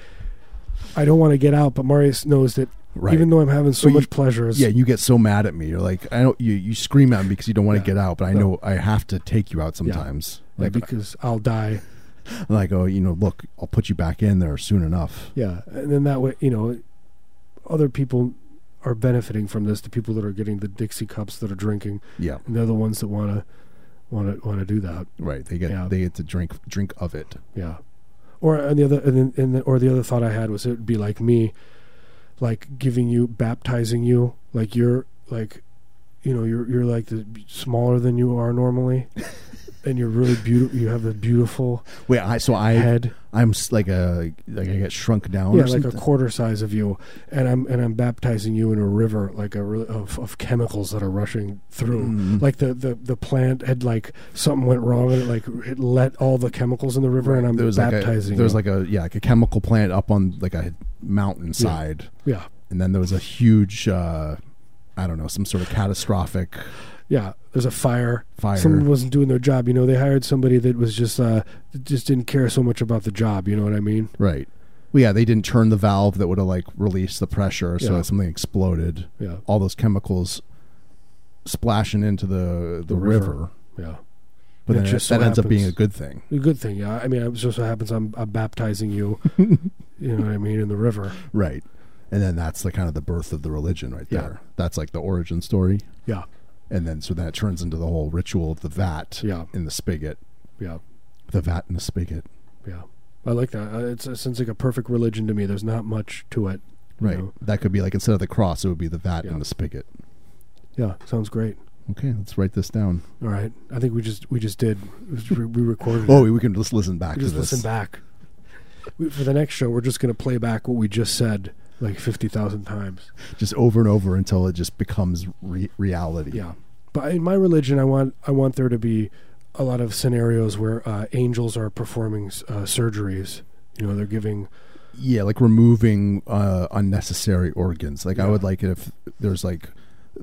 [SPEAKER 2] I don't want to get out, but Marius knows that
[SPEAKER 1] Right.
[SPEAKER 2] even though I'm having so
[SPEAKER 1] Well, you-
[SPEAKER 2] much pleasures,
[SPEAKER 1] Yeah, you get so mad at me. You're like, I don't. You you scream at me because you don't want
[SPEAKER 2] Yeah.
[SPEAKER 1] to get out, but I
[SPEAKER 2] No.
[SPEAKER 1] know I have to take you out sometimes.
[SPEAKER 2] like,
[SPEAKER 1] Like,
[SPEAKER 2] because I'll die.
[SPEAKER 1] like oh, you know, look, I'll put you back in there soon enough.
[SPEAKER 2] Yeah. And then that way, you know, other people are benefiting from this. The people that are getting the Dixie cups that are drinking,
[SPEAKER 1] Yeah,
[SPEAKER 2] and they're the ones that want to, want to, want to do that.
[SPEAKER 1] right. They get
[SPEAKER 2] Yeah.
[SPEAKER 1] they get to drink drink of it.
[SPEAKER 2] Yeah. Or and the other and, then- and the, or the other thought I had was it would be like me, like giving you baptizing you like you're like, you know you're you're like the smaller than you are normally, and you're really beautiful. You have a beautiful
[SPEAKER 1] Wait, I so I
[SPEAKER 2] head,
[SPEAKER 1] I'm s- like a like I get shrunk down.
[SPEAKER 2] yeah,
[SPEAKER 1] or
[SPEAKER 2] like a
[SPEAKER 1] something?
[SPEAKER 2] quarter size of you, and I'm and I'm baptizing you in a river like a really of, of chemicals that are rushing through.
[SPEAKER 1] Mm.
[SPEAKER 2] Like the, the, the plant had like something went wrong and it like it let all the chemicals in the river and I'm
[SPEAKER 1] there was
[SPEAKER 2] baptizing.
[SPEAKER 1] Like a, there was
[SPEAKER 2] you.
[SPEAKER 1] like a yeah, like a chemical plant up on like a mountainside,
[SPEAKER 2] yeah
[SPEAKER 1] and then there was a huge, uh, I don't know, some sort of catastrophic
[SPEAKER 2] yeah. There's a fire.
[SPEAKER 1] fire.
[SPEAKER 2] someone wasn't doing their job. You know, they hired somebody that was just uh, just didn't care so much about the job. You know what I mean?
[SPEAKER 1] right. Well, yeah, they didn't turn the valve that would have like released the pressure, so
[SPEAKER 2] Yeah.
[SPEAKER 1] something exploded.
[SPEAKER 2] Yeah,
[SPEAKER 1] All those chemicals splashing into the the, river.
[SPEAKER 2] river. yeah.
[SPEAKER 1] but
[SPEAKER 2] It
[SPEAKER 1] then
[SPEAKER 2] just
[SPEAKER 1] that
[SPEAKER 2] so
[SPEAKER 1] ends up being a
[SPEAKER 2] happens.
[SPEAKER 1] good thing,
[SPEAKER 2] A good thing. Yeah, I mean, it just so happens I'm, I'm baptizing you. you know what I mean in the river.
[SPEAKER 1] right? And then that's the kind of the birth of the religion, right
[SPEAKER 2] Yeah.
[SPEAKER 1] there. That's like the origin story,
[SPEAKER 2] Yeah,
[SPEAKER 1] and then so then it turns into the whole ritual of the vat
[SPEAKER 2] Yeah.
[SPEAKER 1] in the spigot,
[SPEAKER 2] yeah,
[SPEAKER 1] the vat and the spigot.
[SPEAKER 2] yeah. I like that. Uh, It's it sounds like a perfect religion to me. There's not much to it. you
[SPEAKER 1] Right.
[SPEAKER 2] know?
[SPEAKER 1] That could be like instead of the cross, it would be the vat
[SPEAKER 2] Yeah.
[SPEAKER 1] and the spigot.
[SPEAKER 2] Yeah, sounds great.
[SPEAKER 1] Okay, let's write this down.
[SPEAKER 2] All right, I think we just we just did we we recorded.
[SPEAKER 1] Oh,
[SPEAKER 2] it.
[SPEAKER 1] we can just listen back
[SPEAKER 2] we
[SPEAKER 1] to
[SPEAKER 2] just
[SPEAKER 1] this.
[SPEAKER 2] listen back. We, for the next show, we're just gonna play back what we just said like fifty thousand times.
[SPEAKER 1] Just over and over until it just becomes re- reality.
[SPEAKER 2] Yeah, but in my religion, I want I want there to be a lot of scenarios where uh, angels are performing uh, surgeries. You know, they're giving.
[SPEAKER 1] Yeah, like removing uh, unnecessary organs. Like I
[SPEAKER 2] Yeah.
[SPEAKER 1] would like it if there's like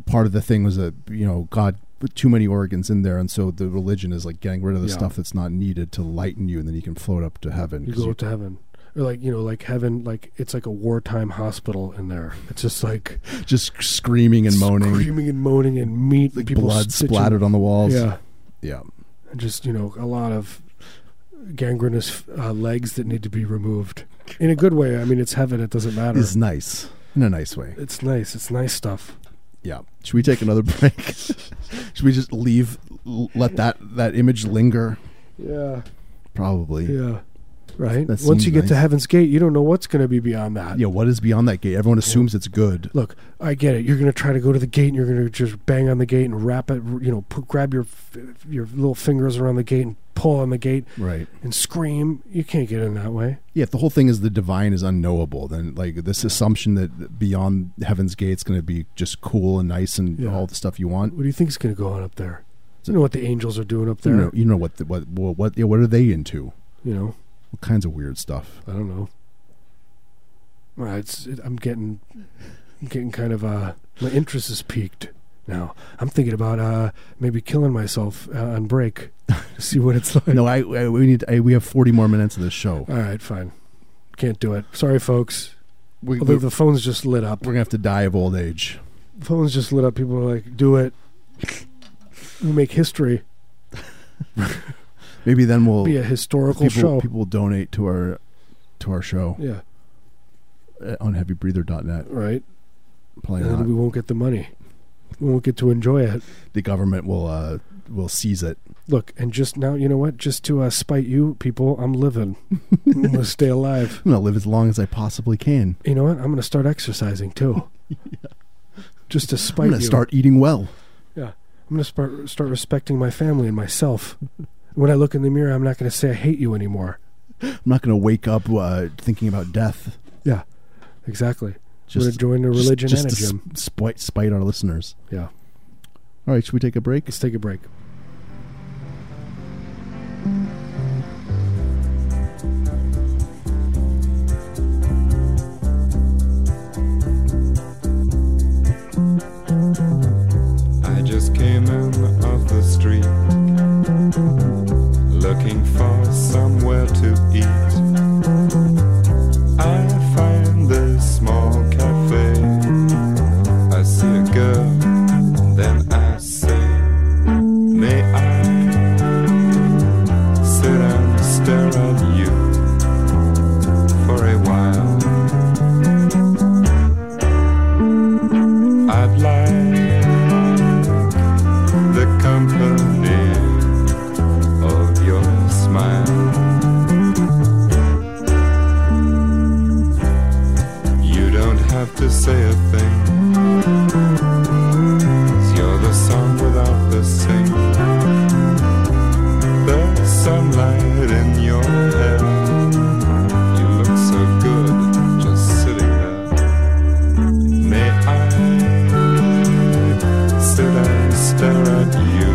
[SPEAKER 1] part of the thing was that, you know, God put too many organs in there. And so the religion is like getting rid of the
[SPEAKER 2] Yeah.
[SPEAKER 1] stuff that's not needed to lighten you. And then you can float up to heaven.
[SPEAKER 2] You
[SPEAKER 1] 'cause
[SPEAKER 2] go
[SPEAKER 1] you-
[SPEAKER 2] to heaven, or like you know, like heaven, like it's like a wartime hospital in there. It's just like
[SPEAKER 1] just screaming and moaning,
[SPEAKER 2] screaming and moaning, and meat,
[SPEAKER 1] like
[SPEAKER 2] people
[SPEAKER 1] blood
[SPEAKER 2] stitching-
[SPEAKER 1] splattered on the walls.
[SPEAKER 2] Yeah,
[SPEAKER 1] Yeah.
[SPEAKER 2] and just you know, a lot of gangrenous uh, legs that need to be removed in a good way. I mean, it's heaven; it doesn't matter.
[SPEAKER 1] Is nice in a nice way.
[SPEAKER 2] it's nice. It's nice stuff.
[SPEAKER 1] Yeah. Should we take another break? Should we just leave? l- Let that that image linger.
[SPEAKER 2] Yeah.
[SPEAKER 1] Probably. Yeah.
[SPEAKER 2] Yeah. Right?
[SPEAKER 1] That
[SPEAKER 2] Once
[SPEAKER 1] seems
[SPEAKER 2] you get to
[SPEAKER 1] nice.
[SPEAKER 2] Heaven's Gate, you don't know what's going to be beyond that.
[SPEAKER 1] what is beyond that gate? Everyone assumes it's good.
[SPEAKER 2] Look, I get it. You're going to try to go to the gate and you're going to just bang on the gate and wrap it, you know, put, grab your f- your little fingers around the gate and pull on the gate
[SPEAKER 1] Right.
[SPEAKER 2] and scream. You can't get in that way.
[SPEAKER 1] Yeah. If the whole thing is the divine is unknowable, then like this assumption that beyond heaven's gate's going to be just cool and nice and
[SPEAKER 2] Yeah.
[SPEAKER 1] all the stuff you want.
[SPEAKER 2] What do you think's going to go on up there? You know what the angels are doing up
[SPEAKER 1] You
[SPEAKER 2] there?
[SPEAKER 1] know, you know what? The, what? What? What, yeah, what are they into?
[SPEAKER 2] You know,
[SPEAKER 1] What kinds of weird stuff?
[SPEAKER 2] I don't know. All right, it's, it, I'm getting I'm getting kind of uh my interest is peaked now. I'm thinking about uh maybe killing myself uh, on break to see what it's like.
[SPEAKER 1] No, I, I we need I, we have forty more minutes of this show.
[SPEAKER 2] All right, fine. Can't do it. Sorry, folks.
[SPEAKER 1] We,
[SPEAKER 2] Although
[SPEAKER 1] we're,
[SPEAKER 2] the phone's just lit up.
[SPEAKER 1] we're gonna have to die of old age.
[SPEAKER 2] The phone's just lit up. People are like, do it. We make history.
[SPEAKER 1] Maybe then we'll
[SPEAKER 2] be a historical
[SPEAKER 1] people,
[SPEAKER 2] show.
[SPEAKER 1] people will donate to our to our show
[SPEAKER 2] yeah,
[SPEAKER 1] uh, on heavybreather.net.
[SPEAKER 2] right.
[SPEAKER 1] Probably
[SPEAKER 2] And then
[SPEAKER 1] not.
[SPEAKER 2] we won't get the money. We won't get to enjoy it.
[SPEAKER 1] the government will uh, will seize it.
[SPEAKER 2] Look, and just now, you know what? Just to uh, spite you people, I'm living. I'm gonna stay alive.
[SPEAKER 1] I'm gonna live as long as I possibly can.
[SPEAKER 2] You know what? I'm gonna start exercising too. Just to spite
[SPEAKER 1] I'm gonna
[SPEAKER 2] you.
[SPEAKER 1] start eating well.
[SPEAKER 2] I'm gonna start start respecting my family and myself. when I look in the mirror, I'm not gonna say I hate you anymore.
[SPEAKER 1] I'm not gonna wake up uh, thinking about death.
[SPEAKER 2] Exactly. We're
[SPEAKER 1] Just
[SPEAKER 2] join a
[SPEAKER 1] just-
[SPEAKER 2] religion
[SPEAKER 1] just,
[SPEAKER 2] and a
[SPEAKER 1] to
[SPEAKER 2] gym.
[SPEAKER 1] sp- spite, spite our listeners.
[SPEAKER 2] yeah.
[SPEAKER 1] All right, should we take a break?
[SPEAKER 2] Let's take a break.
[SPEAKER 5] I just came in off the street looking for somewhere to eat. I find this small cafe. I see a girl, then I say, May I sit and stare at you for a while? I'd like the company of your smile. You don't have to say a thing. 'cause You're the song without the sing. The sunlight in your hair. You look so good just sitting there. May I? sit and stare at you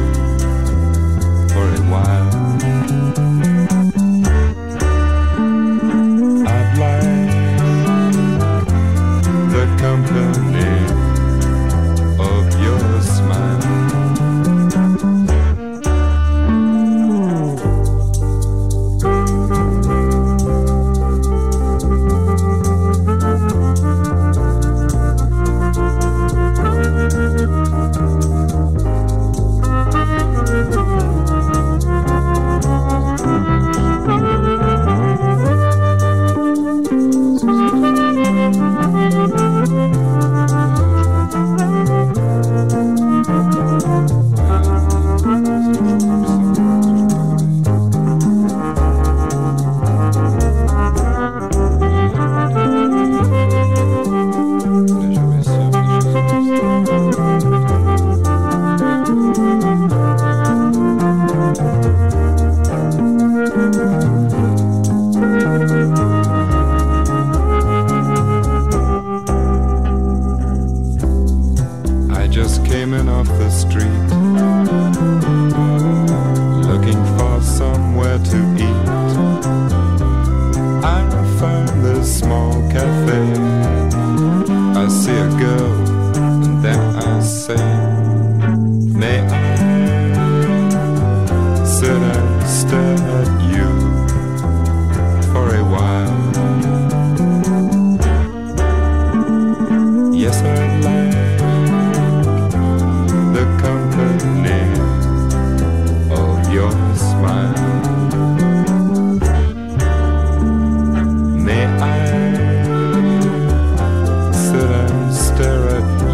[SPEAKER 5] for a while. I'd like the company of your smile. I just came in off the street looking for somewhere to eat. I found this small cafe. I see a girl and then I say, May I sit and stare at you for a while? Yes, I'd like the company of your smile. May I sit and stare at you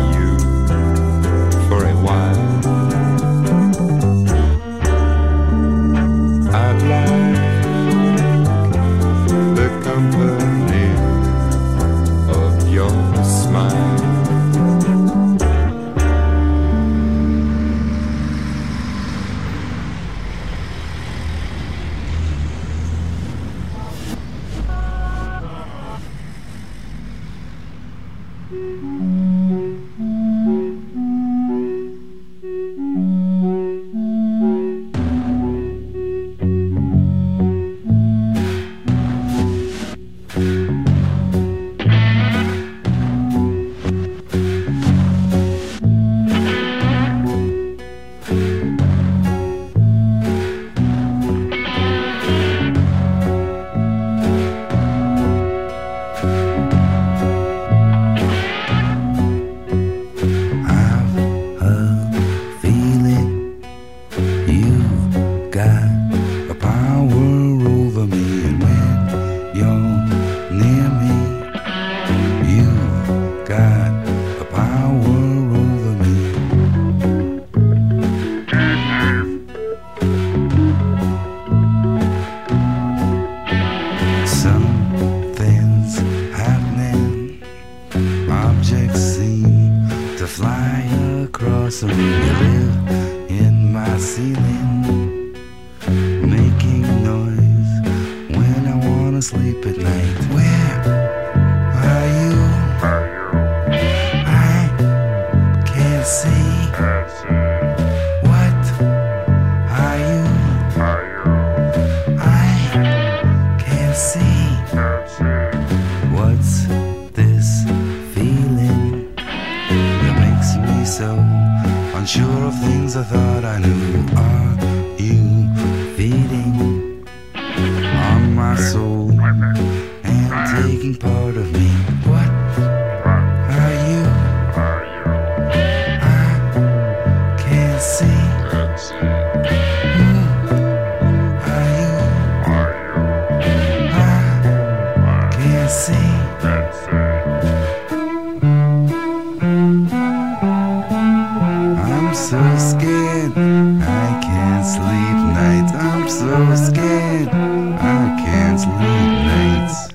[SPEAKER 6] fly across a window in my ceiling, making noise when I wanna sleep at night. Where are you? I can't see. What are you? I can't see. What's this feeling? that makes me so unsure of things I thought I knew. Are you feeding on my soul and taking part of me? What are you? I can't see. Who are you? I can't see. I'm so scared, I can't sleep nights. I'm so scared, I can't sleep nights.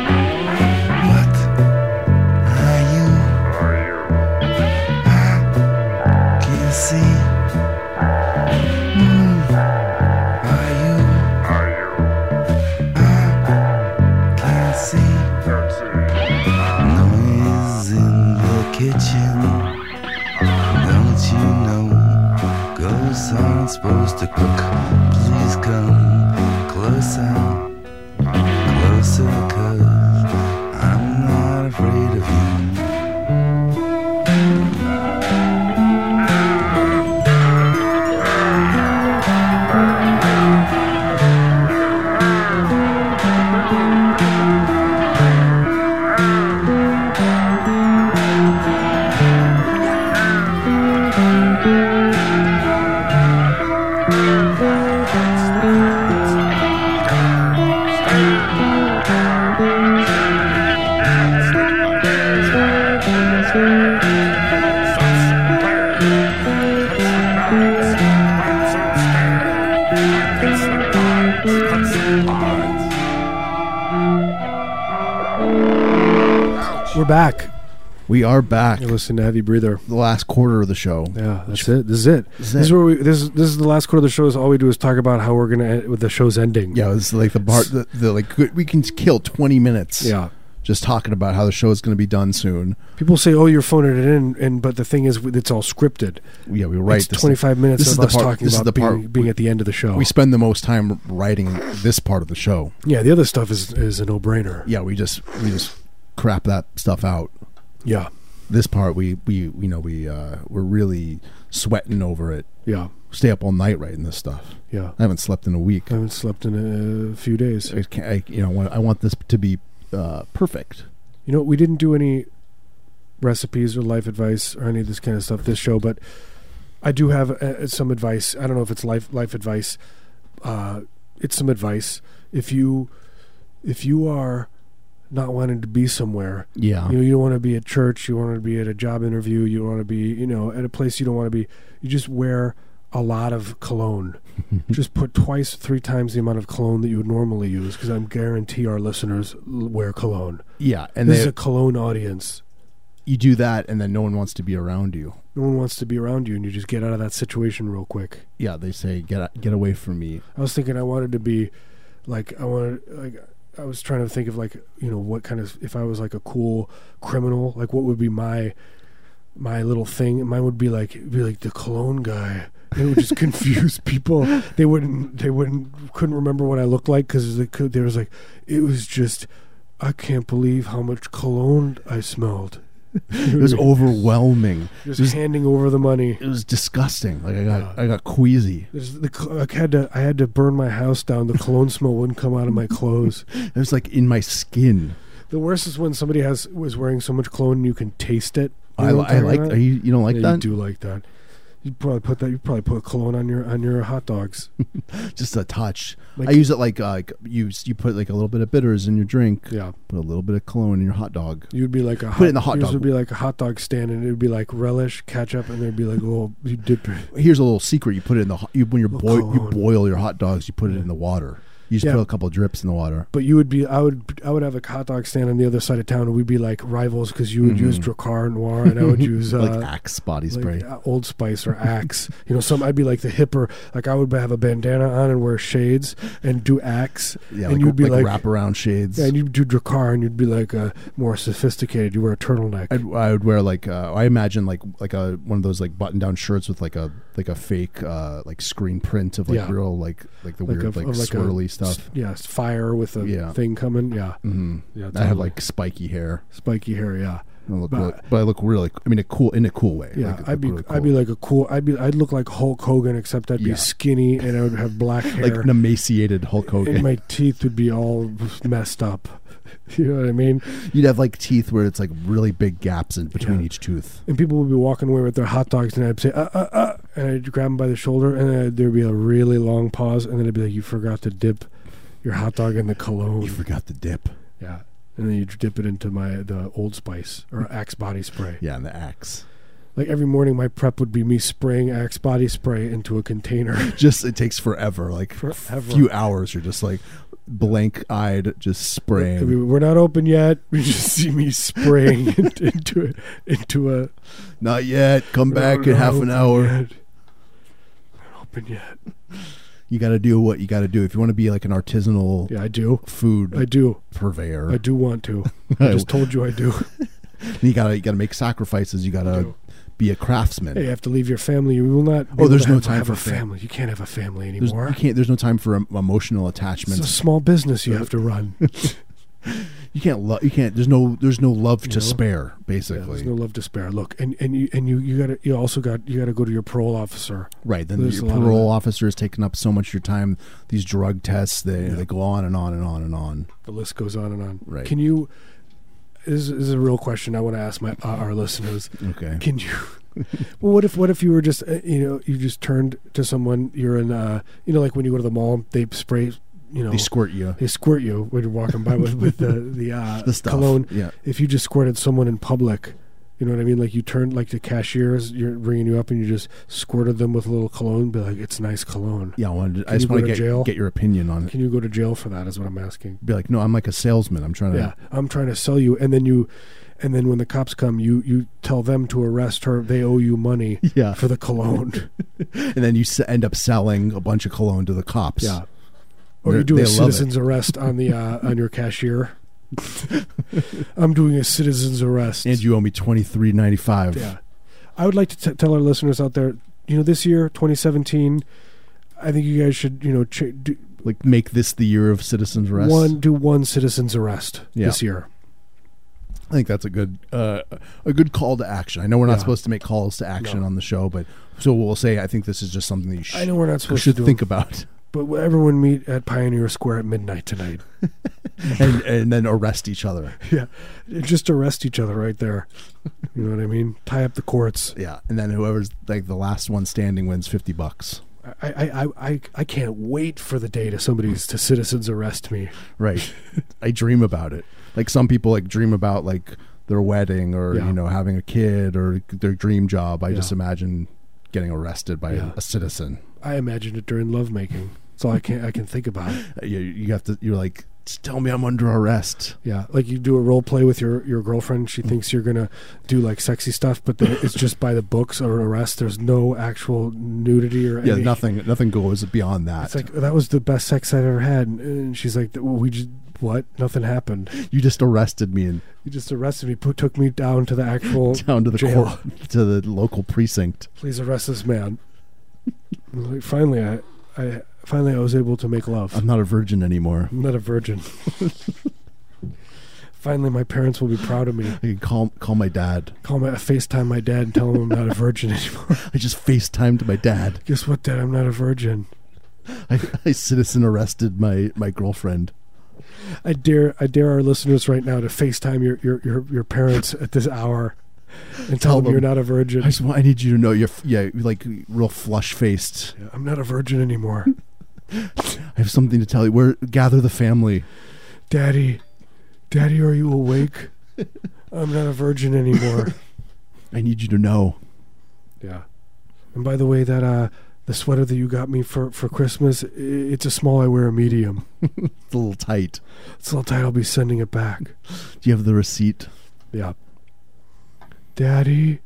[SPEAKER 6] What are you? I can't see. Hmm. Are you? I can't Uh, see. Noise in the kitchen. Don't you know? Ghosts aren't supposed to cook. Please come closer. Closer, cause I'm not afraid of you.
[SPEAKER 2] We're back.
[SPEAKER 1] We are back.
[SPEAKER 2] You listen to Heavy Breather.
[SPEAKER 1] The last quarter of the show.
[SPEAKER 2] Yeah, that's it. This is it. This is,
[SPEAKER 1] is it.
[SPEAKER 2] where we. This is, this is the last quarter of the show. Is all we do is talk about how we're gonna end with the show's ending.
[SPEAKER 1] Yeah, it's like the bar. The, the like we can kill twenty minutes.
[SPEAKER 2] Yeah.
[SPEAKER 1] just talking about how the show is going to be done soon.
[SPEAKER 2] People say, "Oh, you're phoning it in," and but the thing is, it's all scripted.
[SPEAKER 1] Yeah, we write
[SPEAKER 2] it's
[SPEAKER 1] this-
[SPEAKER 2] 25 minutes
[SPEAKER 1] This
[SPEAKER 2] of
[SPEAKER 1] is the
[SPEAKER 2] us
[SPEAKER 1] part.
[SPEAKER 2] talking
[SPEAKER 1] this
[SPEAKER 2] about
[SPEAKER 1] is the
[SPEAKER 2] being,
[SPEAKER 1] part
[SPEAKER 2] being at the end of the show.
[SPEAKER 1] we spend the most time writing this part of the show.
[SPEAKER 2] yeah, the other stuff is is a no brainer.
[SPEAKER 1] Yeah, we just we just crap that stuff out.
[SPEAKER 2] Yeah,
[SPEAKER 1] This part we we you know we uh we're really sweating over it.
[SPEAKER 2] yeah,
[SPEAKER 1] Stay up all night writing this stuff.
[SPEAKER 2] yeah.
[SPEAKER 1] I haven't slept in a week.
[SPEAKER 2] I haven't slept in a few days.
[SPEAKER 1] I, can't, I you know want- I want this to be uh perfect.
[SPEAKER 2] You know, we didn't do any recipes or life advice or any of this kind of stuff this show, but I do have uh, some advice. I don't know if it's life life advice. Uh, it's some advice. If you if you are not wanting to be somewhere,
[SPEAKER 1] Yeah,
[SPEAKER 2] you know, you don't want to be at church, you want to be at a job interview, you want to be, you know, at a place you don't want to be. You just wear a lot of cologne. just put twice, three times the amount of cologne that you would normally use, because I guarantee our listeners l- wear cologne
[SPEAKER 1] yeah, and
[SPEAKER 2] this is
[SPEAKER 1] they-
[SPEAKER 2] a cologne audience.
[SPEAKER 1] you do that, and then no one wants to be around you.
[SPEAKER 2] No one wants to be around you, and you just get out of that situation real quick.
[SPEAKER 1] Yeah, they say get a- get away from me.
[SPEAKER 2] I was thinking I wanted to be like I wanted like I was trying to think of like you know what kind of if I was like a cool criminal like what would be my my little thing mine would be like it'd be like the cologne guy it would just confuse people they wouldn't they wouldn't couldn't remember what I looked like because they could there was like it was just I can't believe how much cologne I smelled
[SPEAKER 1] It was overwhelming.
[SPEAKER 2] just handing over the money
[SPEAKER 1] It was disgusting. Like I got I got queasy.
[SPEAKER 2] There's the cl- I had to I had to burn my house down. The cologne smell wouldn't come out of my clothes.
[SPEAKER 1] It was like in my skin.
[SPEAKER 2] The worst is when somebody has was wearing so much cologne you can taste it. You
[SPEAKER 1] I,
[SPEAKER 2] know
[SPEAKER 1] li-
[SPEAKER 2] what I'm
[SPEAKER 1] I
[SPEAKER 2] talking
[SPEAKER 1] like
[SPEAKER 2] about?
[SPEAKER 1] you. You don't like
[SPEAKER 2] yeah,
[SPEAKER 1] that?
[SPEAKER 2] You do like that. You probably put that. You probably put cologne on your on your hot dogs.
[SPEAKER 1] Just a touch.
[SPEAKER 2] Like-
[SPEAKER 1] I use it like uh, like you s- you put like a little bit of bitters in your drink.
[SPEAKER 2] Yeah,
[SPEAKER 1] Put a little bit of cologne in your hot dog.
[SPEAKER 2] you'd be like a hot,
[SPEAKER 1] it in the hot
[SPEAKER 2] yours
[SPEAKER 1] dog.
[SPEAKER 2] Would be like a hot dog stand, and it would be like relish, ketchup, and there'd be like oh, you dip.
[SPEAKER 1] Here's a little secret: you put it in the ho- you, when you're
[SPEAKER 2] Little
[SPEAKER 1] boil you
[SPEAKER 2] cologne.
[SPEAKER 1] boil your hot dogs, you put it in the water. You just
[SPEAKER 2] Oh, Yeah.
[SPEAKER 1] put a couple drips in the water.
[SPEAKER 2] But you would be, I would, I would have a hot dog stand on the other side of town, and we'd be like rivals because you would use Dracar Noir, and I would use uh,
[SPEAKER 1] Mm-hmm. like Axe body
[SPEAKER 2] like,
[SPEAKER 1] spray.
[SPEAKER 2] uh, Old Spice or Axe. you know, some I'd be like the hipper, like I would have a bandana on and wear shades and do Axe,
[SPEAKER 1] yeah,
[SPEAKER 2] and
[SPEAKER 1] like,
[SPEAKER 2] you'd be like,
[SPEAKER 1] wraparound shades.
[SPEAKER 2] yeah, and you'd do Dracar, and you'd be like uh, more sophisticated. You wear a turtleneck.
[SPEAKER 1] I'd, I would wear like uh, I imagine like like a one of those like button down shirts with like a like a fake uh, like screen print of like
[SPEAKER 2] Yeah.
[SPEAKER 1] real like like the
[SPEAKER 2] Like
[SPEAKER 1] weird
[SPEAKER 2] a-
[SPEAKER 1] like,
[SPEAKER 2] of like a
[SPEAKER 1] swirly
[SPEAKER 2] S-
[SPEAKER 1] stuff.
[SPEAKER 2] yeah, s- fire with a
[SPEAKER 1] Yeah.
[SPEAKER 2] thing coming. Yeah,
[SPEAKER 1] hmm I
[SPEAKER 2] yeah.
[SPEAKER 1] have
[SPEAKER 2] totally.
[SPEAKER 1] like spiky hair.
[SPEAKER 2] spiky hair. Yeah,
[SPEAKER 1] And I look
[SPEAKER 2] But-
[SPEAKER 1] really, but I look really. I mean, a cool in a cool way.
[SPEAKER 2] yeah.
[SPEAKER 1] like, I
[SPEAKER 2] I'd
[SPEAKER 1] look
[SPEAKER 2] be
[SPEAKER 1] really
[SPEAKER 2] I'd be
[SPEAKER 1] cool.
[SPEAKER 2] like a cool. I'd be I'd look like Hulk Hogan except I'd
[SPEAKER 1] Yeah.
[SPEAKER 2] be skinny and I would have black
[SPEAKER 1] like
[SPEAKER 2] hair.
[SPEAKER 1] an emaciated Hulk
[SPEAKER 2] and
[SPEAKER 1] Hogan.
[SPEAKER 2] my teeth would be all messed up. You know what I mean?
[SPEAKER 1] You'd have like teeth where it's like really big gaps in between
[SPEAKER 2] Yeah.
[SPEAKER 1] each tooth.
[SPEAKER 2] And people would be walking away with their hot dogs, and I'd say, uh, uh, uh, and I'd grab them by the shoulder, and then there'd be a really long pause, and then I'd be like, you forgot to dip your hot dog in the cologne.
[SPEAKER 1] You forgot the dip.
[SPEAKER 2] yeah. And then you dip it into my the Old Spice or Axe body spray.
[SPEAKER 1] Yeah, and the axe.
[SPEAKER 2] Like every morning, my prep would be me spraying Axe body spray into a container.
[SPEAKER 1] Just it takes forever. Like a
[SPEAKER 2] Forever.
[SPEAKER 1] few hours. You're just like blank eyed, just
[SPEAKER 2] I
[SPEAKER 1] spraying.
[SPEAKER 2] mean, We're not open yet. You just see me spraying into into a, into a
[SPEAKER 1] Not yet. Come
[SPEAKER 2] We're
[SPEAKER 1] back
[SPEAKER 2] not
[SPEAKER 1] in half an
[SPEAKER 2] open
[SPEAKER 1] hour.
[SPEAKER 2] yet. Not open yet.
[SPEAKER 1] You got to do what you got to do if you want to be like an artisanal
[SPEAKER 2] Yeah, I do.
[SPEAKER 1] food
[SPEAKER 2] I do.
[SPEAKER 1] purveyor.
[SPEAKER 2] I do want to. I just told you I do.
[SPEAKER 1] you gotta you gotta make sacrifices. You
[SPEAKER 2] I
[SPEAKER 1] gotta
[SPEAKER 2] do.
[SPEAKER 1] be a craftsman.
[SPEAKER 2] Hey, you have to leave your family. You will not. be
[SPEAKER 1] Oh,
[SPEAKER 2] able
[SPEAKER 1] there's
[SPEAKER 2] to
[SPEAKER 1] no
[SPEAKER 2] have,
[SPEAKER 1] time
[SPEAKER 2] have
[SPEAKER 1] for
[SPEAKER 2] a
[SPEAKER 1] fam-
[SPEAKER 2] family. You can't have a family
[SPEAKER 1] There's,
[SPEAKER 2] anymore.
[SPEAKER 1] you can't. There's no time for em- emotional
[SPEAKER 2] It's a
[SPEAKER 1] attachments.
[SPEAKER 2] small business you have to run. You
[SPEAKER 1] you can't. Lo- you can't. There's no. There's no love to
[SPEAKER 2] know?
[SPEAKER 1] spare.
[SPEAKER 2] know,
[SPEAKER 1] Basically,
[SPEAKER 2] there's no love to spare. Look, and and you and you you gotta you also got you gotta go to your parole officer.
[SPEAKER 1] right. Then
[SPEAKER 2] there's
[SPEAKER 1] your
[SPEAKER 2] a lot of
[SPEAKER 1] parole
[SPEAKER 2] that.
[SPEAKER 1] officer is taking up so much of your time. These drug tests. They
[SPEAKER 2] Yeah.
[SPEAKER 1] they go on and on and on and on.
[SPEAKER 2] The list goes on and on.
[SPEAKER 1] Right.
[SPEAKER 2] Can you? This is a real question I want to ask my uh, our listeners.
[SPEAKER 1] Okay.
[SPEAKER 2] Can you? well, what if what if you were just uh, you know you just turned to someone you're in uh you know like when you go to the mall they spray you know
[SPEAKER 1] They squirt you.
[SPEAKER 2] they squirt you when you're walking by with, with the the, uh,
[SPEAKER 1] The stuff.
[SPEAKER 2] cologne.
[SPEAKER 1] Yeah.
[SPEAKER 2] If you just squirted someone in public, you know what I mean. Like you turned like the cashiers, you're ringing you up, and you just squirted them with a little cologne. Be like, it's nice cologne.
[SPEAKER 1] Yeah. I, wanted, I
[SPEAKER 2] you
[SPEAKER 1] just
[SPEAKER 2] go
[SPEAKER 1] want
[SPEAKER 2] to
[SPEAKER 1] to get
[SPEAKER 2] jail?
[SPEAKER 1] get your opinion on it.
[SPEAKER 2] Can you go to jail for that? Is what I'm asking.
[SPEAKER 1] Be like, no, I'm like a salesman. I'm trying to.
[SPEAKER 2] Yeah, I'm trying to sell you, and then you, and then when the cops come, you you tell them to arrest her. They owe you money
[SPEAKER 1] Yeah.
[SPEAKER 2] for the cologne.
[SPEAKER 1] and then you s- end up selling a bunch of cologne to the cops.
[SPEAKER 2] yeah. Or
[SPEAKER 1] They're-
[SPEAKER 2] you do
[SPEAKER 1] they
[SPEAKER 2] a
[SPEAKER 1] love it.
[SPEAKER 2] citizen's arrest on the uh, on your cashier. I'm doing a citizen's arrest.
[SPEAKER 1] And you owe me twenty three ninety five.
[SPEAKER 2] Yeah. I would like to t- tell our listeners out there, you know, this year, 2017, I think you guys should, you know, ch- do
[SPEAKER 1] Like make this the year of citizens arrest.
[SPEAKER 2] one do one citizen's arrest
[SPEAKER 1] Yeah.
[SPEAKER 2] this year.
[SPEAKER 1] I think that's a good uh, a good call to action. I know we're not
[SPEAKER 2] Yeah.
[SPEAKER 1] supposed to make calls to action
[SPEAKER 2] No.
[SPEAKER 1] on the show, but so we'll say I think this is just something that you, sh-
[SPEAKER 2] I know we're not
[SPEAKER 1] you
[SPEAKER 2] supposed
[SPEAKER 1] should
[SPEAKER 2] to do
[SPEAKER 1] think
[SPEAKER 2] it,
[SPEAKER 1] about,
[SPEAKER 2] but everyone meet at Pioneer Square at midnight tonight.
[SPEAKER 1] and and then arrest each other.
[SPEAKER 2] yeah. Just arrest each other right there. You know what I mean? Tie up the courts.
[SPEAKER 1] Yeah, and then whoever's like the last one standing wins fifty bucks.
[SPEAKER 2] I, I, I, I, I can't wait for the day to somebody's to citizens arrest me.
[SPEAKER 1] Right. I dream about it. Like some people like dream about like their wedding or
[SPEAKER 2] Yeah.
[SPEAKER 1] you know having a kid or their dream job. I just
[SPEAKER 2] Yeah.
[SPEAKER 1] imagine getting arrested by
[SPEAKER 2] Yeah.
[SPEAKER 1] a citizen.
[SPEAKER 2] I imagined it during lovemaking. That's all I can I can think about.
[SPEAKER 1] Uh, you, you have to you're like just tell me i'm under arrest
[SPEAKER 2] Yeah, like you do a role play with your your girlfriend.
[SPEAKER 1] Mm.
[SPEAKER 2] She thinks you're gonna do like sexy stuff, but then it's just by the books or arrest. There's no actual nudity or
[SPEAKER 1] yeah
[SPEAKER 2] any-
[SPEAKER 1] nothing nothing goes beyond that
[SPEAKER 2] It's like "Oh, that was the best sex I've ever had, and she's like, "Well, we just what? Nothing happened.
[SPEAKER 1] you just arrested me and
[SPEAKER 2] You just arrested me, put, took me down to the actual.
[SPEAKER 1] down to the
[SPEAKER 2] jail.
[SPEAKER 1] court to the local precinct
[SPEAKER 2] Please arrest this man." Like, finally, I, I finally I was able to make love.
[SPEAKER 1] i'm not a virgin anymore
[SPEAKER 2] I'm not a virgin. finally, my parents will be proud of me.
[SPEAKER 1] i can call call my dad
[SPEAKER 2] Call my FaceTime my dad and tell him I'm not a virgin anymore.
[SPEAKER 1] i just facetimed my dad
[SPEAKER 2] Guess what, Dad? I'm not a virgin.
[SPEAKER 1] i, I citizen arrested my my girlfriend
[SPEAKER 2] I dare, I dare our listeners right now to FaceTime your your your, your parents at this hour and tell
[SPEAKER 1] Tell
[SPEAKER 2] them you're
[SPEAKER 1] them.
[SPEAKER 2] not a
[SPEAKER 1] I
[SPEAKER 2] virgin.
[SPEAKER 1] just want, I need you to know you're f- yeah like real flush faced.
[SPEAKER 2] I'm not a virgin anymore.
[SPEAKER 1] I have something to tell you. We're gather the family.
[SPEAKER 2] Daddy, Daddy, are you awake? I'm not a virgin anymore.
[SPEAKER 1] I need you to know.
[SPEAKER 2] yeah. And by the way, that uh, the sweater that you got me for for Christmas, i- it's a small. I wear a medium.
[SPEAKER 1] It's a little tight.
[SPEAKER 2] It's a little tight. I'll be sending it back.
[SPEAKER 1] Do you have the receipt?
[SPEAKER 2] Yeah. Daddy,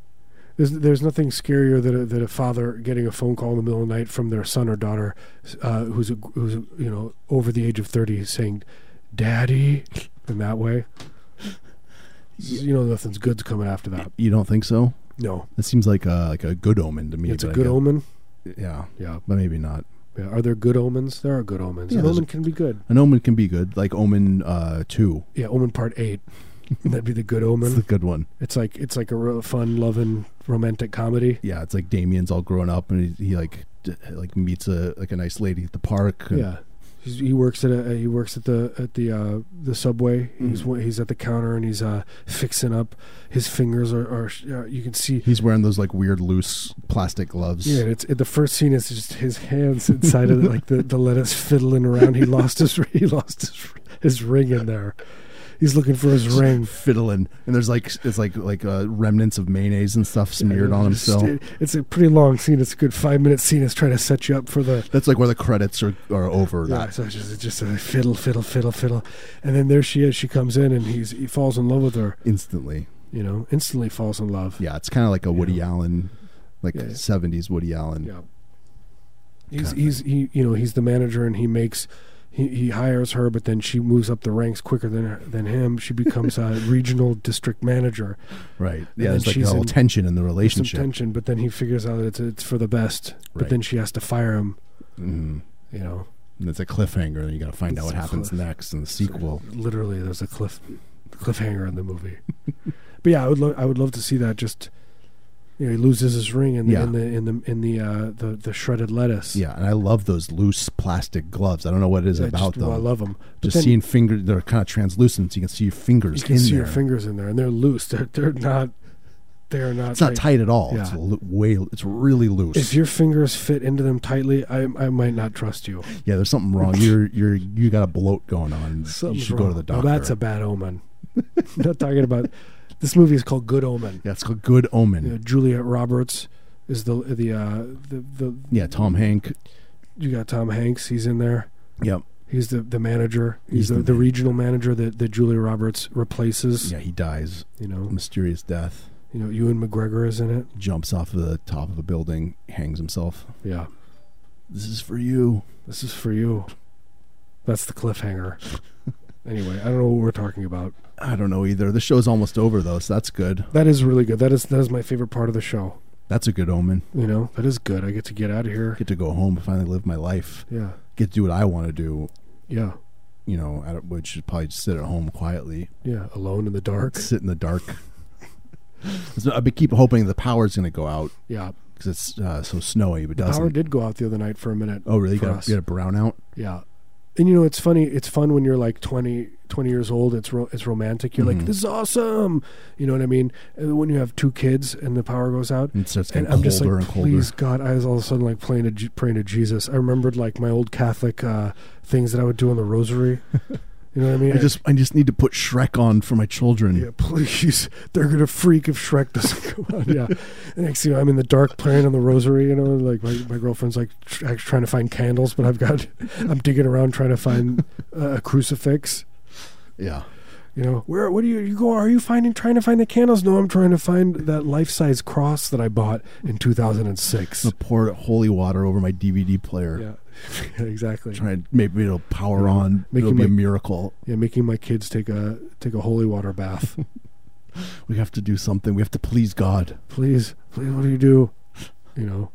[SPEAKER 2] there's there's nothing scarier than a, than a father getting a phone call in the middle of the night from their son or daughter, uh, who's a, who's a, you know over the age of thirty, saying, "Daddy," in that way. You know, nothing's good's coming after that.
[SPEAKER 1] You don't think so?
[SPEAKER 2] No,
[SPEAKER 1] That seems like a like a good omen to me.
[SPEAKER 2] it's a
[SPEAKER 1] but I
[SPEAKER 2] good
[SPEAKER 1] guess-
[SPEAKER 2] omen.
[SPEAKER 1] Yeah,
[SPEAKER 2] Yeah.
[SPEAKER 1] but maybe not.
[SPEAKER 2] yeah. Are there good omens? There are good omens.
[SPEAKER 1] Yeah,
[SPEAKER 2] An
[SPEAKER 1] there's-
[SPEAKER 2] omen can be good.
[SPEAKER 1] An omen can be good, like Omen uh, Two.
[SPEAKER 2] Yeah, omen part eight. That'd be the good
[SPEAKER 1] It's a
[SPEAKER 2] omen.
[SPEAKER 1] good one.
[SPEAKER 2] It's like it's like a real fun, loving, romantic comedy.
[SPEAKER 1] Yeah, it's like Damien's all grown up, and he, he like d- like meets a like a nice lady at the park. and-
[SPEAKER 2] Yeah. He's, he works at a uh, he works at the at the uh, the subway.
[SPEAKER 1] Mm-hmm.
[SPEAKER 2] He's wa- he's at the counter and he's uh, fixing up. His fingers are, are sh- uh, you can see.
[SPEAKER 1] he's wearing those like weird loose plastic gloves.
[SPEAKER 2] Yeah, and it's it, the first scene is just his hands inside of like the, the lettuce fiddling around. He lost his he lost his, his ring in there. He's looking for his ring.
[SPEAKER 1] fiddling, and there's like it's like like uh, remnants of mayonnaise and stuff smeared on him
[SPEAKER 2] Just-
[SPEAKER 1] still.
[SPEAKER 2] it- It's a pretty long scene. It's a good five minute scene. It's trying to set you up for the
[SPEAKER 1] That's like where the credits are, are over.
[SPEAKER 2] Yeah,
[SPEAKER 1] That-
[SPEAKER 2] so it's just, it's just a fiddle, fiddle, fiddle, fiddle, and then there she is. She comes in and he's he falls in love with her.
[SPEAKER 1] instantly.
[SPEAKER 2] You know, instantly falls in love.
[SPEAKER 1] Yeah, it's kind of like a Woody Allen, like
[SPEAKER 2] Yeah.
[SPEAKER 1] '70s Woody Allen.
[SPEAKER 2] Yeah. He's he's he you know he's the manager and he makes he, he hires her, but then she moves up the ranks quicker than her, than him. She becomes a regional district manager.
[SPEAKER 1] Right. Yeah,
[SPEAKER 2] then
[SPEAKER 1] there's like a
[SPEAKER 2] she's
[SPEAKER 1] little
[SPEAKER 2] in-
[SPEAKER 1] tension in the
[SPEAKER 2] There's Some
[SPEAKER 1] relationship.
[SPEAKER 2] tension, but then he figures out that it's it's for the best. But
[SPEAKER 1] Right.
[SPEAKER 2] then she has to fire him.
[SPEAKER 1] Mhm.
[SPEAKER 2] You know,
[SPEAKER 1] And it's a cliffhanger, and you got to find out
[SPEAKER 2] It's
[SPEAKER 1] what
[SPEAKER 2] a
[SPEAKER 1] happens
[SPEAKER 2] cliff-
[SPEAKER 1] next in the sequel.
[SPEAKER 2] literally there's a cliff cliffhanger in the movie. but yeah, I would love I would love to see that. Just you know, he loses his ring in the
[SPEAKER 1] Yeah.
[SPEAKER 2] in the in the in the uh, the, the shredded lettuce.
[SPEAKER 1] Yeah, and I love those loose plastic gloves. I don't know what it is
[SPEAKER 2] I
[SPEAKER 1] about
[SPEAKER 2] just,
[SPEAKER 1] them.
[SPEAKER 2] well, I love them.
[SPEAKER 1] just seeing fingers, they're kind of translucent, so you can see your fingers
[SPEAKER 2] you can
[SPEAKER 1] in
[SPEAKER 2] see
[SPEAKER 1] there.
[SPEAKER 2] your fingers in there, and they're loose. They're they're not they're not.
[SPEAKER 1] It's not
[SPEAKER 2] like-
[SPEAKER 1] tight at all.
[SPEAKER 2] Yeah.
[SPEAKER 1] It's lo- way. It's really loose.
[SPEAKER 2] If your fingers fit into them tightly, I I might not trust you.
[SPEAKER 1] yeah, there's something wrong. You're you're you got a bloat going on.
[SPEAKER 2] Something's
[SPEAKER 1] you should
[SPEAKER 2] wrong.
[SPEAKER 1] go to the
[SPEAKER 2] Now,
[SPEAKER 1] doctor.
[SPEAKER 2] that's a bad omen. I'm not talking about. This movie is called Good Omen.
[SPEAKER 1] yeah, it's a good omen.
[SPEAKER 2] You know, Juliet Roberts is the the uh, the the
[SPEAKER 1] Yeah, Tom Hank.
[SPEAKER 2] you got Tom Hanks. He's in there.
[SPEAKER 1] Yep.
[SPEAKER 2] He's the, the manager. He's,
[SPEAKER 1] He's
[SPEAKER 2] the,
[SPEAKER 1] the
[SPEAKER 2] the
[SPEAKER 1] man-
[SPEAKER 2] regional manager that, that Julia Roberts replaces.
[SPEAKER 1] Yeah, he dies.
[SPEAKER 2] You know,
[SPEAKER 1] Mysterious death.
[SPEAKER 2] you know, Ewan McGregor is in it.
[SPEAKER 1] Jumps off of the top of a building, hangs himself.
[SPEAKER 2] Yeah,
[SPEAKER 1] This is for you.
[SPEAKER 2] this is for you. That's the cliffhanger. anyway, I don't know what we're talking about.
[SPEAKER 1] I don't know either. The show's almost over though, so that's good.
[SPEAKER 2] That is really good. That is that is my favorite part of the show.
[SPEAKER 1] That's a good omen.
[SPEAKER 2] You know, that is good. I get to get out of here.
[SPEAKER 1] Get to go home, and finally live my life.
[SPEAKER 2] Yeah,
[SPEAKER 1] Get to do what I want to do.
[SPEAKER 2] yeah,
[SPEAKER 1] You know, at- which is probably just sit at home quietly,
[SPEAKER 2] yeah. Alone in the dark.
[SPEAKER 1] sit in the dark. So I be- keep hoping the power's going to go out
[SPEAKER 2] Yeah,
[SPEAKER 1] because it's uh, so snowy, but
[SPEAKER 2] the
[SPEAKER 1] doesn't.
[SPEAKER 2] power did go out the other night for a minute.
[SPEAKER 1] oh, really? You
[SPEAKER 2] For
[SPEAKER 1] got,
[SPEAKER 2] us.
[SPEAKER 1] a, you got a brownout?
[SPEAKER 2] Yeah. And you know, it's funny. It's fun when you're like 20, 20 years old. It's ro- it's romantic. You're like,
[SPEAKER 1] Mhm.
[SPEAKER 2] this is awesome. You know what I mean? And then when you have two kids and the power goes out,
[SPEAKER 1] And it starts
[SPEAKER 2] and
[SPEAKER 1] getting
[SPEAKER 2] I'm
[SPEAKER 1] colder
[SPEAKER 2] just like,
[SPEAKER 1] and colder.
[SPEAKER 2] please God, I was all of a sudden like praying to, Je- praying to Jesus. I remembered like my old Catholic uh, things that I would do on the rosary. you know what I mean?
[SPEAKER 1] I just I just need to put Shrek on for my children.
[SPEAKER 2] yeah, please. They're gonna freak if Shrek doesn't come out. Yeah. And next, thing you know, I'm in the dark playing on the rosary. You know, like my, my girlfriend's like tr- act- trying to find candles, but I've got I'm digging around trying to find uh, a crucifix.
[SPEAKER 1] Yeah.
[SPEAKER 2] You know, where? What do you you go? Are you finding trying to find the candles? No, I'm trying to find that life size cross that I bought in 2006.
[SPEAKER 1] I'm gonna pour holy water over my DVD player.
[SPEAKER 2] Yeah, exactly.
[SPEAKER 1] Try and maybe it'll power on.
[SPEAKER 2] Make
[SPEAKER 1] it'll
[SPEAKER 2] him
[SPEAKER 1] be a
[SPEAKER 2] make-
[SPEAKER 1] miracle.
[SPEAKER 2] Yeah, making my kids take a take a holy water bath.
[SPEAKER 1] We have to do something. We have to please God.
[SPEAKER 2] please, please, what do you do? You know.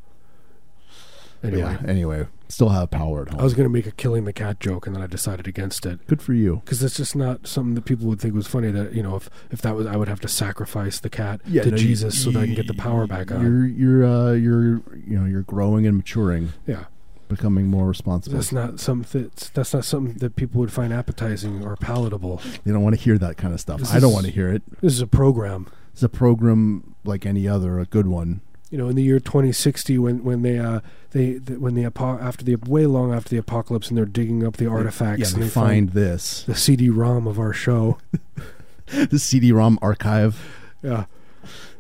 [SPEAKER 2] Anyway.
[SPEAKER 1] Yeah. Anyway, still have power at home.
[SPEAKER 2] I was going to make a killing the cat joke, and then I decided against it
[SPEAKER 1] Good for you.
[SPEAKER 2] because it's just not something that people would think was funny. That you know, if if that was, I would have to sacrifice the cat to
[SPEAKER 1] no, you-
[SPEAKER 2] Jesus so that I can get the power back on.
[SPEAKER 1] You're you're uh, you're you know you're growing and maturing,
[SPEAKER 2] Yeah,
[SPEAKER 1] becoming more responsible.
[SPEAKER 2] that's not something. That's not something that people would find appetizing or palatable.
[SPEAKER 1] They don't want to hear that kind of stuff.
[SPEAKER 2] This
[SPEAKER 1] I don't
[SPEAKER 2] is-
[SPEAKER 1] want to hear it.
[SPEAKER 2] This is a program.
[SPEAKER 1] This It's a program like any other, a good one.
[SPEAKER 2] you know, in the year 2060, when when they uh they th- when the apo- after the way long after the apocalypse, and they're digging up the artifacts
[SPEAKER 1] yeah,
[SPEAKER 2] and
[SPEAKER 1] they find this
[SPEAKER 2] the CD-ROM of our show.
[SPEAKER 1] the CD-ROM archive.
[SPEAKER 2] Yeah,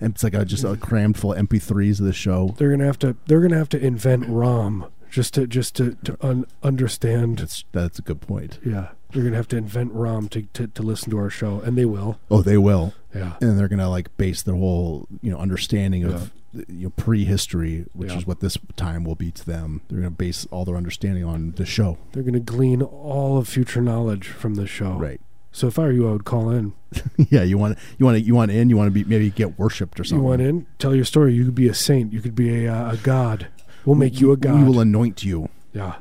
[SPEAKER 1] And it's like a, just a crammed full of MP3s of the show.
[SPEAKER 2] they're gonna have to they're gonna have to invent ROM just to just to to un- understand.
[SPEAKER 1] That's that's a good point.
[SPEAKER 2] Yeah, they're gonna have to invent ROM to, to to listen to our show, and they will.
[SPEAKER 1] Oh, they will,
[SPEAKER 2] Yeah,
[SPEAKER 1] and they're gonna like base their whole you know understanding of you know prehistory, which
[SPEAKER 2] Yeah.
[SPEAKER 1] is what this time will be to them. They're gonna base all their understanding on the show.
[SPEAKER 2] they're gonna glean all of future knowledge from the show.
[SPEAKER 1] Right.
[SPEAKER 2] So if I were you, I would call in.
[SPEAKER 1] yeah. You want you want to you want in. You want to be maybe get worshipped or something.
[SPEAKER 2] You want in? Tell your story. You could be a saint. You could be a uh, a god. We'll make you a god.
[SPEAKER 1] We will anoint you.
[SPEAKER 2] Yeah.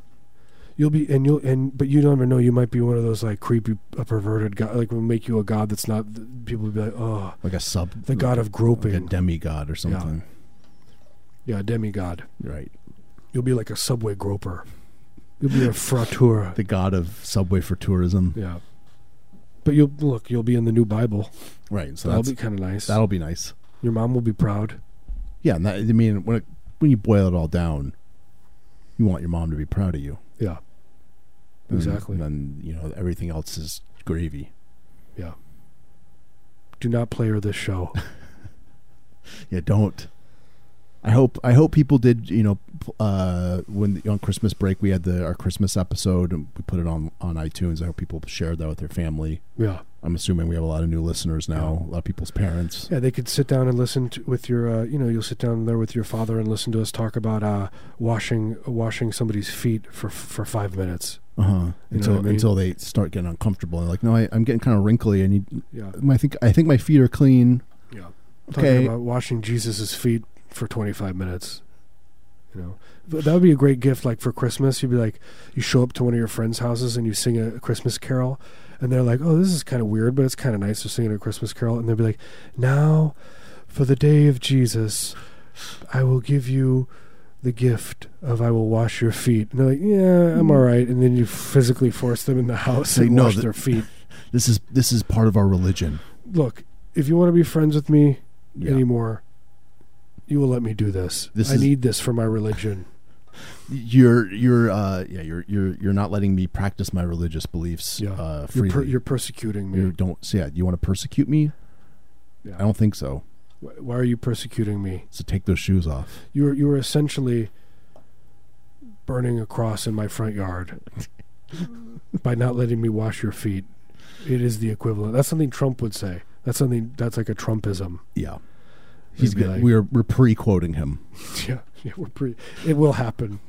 [SPEAKER 2] You'll be and you'll and but you don't ever know you might be one of those like creepy uh, perverted god like will make you a god that's not th- people will be like oh
[SPEAKER 1] like a sub
[SPEAKER 2] the god of
[SPEAKER 1] like a
[SPEAKER 2] groping
[SPEAKER 1] demigod or something
[SPEAKER 2] yeah demigod
[SPEAKER 1] right
[SPEAKER 2] you'll be like a subway groper you'll be a frateur
[SPEAKER 1] the god of subway for tourism
[SPEAKER 2] yeah but you'll look you'll be in the new Bible
[SPEAKER 1] right so
[SPEAKER 2] that'll
[SPEAKER 1] that's,
[SPEAKER 2] be kind of nice
[SPEAKER 1] that'll be nice
[SPEAKER 2] your mom will be proud
[SPEAKER 1] yeah and that, i mean when, it, when you boil it all down you want your mom to be proud of you
[SPEAKER 2] yeah
[SPEAKER 1] And-
[SPEAKER 2] Exactly.
[SPEAKER 1] and then you know everything else is gravy
[SPEAKER 2] yeah do not play her this show
[SPEAKER 1] yeah don't I hope I hope people did you know p- uh, when on Christmas break we had the our Christmas episode and we put it on on iTunes. I hope people shared that with their family.
[SPEAKER 2] yeah
[SPEAKER 1] I'm assuming we have a lot of new listeners now, a lot of people's parents.
[SPEAKER 2] Yeah, they could sit down and listen to, with your, uh, you know, you'll sit down there with your father and listen to us talk about uh, washing washing somebody's feet for for five minutes.
[SPEAKER 1] Uh-huh.
[SPEAKER 2] You know
[SPEAKER 1] Until
[SPEAKER 2] what I mean?
[SPEAKER 1] until they start getting uncomfortable and like, no, I, I'm getting kind of wrinkly. I need.
[SPEAKER 2] Yeah,
[SPEAKER 1] I think I think my feet are clean.
[SPEAKER 2] yeah.
[SPEAKER 1] Okay.
[SPEAKER 2] Talking about washing Jesus's feet for twenty five minutes. You know, but that would be a great gift. Like for Christmas, you'd be like, you show up to one of your friends' houses and you sing a Christmas carol, and they're like, "Oh, this is kind of weird, but it's kind of nice." They're singing a Christmas carol, and they'll be like, "Now, for the day of Jesus, I will give you." The gift of I will wash your feet, and they're like, "Yeah, I'm all right." And then you physically force them in the house
[SPEAKER 1] Say,
[SPEAKER 2] and
[SPEAKER 1] "No,
[SPEAKER 2] wash
[SPEAKER 1] th-
[SPEAKER 2] their feet.
[SPEAKER 1] This is this is part of our religion.
[SPEAKER 2] Look, if you want to be friends with me,
[SPEAKER 1] Yeah.
[SPEAKER 2] anymore. You will let me do this.
[SPEAKER 1] This
[SPEAKER 2] I
[SPEAKER 1] is-
[SPEAKER 2] need this for my religion.
[SPEAKER 1] You're you're uh yeah you're you're you're not letting me practice my religious beliefs.
[SPEAKER 2] Yeah.
[SPEAKER 1] Uh,
[SPEAKER 2] You're,
[SPEAKER 1] freely.
[SPEAKER 2] per, you're persecuting me.
[SPEAKER 1] You don't. So yeah, you want to persecute me?
[SPEAKER 2] Yeah.
[SPEAKER 1] I don't think so.
[SPEAKER 2] Wh- Why are you persecuting me?
[SPEAKER 1] So take those shoes off.
[SPEAKER 2] You're you're essentially burning a cross in my front yard by not letting me wash your feet. It is the equivalent. That's something Trump would say. That's something that's like a Trumpism.
[SPEAKER 1] Yeah. He's
[SPEAKER 2] Maybe
[SPEAKER 1] gonna,
[SPEAKER 2] like-
[SPEAKER 1] we're we're pre-quoting him.
[SPEAKER 2] yeah, yeah, we're pretty. It will happen.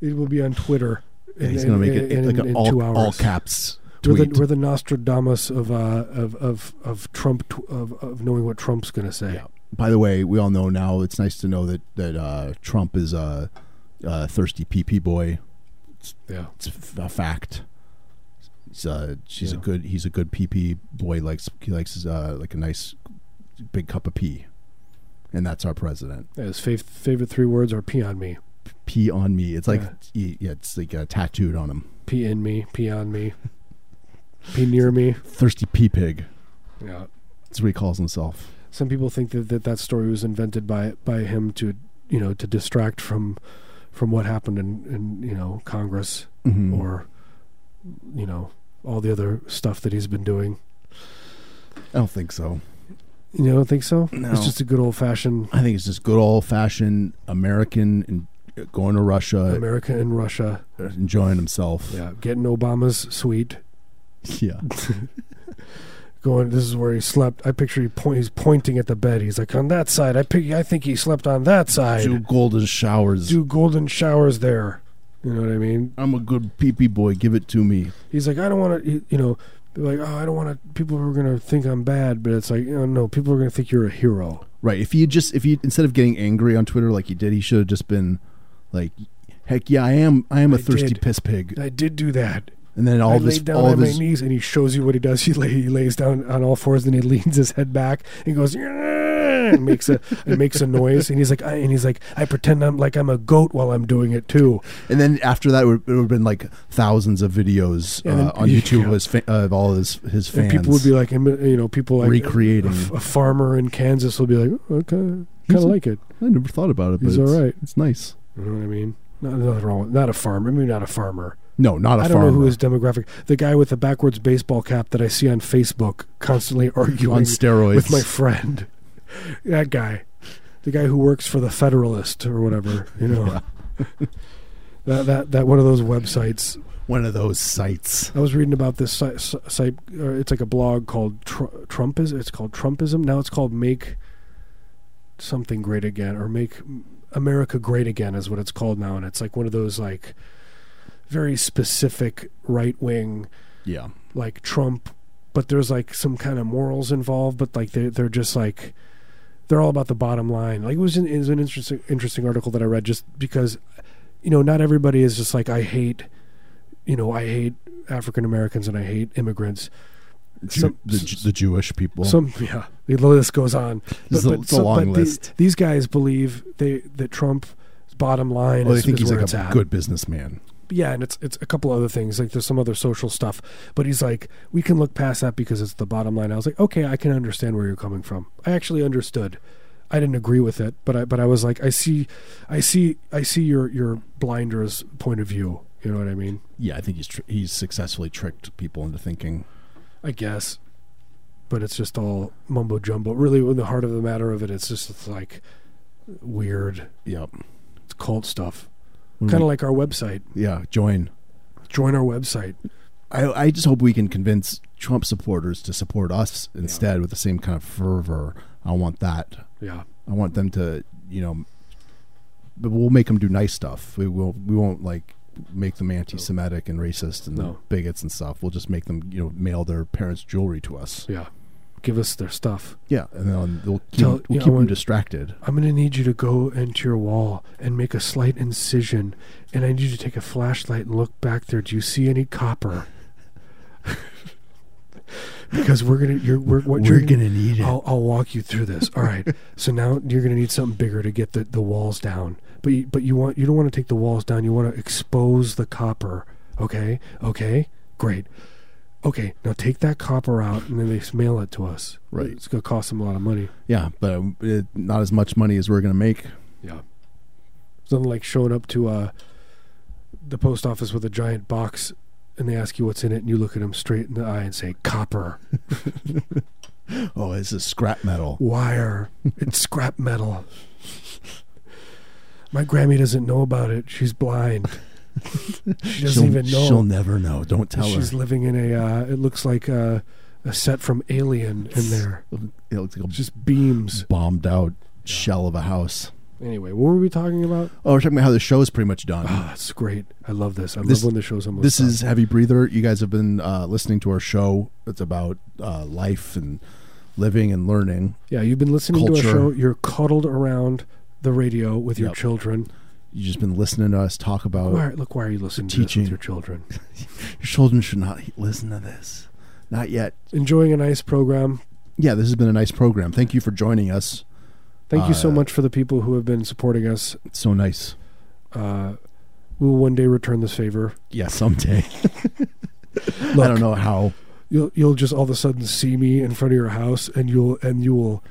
[SPEAKER 2] it will be on Twitter.
[SPEAKER 1] Yeah,
[SPEAKER 2] in-
[SPEAKER 1] he's gonna
[SPEAKER 2] in-
[SPEAKER 1] make it
[SPEAKER 2] in-
[SPEAKER 1] like
[SPEAKER 2] in-
[SPEAKER 1] an
[SPEAKER 2] in
[SPEAKER 1] all
[SPEAKER 2] two hours.
[SPEAKER 1] all caps
[SPEAKER 2] We're
[SPEAKER 1] tweet.
[SPEAKER 2] the, we're the Nostradamus of uh, of of of Trump tw- of of knowing what Trump's going to say.
[SPEAKER 1] Yeah. By the way, we all know now. It's nice to know that that uh, Trump is a, a thirsty PP boy.
[SPEAKER 2] Yeah.
[SPEAKER 1] it's f- a fact. He's, uh, she's a
[SPEAKER 2] Yeah.
[SPEAKER 1] good. He's a good PP boy. Likes he likes his, uh, like a nice big cup of pee, and that's our president.
[SPEAKER 2] Yeah, His fav- favorite three words are pee on me,
[SPEAKER 1] Pee on me. It's like
[SPEAKER 2] Yeah.
[SPEAKER 1] yeah, yeah it's like uh, tattooed on him.
[SPEAKER 2] pee in me, pee on me, pee near me.
[SPEAKER 1] Thirsty pee pig.
[SPEAKER 2] Yeah.
[SPEAKER 1] That's what he calls himself.
[SPEAKER 2] Some people think that, that that story was invented by by him to you know to distract from from what happened in in you know Congress
[SPEAKER 1] Mhm.
[SPEAKER 2] or you know all the other stuff that he's been doing.
[SPEAKER 1] I don't think so.
[SPEAKER 2] You know, don't think so?
[SPEAKER 1] No.
[SPEAKER 2] It's just a good old fashioned
[SPEAKER 1] I think it's just good old fashioned American and uh, going to Russia,
[SPEAKER 2] America and Russia.
[SPEAKER 1] enjoying himself.
[SPEAKER 2] Yeah, getting Obama's suite.
[SPEAKER 1] yeah.
[SPEAKER 2] going this is where he slept i picture he point, he's pointing at the bed he's like on that side i pick, i think he slept on that side
[SPEAKER 1] Two
[SPEAKER 2] do,
[SPEAKER 1] golden showers.
[SPEAKER 2] golden showers there you know what i mean
[SPEAKER 1] I'm a good pee boy. Give it to me.
[SPEAKER 2] he's like i don't want to you know they're like oh i don't want to people are going to think i'm bad but it's like you know, no people are going to think you're a hero
[SPEAKER 1] Right. If you just if you instead of getting angry on Twitter like he did, he should have just been like, "Heck yeah, I am. I am a
[SPEAKER 2] I
[SPEAKER 1] thirsty
[SPEAKER 2] did.
[SPEAKER 1] piss pig."
[SPEAKER 2] i did do that
[SPEAKER 1] And then all
[SPEAKER 2] I
[SPEAKER 1] this,
[SPEAKER 2] laid down
[SPEAKER 1] all
[SPEAKER 2] on
[SPEAKER 1] of his,
[SPEAKER 2] my knees and he shows you what he does he, lay, he lays down on all fours and he leans his head back and goes "Yeah," and makes a it makes a noise, and he's like, I, and he's like, I pretend I'm like I'm a goat while I'm doing it too.
[SPEAKER 1] And then after that, it would, it would have been like thousands of videos
[SPEAKER 2] And then-
[SPEAKER 1] uh, on YouTube
[SPEAKER 2] yeah.
[SPEAKER 1] of, his fa- of all his his
[SPEAKER 2] And
[SPEAKER 1] fans.
[SPEAKER 2] people would be like, and, you know, people like
[SPEAKER 1] Recreating.
[SPEAKER 2] A, f- a farmer in Kansas will be like, "Oh, okay, kind of
[SPEAKER 1] a-
[SPEAKER 2] like it.
[SPEAKER 1] I never thought about it, but
[SPEAKER 2] He's
[SPEAKER 1] it's,
[SPEAKER 2] all right.
[SPEAKER 1] it's nice.
[SPEAKER 2] You know what I mean? Not, nothing wrong with not a farmer. Maybe not a farmer.
[SPEAKER 1] No, not a
[SPEAKER 2] I don't
[SPEAKER 1] farmer.
[SPEAKER 2] know who his demographic. The guy with the backwards baseball cap that I see on Facebook constantly arguing
[SPEAKER 1] on steroids.
[SPEAKER 2] with my friend. That guy, the guy who works for the Federalist or whatever, you know. that that that one of those websites.
[SPEAKER 1] One of those sites.
[SPEAKER 2] I was reading about this si- si- site. Or it's like a blog called Tr- Trumpism. It's called Trumpism. Now it's called Make Something Great Again or Make America Great Again is what it's called now, and it's like one of those like very specific right wing
[SPEAKER 1] Yeah.
[SPEAKER 2] like Trump, but there's like some kind of morals involved. But like they they're just like they're all about the bottom line. Like it was an, it was an interesting interesting article that I read just because you know not everybody is just like I hate you know I hate African Americans and I hate immigrants.
[SPEAKER 1] Ju-
[SPEAKER 2] Some-
[SPEAKER 1] the, Ju- the Jewish people.
[SPEAKER 2] Some yeah, the list goes on.
[SPEAKER 1] It's a- it's a long
[SPEAKER 2] the-
[SPEAKER 1] list.
[SPEAKER 2] these guys believe they that Trump's bottom line
[SPEAKER 1] well,
[SPEAKER 2] is,
[SPEAKER 1] they think
[SPEAKER 2] is
[SPEAKER 1] he's
[SPEAKER 2] where
[SPEAKER 1] like
[SPEAKER 2] it's
[SPEAKER 1] a
[SPEAKER 2] at.
[SPEAKER 1] good businessman.
[SPEAKER 2] yeah, and it's it's a couple other things like there's some other social stuff, but he's like, we can look past that because it's the bottom line. I was like, okay, I can understand where you're coming from. I actually understood. I didn't agree with it, but I but I was like, I see, I see, I see your your blinders point of view. You know what I mean?
[SPEAKER 1] Yeah, I think he's tr- he's successfully tricked people into thinking.
[SPEAKER 2] I guess, but it's just all mumbo jumbo. Really, in the heart of the matter of it, it's just it's like weird,
[SPEAKER 1] Yep.
[SPEAKER 2] it's cult stuff. Kind of like our website.
[SPEAKER 1] Yeah. Join.
[SPEAKER 2] Join our website.
[SPEAKER 1] I, I just hope we can convince Trump supporters to support us instead with the same kind of fervor. I want that.
[SPEAKER 2] Yeah.
[SPEAKER 1] I want them to, you know, but we'll make them do nice stuff. We will. We won't like make them anti-Semitic and racist and
[SPEAKER 2] No.
[SPEAKER 1] bigots and stuff. We'll just make them, you know, mail their parents' jewelry to us.
[SPEAKER 2] Yeah. Give us their stuff.
[SPEAKER 1] Yeah, and then we'll keep,
[SPEAKER 2] Tell-
[SPEAKER 1] we'll
[SPEAKER 2] yeah, I
[SPEAKER 1] keep them
[SPEAKER 2] want-
[SPEAKER 1] distracted.
[SPEAKER 2] I'm going to need you to go into your wall and make a slight incision. And I need you to take a flashlight and look back there. Do you see any copper? because we're going to, you're, we're, what
[SPEAKER 1] We're
[SPEAKER 2] you're
[SPEAKER 1] gonna need it.
[SPEAKER 2] I'll, I'll walk you through this. All right. so now you're going to need something bigger to get the, the walls down. But you, but you want, you don't want to take the walls down. You want to expose the copper. Okay. Okay. Great. Okay. Now take that copper out and then they mail it to us.
[SPEAKER 1] Right.
[SPEAKER 2] It's going to cost them a lot of money.
[SPEAKER 1] Yeah, but um, it, not as much money as we're gonna make.
[SPEAKER 2] Yeah. Something like showing up to uh, the post office with a giant box and they ask you what's in it and you look at them straight in the eye and say, copper,
[SPEAKER 1] Oh, this is scrap metal.
[SPEAKER 2] wire, it's scrap metal. My Grammy doesn't know about it. She's blind. she doesn't
[SPEAKER 1] she'll,
[SPEAKER 2] even know.
[SPEAKER 1] She'll never know. Don't tell
[SPEAKER 2] She's
[SPEAKER 1] her.
[SPEAKER 2] living in a, uh, it looks like a, a set from Alien in there.
[SPEAKER 1] It looks like a
[SPEAKER 2] Just beams.
[SPEAKER 1] bombed out shell of a house.
[SPEAKER 2] Anyway, what were we talking about?
[SPEAKER 1] Oh, we're talking about how the show is pretty much done.
[SPEAKER 2] Ah, it's great. I love this. I
[SPEAKER 1] This-
[SPEAKER 2] love when the show's almost
[SPEAKER 1] This
[SPEAKER 2] done.
[SPEAKER 1] is Heavy Breather. You guys have been uh, listening to our show. It's about uh, life and living and learning.
[SPEAKER 2] Yeah, you've been listening to
[SPEAKER 1] Culture.
[SPEAKER 2] a show. You're cuddled around the radio with your
[SPEAKER 1] Yep.
[SPEAKER 2] children.
[SPEAKER 1] You've just been listening to us talk about
[SPEAKER 2] Why, look, why are you listening to this
[SPEAKER 1] teaching.
[SPEAKER 2] with your children?
[SPEAKER 1] your children should not listen to this. Not yet.
[SPEAKER 2] Enjoying a nice program.
[SPEAKER 1] Yeah, this has been a nice program. Thank you for joining us.
[SPEAKER 2] Thank you so
[SPEAKER 1] Uh,
[SPEAKER 2] much for the people who have been supporting us.
[SPEAKER 1] It's so nice.
[SPEAKER 2] Uh, we will one day return this favor.
[SPEAKER 1] Yeah, someday.
[SPEAKER 2] Look,
[SPEAKER 1] I don't know how.
[SPEAKER 2] You'll you'll just all of a sudden see me in front of your house, and you'll and you will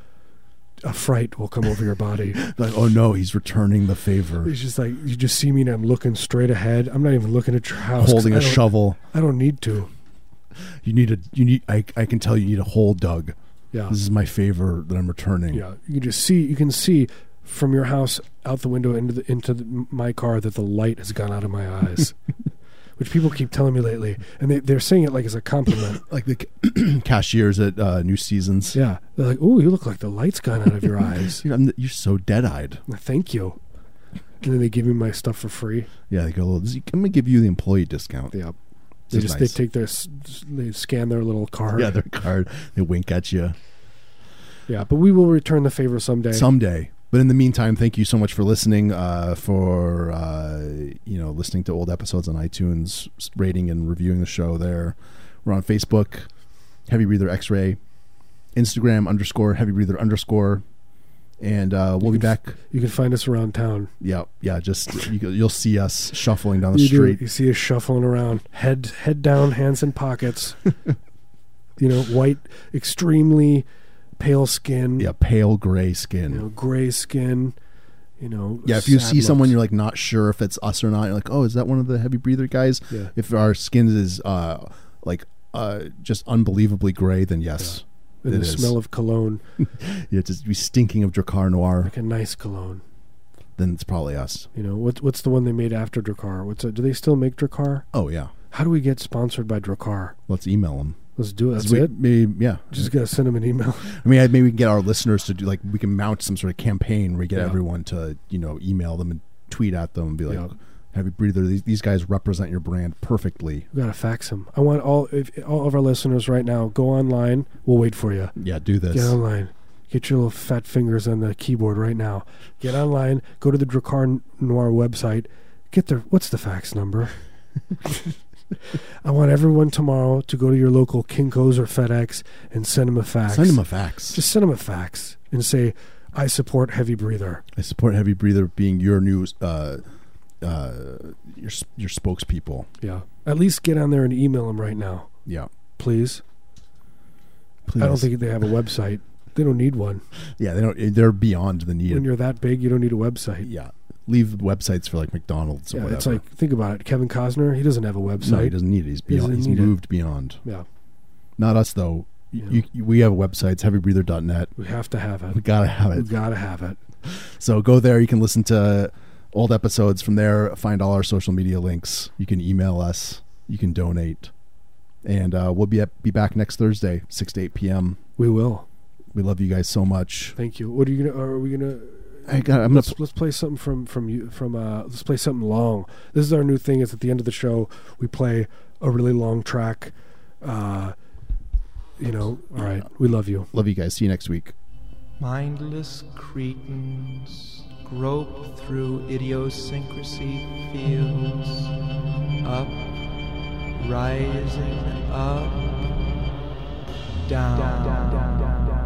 [SPEAKER 2] a fright will come over your body.
[SPEAKER 1] Like, oh no, he's returning the favor,
[SPEAKER 2] It's just like you just see me, and I'm looking straight ahead. I'm not even looking at your house. 'cause
[SPEAKER 1] holding
[SPEAKER 2] I
[SPEAKER 1] a
[SPEAKER 2] don't-
[SPEAKER 1] shovel.
[SPEAKER 2] I don't need to.
[SPEAKER 1] You need a. You need. I. I can tell you need a hole dug.
[SPEAKER 2] Yeah.
[SPEAKER 1] This is my favor that I'm returning.
[SPEAKER 2] Yeah, you can just see you can see from your house out the window into the, into the, my car that the light has gone out of my eyes, which people keep telling me lately, and they they're saying it like as a compliment.
[SPEAKER 1] Like the ca- cashiers at uh, New Seasons.
[SPEAKER 2] yeah, they're like, "Oh, you look like the light's gone out of your eyes."
[SPEAKER 1] Dude, I'm, you're so dead-eyed.
[SPEAKER 2] Thank you. And then they give me my stuff for free.
[SPEAKER 1] Yeah, they go. "Well, this- I'm gonna give you the employee discount.
[SPEAKER 2] Yeah,
[SPEAKER 1] This
[SPEAKER 2] they
[SPEAKER 1] is
[SPEAKER 2] just
[SPEAKER 1] nice.
[SPEAKER 2] they take their s- they scan their little card.
[SPEAKER 1] yeah, their card. They wink at you
[SPEAKER 2] yeah. But we will return the favor someday.
[SPEAKER 1] someday. But in the meantime, thank you so much for listening. Uh, for uh, you know, listening to old episodes on iTunes, s- rating and reviewing the show. There, we're on Facebook, Heavy Breather X Ray, Instagram underscore Heavy Breather underscore. and uh, we'll be back.
[SPEAKER 2] You can find us around town.
[SPEAKER 1] Yeah, yeah. Just you, you'll see us shuffling down the
[SPEAKER 2] You, do-
[SPEAKER 1] street.
[SPEAKER 2] you see us shuffling around, head head down, hands in pockets. you know, white, extremely pale skin.
[SPEAKER 1] Yeah, pale gray skin.
[SPEAKER 2] You know, gray skin. You know.
[SPEAKER 1] yeah, if you
[SPEAKER 2] sad
[SPEAKER 1] see someone,
[SPEAKER 2] looks.
[SPEAKER 1] you're like not sure if it's us or not. You're like, oh, is that one of the heavy breather guys?
[SPEAKER 2] Yeah.
[SPEAKER 1] If our skin is uh, like uh, just unbelievably gray, then yes,
[SPEAKER 2] And
[SPEAKER 1] it
[SPEAKER 2] the
[SPEAKER 1] is.
[SPEAKER 2] smell of cologne,
[SPEAKER 1] yeah, just be stinking of Dracar Noir.
[SPEAKER 2] like a nice cologne.
[SPEAKER 1] Then it's probably us.
[SPEAKER 2] You know, what's what's the one they made after Dracar? What's it? Do they still make Dracar?
[SPEAKER 1] Oh yeah,
[SPEAKER 2] How do we get sponsored by Dracar?
[SPEAKER 1] let's email them.
[SPEAKER 2] Let's do it. That's
[SPEAKER 1] we,
[SPEAKER 2] it.
[SPEAKER 1] Maybe, yeah.
[SPEAKER 2] Just gotta send them an email.
[SPEAKER 1] I mean, I- maybe we can get our listeners to do like we can mount some sort of campaign where we get
[SPEAKER 2] Yeah.
[SPEAKER 1] everyone to you know email them and tweet at them and be like,
[SPEAKER 2] Yeah.
[SPEAKER 1] "Heavy breather, these, these guys represent your brand perfectly."
[SPEAKER 2] We gotta fax them. I want all if, all of our listeners right now go online. We'll wait for you.
[SPEAKER 1] Yeah, do this.
[SPEAKER 2] Get online. Get your little fat fingers on the keyboard right now. Get online. Go to the Dracar Noir website. Get their what's the fax number? I want everyone tomorrow to go to your local Kinkos or FedEx and send them a fax.
[SPEAKER 1] Send them a fax.
[SPEAKER 2] Just send them a fax and say, "I support heavy breather."
[SPEAKER 1] I support heavy breather being your new uh, uh, your s- your spokespeople.
[SPEAKER 2] Yeah. At least get on there and email them right now,
[SPEAKER 1] Yeah,
[SPEAKER 2] please.
[SPEAKER 1] please.
[SPEAKER 2] I don't think they have a website. They don't need one.
[SPEAKER 1] Yeah, they don't. They're beyond the need.
[SPEAKER 2] When
[SPEAKER 1] Of,
[SPEAKER 2] you're that big, you don't need a website.
[SPEAKER 1] yeah, leave websites for like McDonald's or
[SPEAKER 2] Yeah,
[SPEAKER 1] whatever.
[SPEAKER 2] it's like think about it. Kevin Costner, he doesn't have a website.
[SPEAKER 1] no, he doesn't need it. He's beyond.
[SPEAKER 2] doesn't
[SPEAKER 1] He's
[SPEAKER 2] need it.
[SPEAKER 1] moved beyond.
[SPEAKER 2] Yeah,
[SPEAKER 1] Not us though. Y-
[SPEAKER 2] Yeah.
[SPEAKER 1] You, you, we have websites. Heavybreather.net.
[SPEAKER 2] we have to have
[SPEAKER 1] We
[SPEAKER 2] it.
[SPEAKER 1] gotta have
[SPEAKER 2] We
[SPEAKER 1] it.
[SPEAKER 2] gotta have it.
[SPEAKER 1] So go there. You can listen to old episodes from there. Find all our social media links. You can email us. You can donate, and uh, we'll be at, be back next Thursday, six to eight p.m.
[SPEAKER 2] We will.
[SPEAKER 1] We love you guys so much.
[SPEAKER 2] Thank you. What are you gonna? Are we gonna?
[SPEAKER 1] I got. I'm gonna.
[SPEAKER 2] Let's let's play something from from you from uh. Let's play something long. This is our new thing. Is at the end of the show we play a really long track. Uh, you know. All right. We love you.
[SPEAKER 1] Love you guys. See you next week.
[SPEAKER 7] Mindless cretins grope through idiosyncrasy fields, up, rising up, down.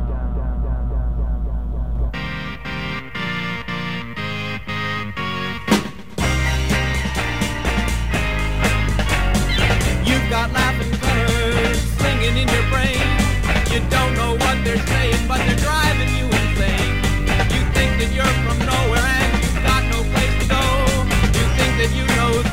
[SPEAKER 8] You've got laughing colors singing in your brain. You don't know what they're saying, but they're driving you insane. You think that you're from nowhere and you've got no place to go. You think that you know